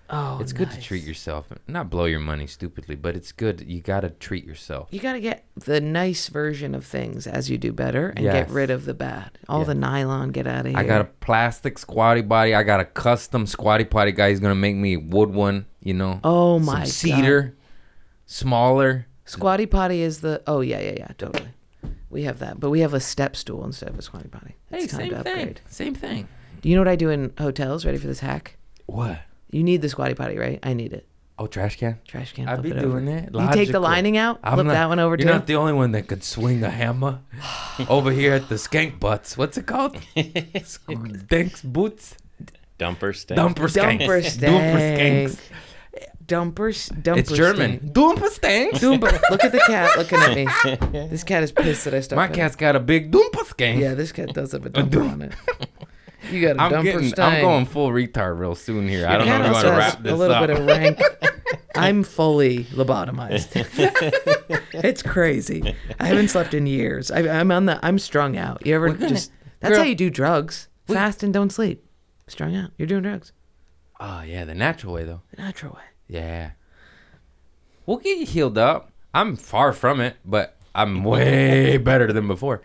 Speaker 3: Oh,
Speaker 1: it's good to treat
Speaker 3: nice.
Speaker 1: yourself. Not blow your money stupidly, but it's good. You got to treat yourself.
Speaker 3: You got to get the nice version of things as you do better, and
Speaker 1: Yes.
Speaker 3: get rid of the bad. All
Speaker 1: Yeah.
Speaker 3: the nylon, get out of here.
Speaker 1: I got a plastic squatty body. I got a custom squatty potty guy. He's going to make me a wood one, you know?
Speaker 3: Oh
Speaker 1: some
Speaker 3: my God.
Speaker 1: cedar, smaller.
Speaker 3: Squatty potty is the oh yeah yeah yeah totally. We have that, but we have a step stool instead of a squatty potty. It's time to upgrade.
Speaker 1: Same thing.
Speaker 3: Do you know what I do in hotels? Ready for this hack?
Speaker 1: What?
Speaker 3: You need the squatty potty, right? I need it.
Speaker 1: Oh, trash can.
Speaker 3: Trash can.
Speaker 1: I'd
Speaker 3: flip
Speaker 1: be
Speaker 3: it
Speaker 1: doing
Speaker 3: over.
Speaker 1: that.
Speaker 3: You take the
Speaker 1: Logical.
Speaker 3: lining out. flip
Speaker 1: not-
Speaker 3: that one over
Speaker 1: You're
Speaker 3: too.
Speaker 1: not the only one that could swing a
Speaker 3: *sighs*
Speaker 1: hammer over here at the skank butts. What's it
Speaker 3: *laughs*
Speaker 1: called? Thanks boots.
Speaker 2: Dumper stank.
Speaker 1: Dumper skanks.
Speaker 3: Dumper
Speaker 1: Dumper
Speaker 3: stank. Dumper. s- Dumper.
Speaker 1: It's German.
Speaker 3: stank.
Speaker 1: Dumper stanks.
Speaker 3: Dumper. Look at the cat looking at
Speaker 1: *laughs*
Speaker 3: me. This cat is pissed that I started.
Speaker 1: My cat's got a big dumper skank.
Speaker 3: Yeah, this cat does have a
Speaker 1: *laughs*
Speaker 3: dumper
Speaker 1: dump.
Speaker 3: on it. You got a
Speaker 1: I'm
Speaker 3: dumper
Speaker 1: getting.
Speaker 3: stank.
Speaker 1: I'm going full retard real soon here. I
Speaker 2: Your
Speaker 1: don't know
Speaker 2: cat
Speaker 1: if you want
Speaker 2: also
Speaker 1: to
Speaker 2: has
Speaker 1: wrap
Speaker 2: a
Speaker 1: this
Speaker 3: a little
Speaker 1: up.
Speaker 3: bit of *laughs* rank. I'm fully lobotomized. *laughs* it's crazy. I haven't slept in years. I, I'm on the. I'm strung out. You ever
Speaker 1: We're gonna-
Speaker 3: just? That's
Speaker 1: girl-
Speaker 3: how you do drugs. Fast and don't sleep. Strung out. You're doing drugs
Speaker 1: oh yeah, the natural way though.
Speaker 3: the natural way.
Speaker 1: Yeah. We'll get you healed up. I'm far from it, but I'm way better than before.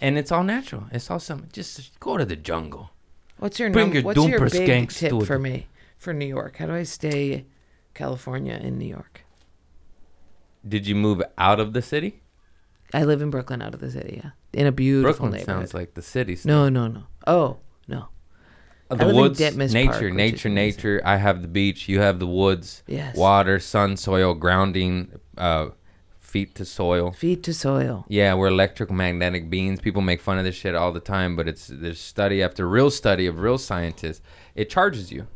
Speaker 1: And it's all natural. It's all some. Just go to the jungle.
Speaker 3: What's your
Speaker 1: Bring
Speaker 3: num-
Speaker 1: your
Speaker 3: What's your
Speaker 1: dumper
Speaker 3: big
Speaker 1: skanks to
Speaker 3: tip
Speaker 1: it.
Speaker 3: for me for New York? How do I stay California in New York?
Speaker 1: Did you move out of the city?
Speaker 3: I live in Brooklyn, out of the city. Yeah, in a beautiful
Speaker 1: Brooklyn
Speaker 3: neighborhood.
Speaker 1: sounds like the city. still.
Speaker 3: no, no, no. Oh no.
Speaker 1: Uh,
Speaker 3: I
Speaker 1: the
Speaker 3: live in
Speaker 1: woods,
Speaker 3: Ditmas Park,
Speaker 1: nature,
Speaker 3: which is
Speaker 1: nature,
Speaker 3: amazing.
Speaker 1: nature. I have the beach. You have the woods.
Speaker 3: Yes.
Speaker 1: Water, sun, soil, grounding, uh, feet to soil.
Speaker 3: Feet to soil.
Speaker 1: Yeah, we're electromagnetic beings. People make fun of this shit all the time, but it's there's study after real study of real scientists. It charges you.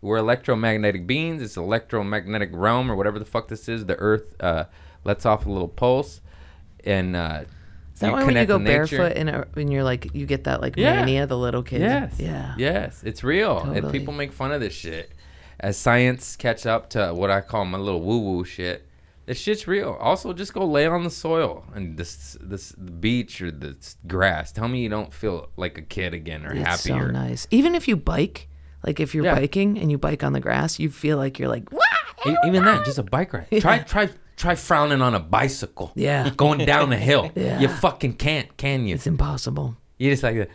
Speaker 1: We're electromagnetic beings. It's electromagnetic realm or whatever the fuck this is. The Earth uh, lets off a little pulse, and uh,
Speaker 3: Is that why when you go
Speaker 1: with nature.
Speaker 3: barefoot in a, when you're like you get that like
Speaker 1: Yeah.
Speaker 3: mania, the little kid?
Speaker 1: Yes.
Speaker 3: Yeah.
Speaker 1: Yes, it's real, and
Speaker 3: Totally.
Speaker 1: people make fun of this shit. As science catch up to what I call my little woo woo shit, this shit's real. Also, just go lay on the soil and this this the beach or the s- grass. Tell me you don't feel like a kid again or
Speaker 3: It's so
Speaker 1: happier.
Speaker 3: nice. Even if you bike, like if you're
Speaker 1: Yeah.
Speaker 3: biking and you bike on the grass, you feel like you're like, "Wah!"
Speaker 1: E- Even that, just a bike
Speaker 3: *laughs*
Speaker 1: ride. Try try try frowning on a bicycle.
Speaker 3: Yeah.
Speaker 1: going down a hill.
Speaker 3: *laughs* Yeah.
Speaker 1: You fucking can't, can you?
Speaker 3: It's impossible.
Speaker 1: You just like that.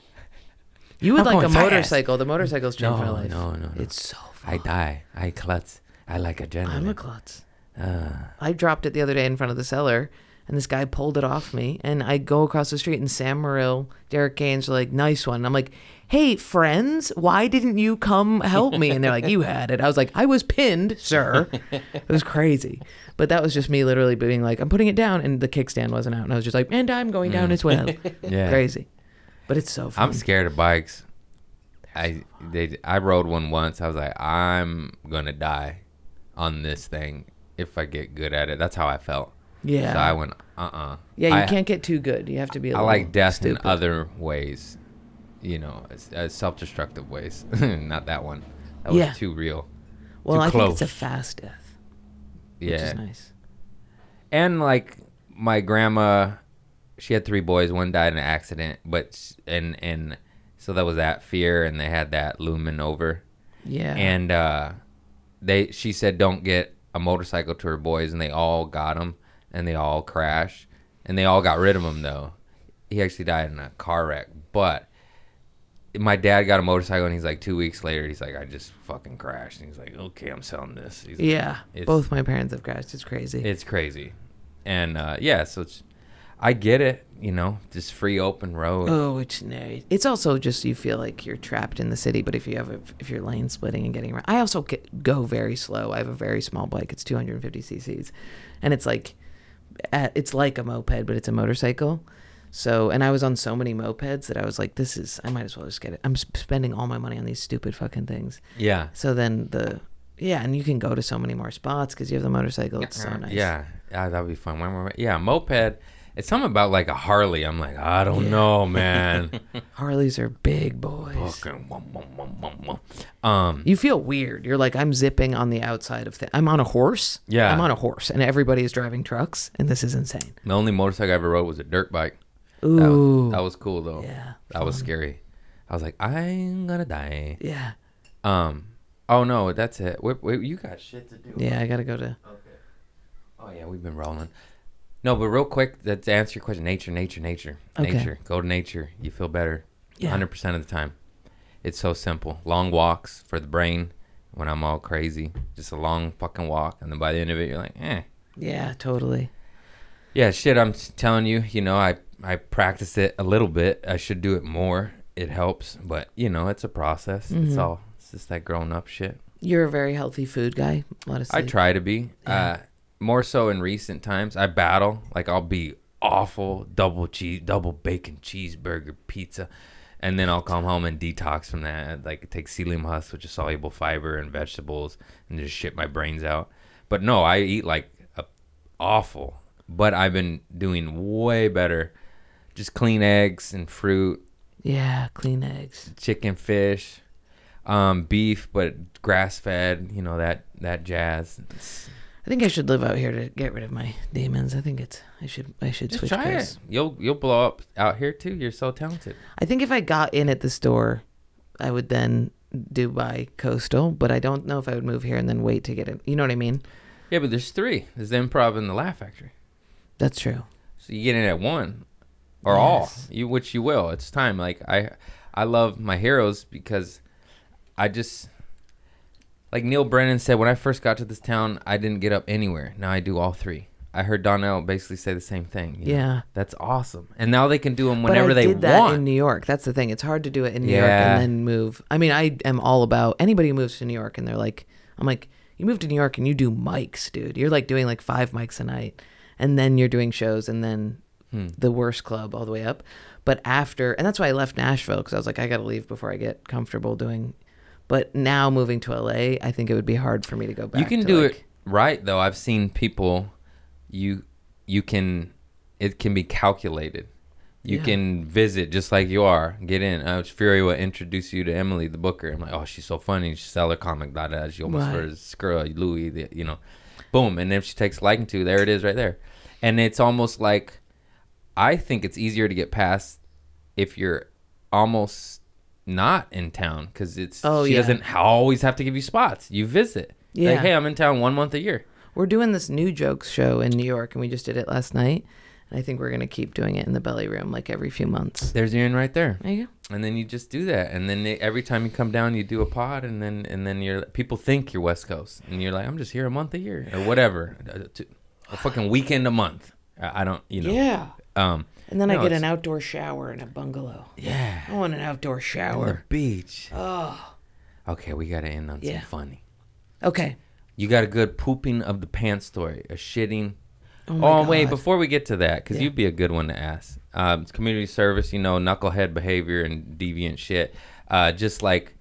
Speaker 3: You would
Speaker 1: I'm
Speaker 3: like a
Speaker 1: going fast.
Speaker 3: motorcycle. The motorcycle's changed my
Speaker 1: No,
Speaker 3: life.
Speaker 1: no, no, no.
Speaker 3: It's so fun.
Speaker 1: I die. I klutz. I like adrenaline.
Speaker 3: I'm a klutz.
Speaker 1: Ah.
Speaker 3: I dropped it the other day in front of the cellar, and this guy pulled it off me. And I go across the street, and Sam Morrill, Derek Gaines are like, nice one. And I'm like, hey, friends, why didn't you come help me? And they're like, you had it. I was like, I was pinned, sir. It was crazy. But that was just me literally being like, I'm putting it down. And the kickstand wasn't out. And I was just like, and I'm going down as well.
Speaker 1: Mm. *laughs* Yeah.
Speaker 3: Crazy. But it's so fun.
Speaker 1: I'm scared of bikes. I they I rode one once. I was like, I'm gonna die on this thing if I get good at it. That's how I felt.
Speaker 3: yeah.
Speaker 1: So I went, uh, uh
Speaker 3: yeah, you
Speaker 1: I,
Speaker 3: can't get too good. You have to be a
Speaker 1: I
Speaker 3: little
Speaker 1: like death
Speaker 3: stupid.
Speaker 1: in other ways, you know, as, as self-destructive ways. *laughs* Not that one. That was
Speaker 3: Yeah.
Speaker 1: too real.
Speaker 3: Well,
Speaker 1: too
Speaker 3: I think it's a
Speaker 1: close.
Speaker 3: fast death,
Speaker 1: Yeah.
Speaker 3: which is nice.
Speaker 1: and like my grandma she had three boys one died in an accident but s- and and so that was that fear and they had that looming over
Speaker 3: Yeah.
Speaker 1: and uh they she said don't get a motorcycle to her boys and they all got them and they all crashed and they all got rid of him though he actually died in a car wreck but my dad got a motorcycle and he's like two weeks later he's like i just fucking crashed and he's like okay i'm selling this he's like,
Speaker 3: Yeah,
Speaker 1: It's-
Speaker 3: both my parents have crashed. It's crazy.
Speaker 1: it's crazy, and uh, yeah, so it's, I get it. You know, just free open road.
Speaker 3: oh, it's nice. It's also just you feel like you're trapped in the city, but if you have a, if you're lane splitting and getting around, I also get, go very slow. I have a very small bike. It's 250 cc's, and it's like, at, it's like a moped, but it's a motorcycle. So, and I was on so many mopeds that I was like, this is. I might as well just get it. I'm sp- spending all my money on these stupid fucking things.
Speaker 1: yeah,
Speaker 3: So then the yeah, and you can go to
Speaker 1: Uh-huh.
Speaker 3: so many more spots because you have the motorcycle. It's so nice.
Speaker 1: yeah, Ah, that'd be fun. When we're- Yeah, moped. It's something about like a Harley. I'm like, I don't
Speaker 3: *laughs*
Speaker 1: know, man.
Speaker 3: Harleys are big boys.
Speaker 1: Fucking wum, wum, wum, wum, wum. Um,
Speaker 3: You feel weird. You're like, I'm zipping on the outside of things. I'm on a horse.
Speaker 1: Yeah.
Speaker 3: I'm on a horse, and everybody is driving trucks, and this is insane.
Speaker 1: the only motorcycle I ever rode was a dirt bike. That,
Speaker 3: Ooh.
Speaker 1: that was cool though.
Speaker 3: Yeah,
Speaker 1: That was scary. I was like, I'm gonna die.
Speaker 3: yeah.
Speaker 1: Um. Oh no, that's it. Wait, wait, you got shit to do.
Speaker 3: Yeah, I got to go to.
Speaker 1: Oh yeah, we've been rolling. No, but real quick, that to answer your question, nature, nature, nature,
Speaker 3: Okay.
Speaker 1: nature. Go to nature, you feel better.
Speaker 3: Yeah.
Speaker 1: hundred percent of the time. It's so simple. Long walks for the brain when I'm all crazy. Just a long fucking walk, and then by the end of it, you're like, eh.
Speaker 3: Yeah, totally.
Speaker 1: Yeah, shit. I'm s- telling you, you know, I I practice it a little bit. I should do it more. It helps, but you know, it's a process.
Speaker 3: Mm-hmm.
Speaker 1: It's all it's just that grown up shit.
Speaker 3: You're a very healthy food guy, honestly.
Speaker 1: I try to be. Uh, more so in recent times, I battle. Like I'll be awful double cheese, double bacon cheeseburger pizza, and then I'll come home and detox from that. Like take psyllium husk, which is soluble fiber and vegetables, and just shit my brains out. But no, I eat like a, awful. But I've been doing way better. Just clean eggs and fruit
Speaker 3: Yeah, clean eggs.
Speaker 1: chicken, fish, um, beef, but grass fed. You know that that jazz. It's-
Speaker 3: I think I should live out here to get rid of my demons. I think it's. I should. I should
Speaker 1: Just
Speaker 3: switch
Speaker 1: try
Speaker 3: gears.
Speaker 1: it. You'll you'll blow up out here too. You're so talented.
Speaker 3: I think if I got in at the store, I would then do by coastal, but I don't know if I would move here and then wait to get in. You know what I mean?
Speaker 1: Yeah, but there's three. There's the improv and the Laugh Factory.
Speaker 3: That's true.
Speaker 1: So you get in at one or
Speaker 3: Yes.
Speaker 1: all, you which you will. It's time. Like I, I love my heroes because I just like Neil Brennan said when I first got to this town, I didn't get up anywhere. Now I do all three. I heard Donnell basically say the same thing. you know?
Speaker 3: Yeah.
Speaker 1: that's awesome. And now they can do them
Speaker 3: But
Speaker 1: whenever
Speaker 3: I
Speaker 1: they
Speaker 3: did that
Speaker 1: want.
Speaker 3: in New York. That's the thing. It's hard to do it in New York
Speaker 1: Yeah.
Speaker 3: and then move. I mean, I am all about anybody who moves to New York and they're like, I'm like, you move to New York and you do mics, dude. You're like doing like five mics a night, and then you're doing shows, and then
Speaker 1: Hmm.
Speaker 3: the worst club all the way up. But after, and that's why I left Nashville because I was like, I got to leave before I get comfortable doing. But now moving to LA, I think it would be hard for me to go back.
Speaker 1: you can
Speaker 3: to,
Speaker 1: do
Speaker 3: like-
Speaker 1: it right though i've seen people you you can it can be calculated you
Speaker 3: Yeah.
Speaker 1: can visit just like you are get in i was fury will introduce you to emily the booker i'm like oh she's so funny she's seller comic da da she almost
Speaker 3: Right.
Speaker 1: right. girl louis the, you know boom and if she takes liking to there it is right there and it's almost like i think it's easier to get past if you're almost not in town because it's
Speaker 3: Oh,
Speaker 1: she
Speaker 3: yeah.
Speaker 1: doesn't always have to give you spots you visit
Speaker 3: Yeah.
Speaker 1: like, hey, I'm in town one month a year.
Speaker 3: We're doing this new jokes show in New York, and we just did it last night. And I think we're gonna keep doing it in the belly room, like every few months.
Speaker 1: There's your in right there.
Speaker 3: There you go.
Speaker 1: And then you just do that. And then they, every time you come down, you do a pod. And then and then you're people think you're West Coast, and you're like, I'm just here a month a year or whatever, a, a fucking weekend a month. I, I don't, you know.
Speaker 3: Yeah.
Speaker 1: Um.
Speaker 3: And then I
Speaker 1: No,
Speaker 3: get
Speaker 1: it's-
Speaker 3: an outdoor shower in a bungalow.
Speaker 1: Yeah.
Speaker 3: I want an outdoor
Speaker 1: The
Speaker 3: shower.
Speaker 1: beach.
Speaker 3: Oh.
Speaker 1: Okay, we gotta end on
Speaker 3: Yeah.
Speaker 1: some funny.
Speaker 3: Okay.
Speaker 1: You got a good pooping of the pants story, a shitting. Oh,
Speaker 3: my
Speaker 1: wait,
Speaker 3: God.
Speaker 1: before we get to that, because
Speaker 3: Yeah.
Speaker 1: you'd be a good one to ask. Um, it's community service, you know, knucklehead behavior and deviant shit. Uh, just like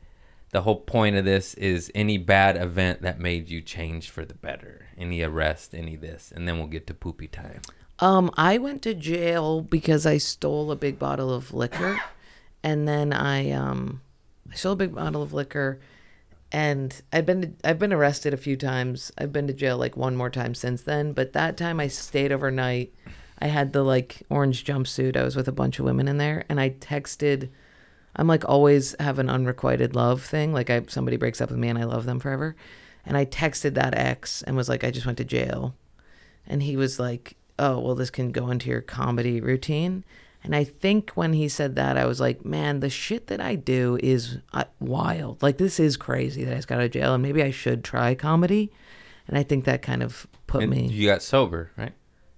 Speaker 1: the whole point of this is any bad event that made you change for the better, any arrest, any this, and then we'll get to poopy time.
Speaker 3: Um, I went to jail because I stole a big bottle
Speaker 1: *gasps*
Speaker 3: of liquor, and then I um, I stole a big bottle of liquor, and I've been I've been arrested a few times. I've been to jail like one more time since then, but that time I stayed overnight. I had the like orange jumpsuit. I was with a bunch of women in there, and I texted. I'm like always have an unrequited love thing. Like I somebody breaks up with me and I love them forever, and I texted that ex and was like, I just went to jail. And he was like, Oh, well, this can go into your comedy routine. And I think when he said that, I was like, Man, the shit that I do is uh, wild. Like, this is crazy that I just got out of jail, and maybe I should try comedy. And I think that kind of put
Speaker 1: And
Speaker 3: me.
Speaker 1: You got sober, right?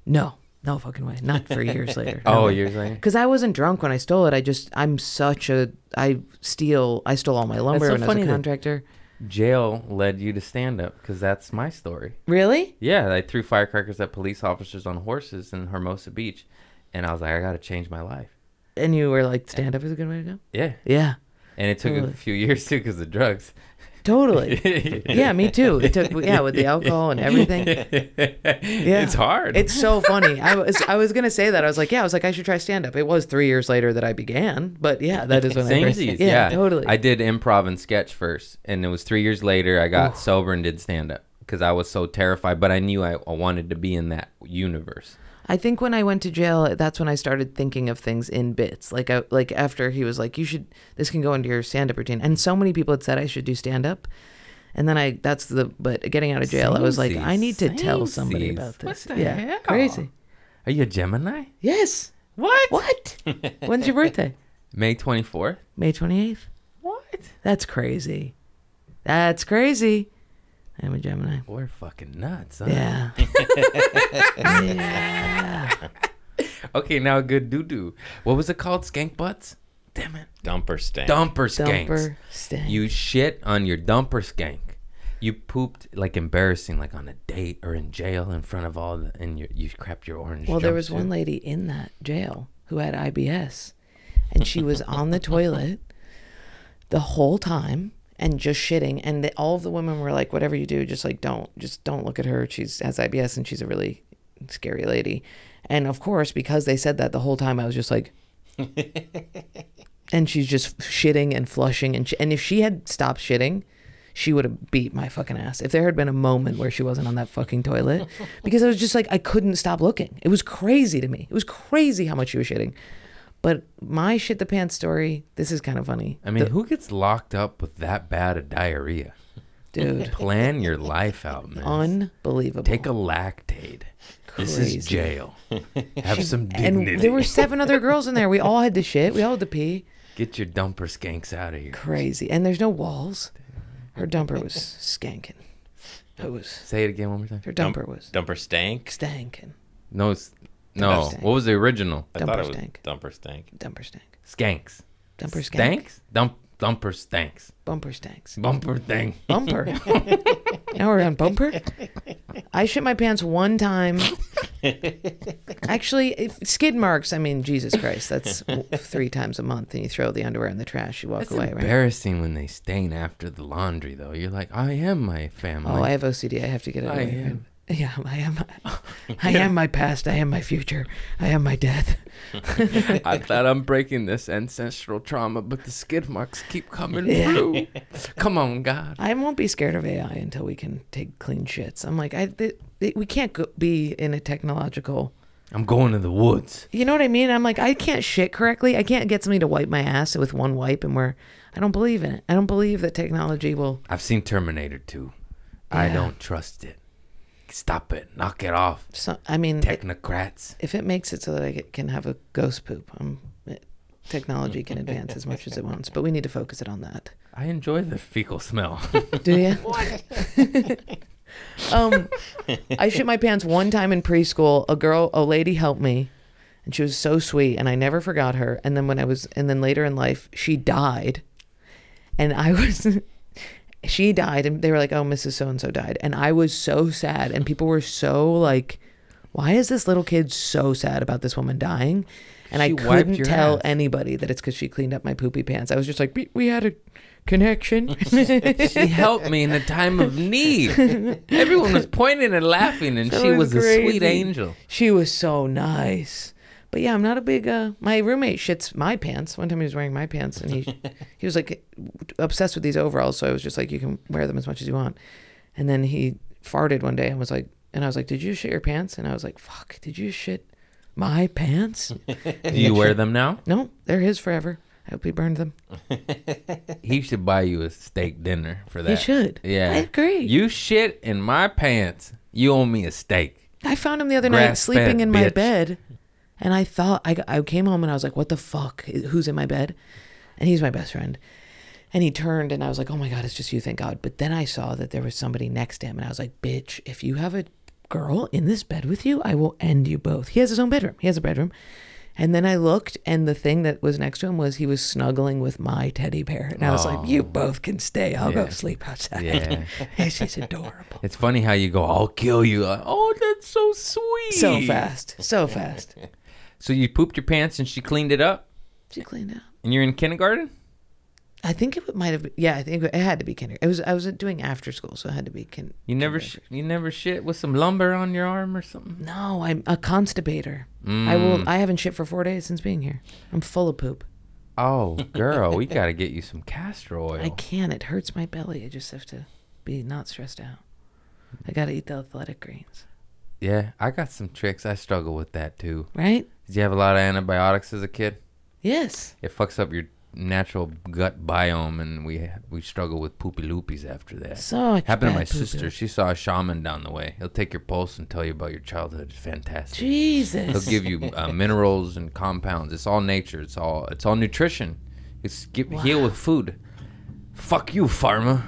Speaker 3: No, no fucking way. Not for years later.
Speaker 1: *laughs* Oh, years later.
Speaker 3: Because I wasn't drunk when I stole it. I just, I'm such a, I steal, I stole all my lumber
Speaker 1: so
Speaker 3: when I was
Speaker 1: funny
Speaker 3: a
Speaker 1: that-
Speaker 3: contractor.
Speaker 1: Jail led you to stand up because that's my story.
Speaker 3: Really?
Speaker 1: Yeah, I threw firecrackers at police officers on horses in Hermosa Beach, and I was like, I gotta change my life.
Speaker 3: And you were like, stand up is a good way to go?
Speaker 1: Yeah,
Speaker 3: Yeah.
Speaker 1: and it took *laughs*
Speaker 3: Really?
Speaker 1: a few years too because of drugs.
Speaker 3: *laughs* Totally. yeah, me too. It took yeah with the alcohol and *laughs* everything. Yeah.
Speaker 1: It's hard.
Speaker 3: It's so funny. I was I was gonna say that. I was like, yeah, I was like, I should try stand up. It was three years later that I began, but yeah, that is when I first.
Speaker 1: Samesies,
Speaker 3: yeah, totally.
Speaker 1: I did improv and sketch first, and it was three years later I got sober and did stand up because I was so terrified, but I knew I, I wanted to be in that universe.
Speaker 3: I think when I went to jail, that's when I started thinking of things in bits. Like I, like after he was like, "You should this can go into your stand up routine," and so many people had said I should do stand up, and then I that's the but getting out of jail, I was like, I
Speaker 1: Samesies,
Speaker 3: need to tell somebody
Speaker 1: samesies.
Speaker 3: about this.
Speaker 1: What the
Speaker 3: yeah,
Speaker 1: hell?
Speaker 3: crazy.
Speaker 1: Are you a Gemini?
Speaker 3: Yes.
Speaker 1: What? *laughs*
Speaker 3: What? When's your birthday?
Speaker 1: May twenty fourth.
Speaker 3: May twenty eighth.
Speaker 1: What?
Speaker 3: That's crazy. That's crazy. I'm a Gemini.
Speaker 1: We're fucking nuts. Huh?
Speaker 3: Yeah.
Speaker 1: Okay, now a good doo doo. What was it called? Skank butts. Damn it.
Speaker 2: Dumper stank.
Speaker 1: Dumper skanks.
Speaker 3: Dumper stank.
Speaker 1: You shit on your dumper skank. You pooped like embarrassing, like on a date or in jail in front of all the, and you, you crapped your orange.
Speaker 3: Well, there was
Speaker 1: jumpsuit.
Speaker 3: one lady in that jail who had IBS, and she was on the toilet the whole time and just shitting. And the, all of the women were like, "Whatever you do, just like don't, just don't look at her. She's has IBS, and she's a really scary lady." And of course, because they said that the whole time, I was just like. and she's just shitting and flushing and sh- and if she had stopped shitting she would have beat my fucking ass if there had been a moment where she wasn't on that fucking toilet because i was just like i couldn't stop looking it was crazy to me it was crazy how much she was shitting but my shit the pants story this is kind of funny
Speaker 1: I mean, who gets locked up with that bad of diarrhea?
Speaker 3: dude
Speaker 1: Plan
Speaker 3: *laughs*
Speaker 1: your life out, man.
Speaker 3: unbelievable
Speaker 1: Take a lactate. This
Speaker 3: Crazy.
Speaker 1: is jail.
Speaker 3: *laughs*
Speaker 1: Have some
Speaker 3: and
Speaker 1: dignity.
Speaker 3: there were seven other girls in there we all had to shit we all had to pee
Speaker 1: Get your dumper skanks out of here.
Speaker 3: crazy and there's no walls her dumper was skanking it was
Speaker 1: Say it again one more time.
Speaker 3: her
Speaker 2: Dump-
Speaker 3: dumper was
Speaker 2: Dumper stank.
Speaker 3: stanking
Speaker 1: No, s- no.
Speaker 3: Dumper
Speaker 1: What was the original?
Speaker 2: I thought
Speaker 3: Dumper
Speaker 2: it was
Speaker 3: stank.
Speaker 2: dumper stank.
Speaker 3: dumper stank
Speaker 1: Skanks.
Speaker 3: dumper skank
Speaker 1: Stanks. Dump. Dumper stanks.
Speaker 3: Bumper stanks.
Speaker 1: Bumper thing.
Speaker 3: Bumper. now we're on bumper. I shit my pants one time. Actually, if, skid marks. I mean, Jesus Christ, that's w- three times a month, and you throw the underwear in the trash. You walk
Speaker 1: It's
Speaker 3: away, right?
Speaker 1: embarrassing when they stain after the laundry, though. You're like, I am my family.
Speaker 3: Oh, I have OCD. I have to get it.
Speaker 1: I
Speaker 3: away.
Speaker 1: am.
Speaker 3: Yeah,
Speaker 1: *laughs*
Speaker 3: I am. I am my past. I am my future. I am my death.
Speaker 1: *laughs* I thought I'm breaking this ancestral trauma, but the skid marks keep coming
Speaker 3: Yeah.
Speaker 1: through. Come on, God.
Speaker 3: I won't be scared of AI until we can take clean shits. I'm like, I. Th- th- we can't go- be in a technological.
Speaker 1: I'm going to the woods.
Speaker 3: You know what I mean? I'm like, I can't shit correctly. I can't get somebody to wipe my ass with one wipe, and we're, I don't believe in it. I don't believe that technology will.
Speaker 1: I've seen Terminator 2. I
Speaker 3: Yeah.
Speaker 1: don't trust it. Stop it. Knock it off.
Speaker 3: So, I mean, it-
Speaker 1: Technocrats.
Speaker 3: if it makes it so that I get- can have a ghost poop, um, it, technology can advance as much as it wants, but we need to focus it on that.
Speaker 1: I enjoy the fecal smell. *laughs*
Speaker 3: Do *laughs* you? um, I shit my pants one time in preschool. A girl, a lady helped me, and she was so sweet, and I never forgot her. And then when I was, and then later in life, she died, and I was. *laughs* She died, and they were like, "Oh, Mrs. So and So died," and I was so sad, and people were so like, "Why is this little kid so sad about this woman dying?" And
Speaker 1: She
Speaker 3: I
Speaker 1: wiped
Speaker 3: couldn't
Speaker 1: your
Speaker 3: tell
Speaker 1: ass.
Speaker 3: anybody that it's because she cleaned up my poopy pants. I was just like, "We- "We had a connection."
Speaker 1: *laughs*
Speaker 3: *laughs*
Speaker 1: she helped me in a time of need. Everyone was pointing and laughing, and
Speaker 3: That
Speaker 1: she
Speaker 3: was
Speaker 1: was a sweet
Speaker 3: crazy.
Speaker 1: angel.
Speaker 3: She was so nice. But yeah, I'm not a big. Uh, my roommate shits my pants. One time he was wearing my pants, and he he was like obsessed with these overalls. So I was just like, you can wear them as much as you want. And then he farted one day and was like, and I was like, did you shit your pants? And I was like, fuck, did you shit my pants?
Speaker 1: Do you wear them now?
Speaker 3: no, they're his forever. I hope he burned them.
Speaker 1: He should buy you a steak dinner for that.
Speaker 3: He should.
Speaker 1: Yeah.
Speaker 3: I agree.
Speaker 1: You shit in my pants. You owe me a steak.
Speaker 3: I found him the other night
Speaker 1: Grass-fed,
Speaker 3: sleeping in my
Speaker 1: bitch.
Speaker 3: bed, and I thought I, I came home and I was like, "What the fuck? Who's in my bed?" And he's my best friend. And he turned and I was like, "Oh my god, it's just you, thank God." But then I saw that there was somebody next to him, and I was like, "Bitch, if you have a girl in this bed with you, I will end you both." He has his own bedroom. He has a bedroom. And then I looked, and the thing that was next to him was he was snuggling with my teddy bear, and I was like, "You both can stay. I'll go
Speaker 1: Yeah.
Speaker 3: sleep outside."
Speaker 1: Yeah.
Speaker 3: *laughs* she's adorable.
Speaker 1: It's funny how you go, I'll kill you. Like, oh, that's so sweet. *laughs*
Speaker 3: So fast, so fast.
Speaker 1: So you pooped your pants and she cleaned it up,
Speaker 3: She cleaned up.
Speaker 1: and you're in kindergarten?
Speaker 3: I think it might have. Been, yeah, I think it had to be kindergarten. It was. I was doing after school, so it had to be kin.
Speaker 1: You never sh- you never shit with some lumber on your arm or something.
Speaker 3: No, I'm a constipator. I
Speaker 1: Mm.
Speaker 3: will. I haven't shit for four days since being here. I'm full of poop.
Speaker 1: Oh, girl, we gotta get you some castor oil.
Speaker 3: I can. It hurts my belly. I just have to be not stressed out. I gotta eat the athletic greens,
Speaker 1: yeah, I got some tricks. I struggle with that too.
Speaker 3: right?
Speaker 1: Did you have a lot of antibiotics as a kid?
Speaker 3: Yes.
Speaker 1: It fucks up your natural gut biome, and we we struggle with poopy loopies after that.
Speaker 3: So much
Speaker 1: Happened to
Speaker 3: bad
Speaker 1: my
Speaker 3: poo-poo.
Speaker 1: sister. She saw a shaman down the way. He'll take your pulse and tell you about your childhood. It's fantastic. He'll
Speaker 3: Jesus.
Speaker 1: give you uh, minerals and compounds. It's all nature. It's all it's all nutrition. It's get, heal with food. Fuck you, pharma.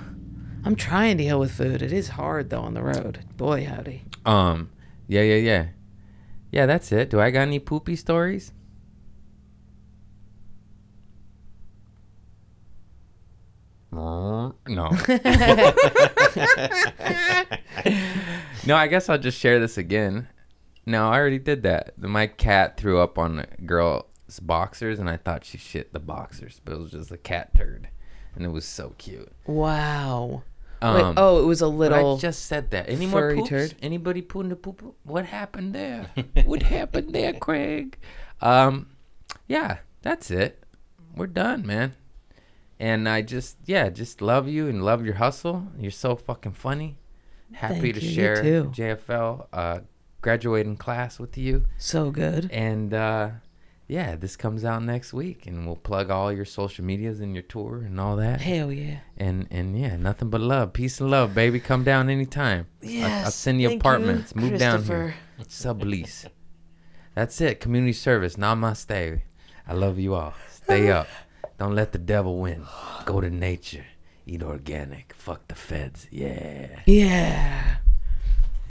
Speaker 3: I'm trying to heal with food. It is hard though on the road. Boy, howdy.
Speaker 1: Um, yeah, yeah, yeah, yeah. That's it. Do I got any poopy stories? No. *laughs* no, I guess I'll just share this again. No, I already did that. My cat threw up on a girl's boxers, and I thought she shit the boxers, but it was just a cat turd, and it was so cute.
Speaker 3: Wow. Wait,
Speaker 1: Um,
Speaker 3: oh, it was a
Speaker 1: but
Speaker 3: little.
Speaker 1: I just said that. Any more
Speaker 3: furry
Speaker 1: poops?
Speaker 3: turd.
Speaker 1: Anybody pooing the poop? What happened there? what happened there, Craig? Um, yeah, that's it. We're done, man. And I just, yeah, just love you and love your hustle. You're so fucking funny. Happy
Speaker 3: Thank
Speaker 1: to
Speaker 3: you, you
Speaker 1: share
Speaker 3: too.
Speaker 1: JFL uh, graduating class with you.
Speaker 3: so good.
Speaker 1: And uh, yeah, this comes out next week, and we'll plug all your social medias and your tour and all that.
Speaker 3: Hell yeah.
Speaker 1: And and yeah, nothing but love, peace and love, baby. Come down anytime. I, I'll
Speaker 3: Yes,
Speaker 1: send you
Speaker 3: thank you,
Speaker 1: apartments. Move down here. Sublease. That's it. Community service. Namaste. I love you all.
Speaker 3: *laughs*
Speaker 1: Stay up. Don't let the devil win. Go to nature. Eat organic. Fuck the feds. Yeah.
Speaker 3: Yeah.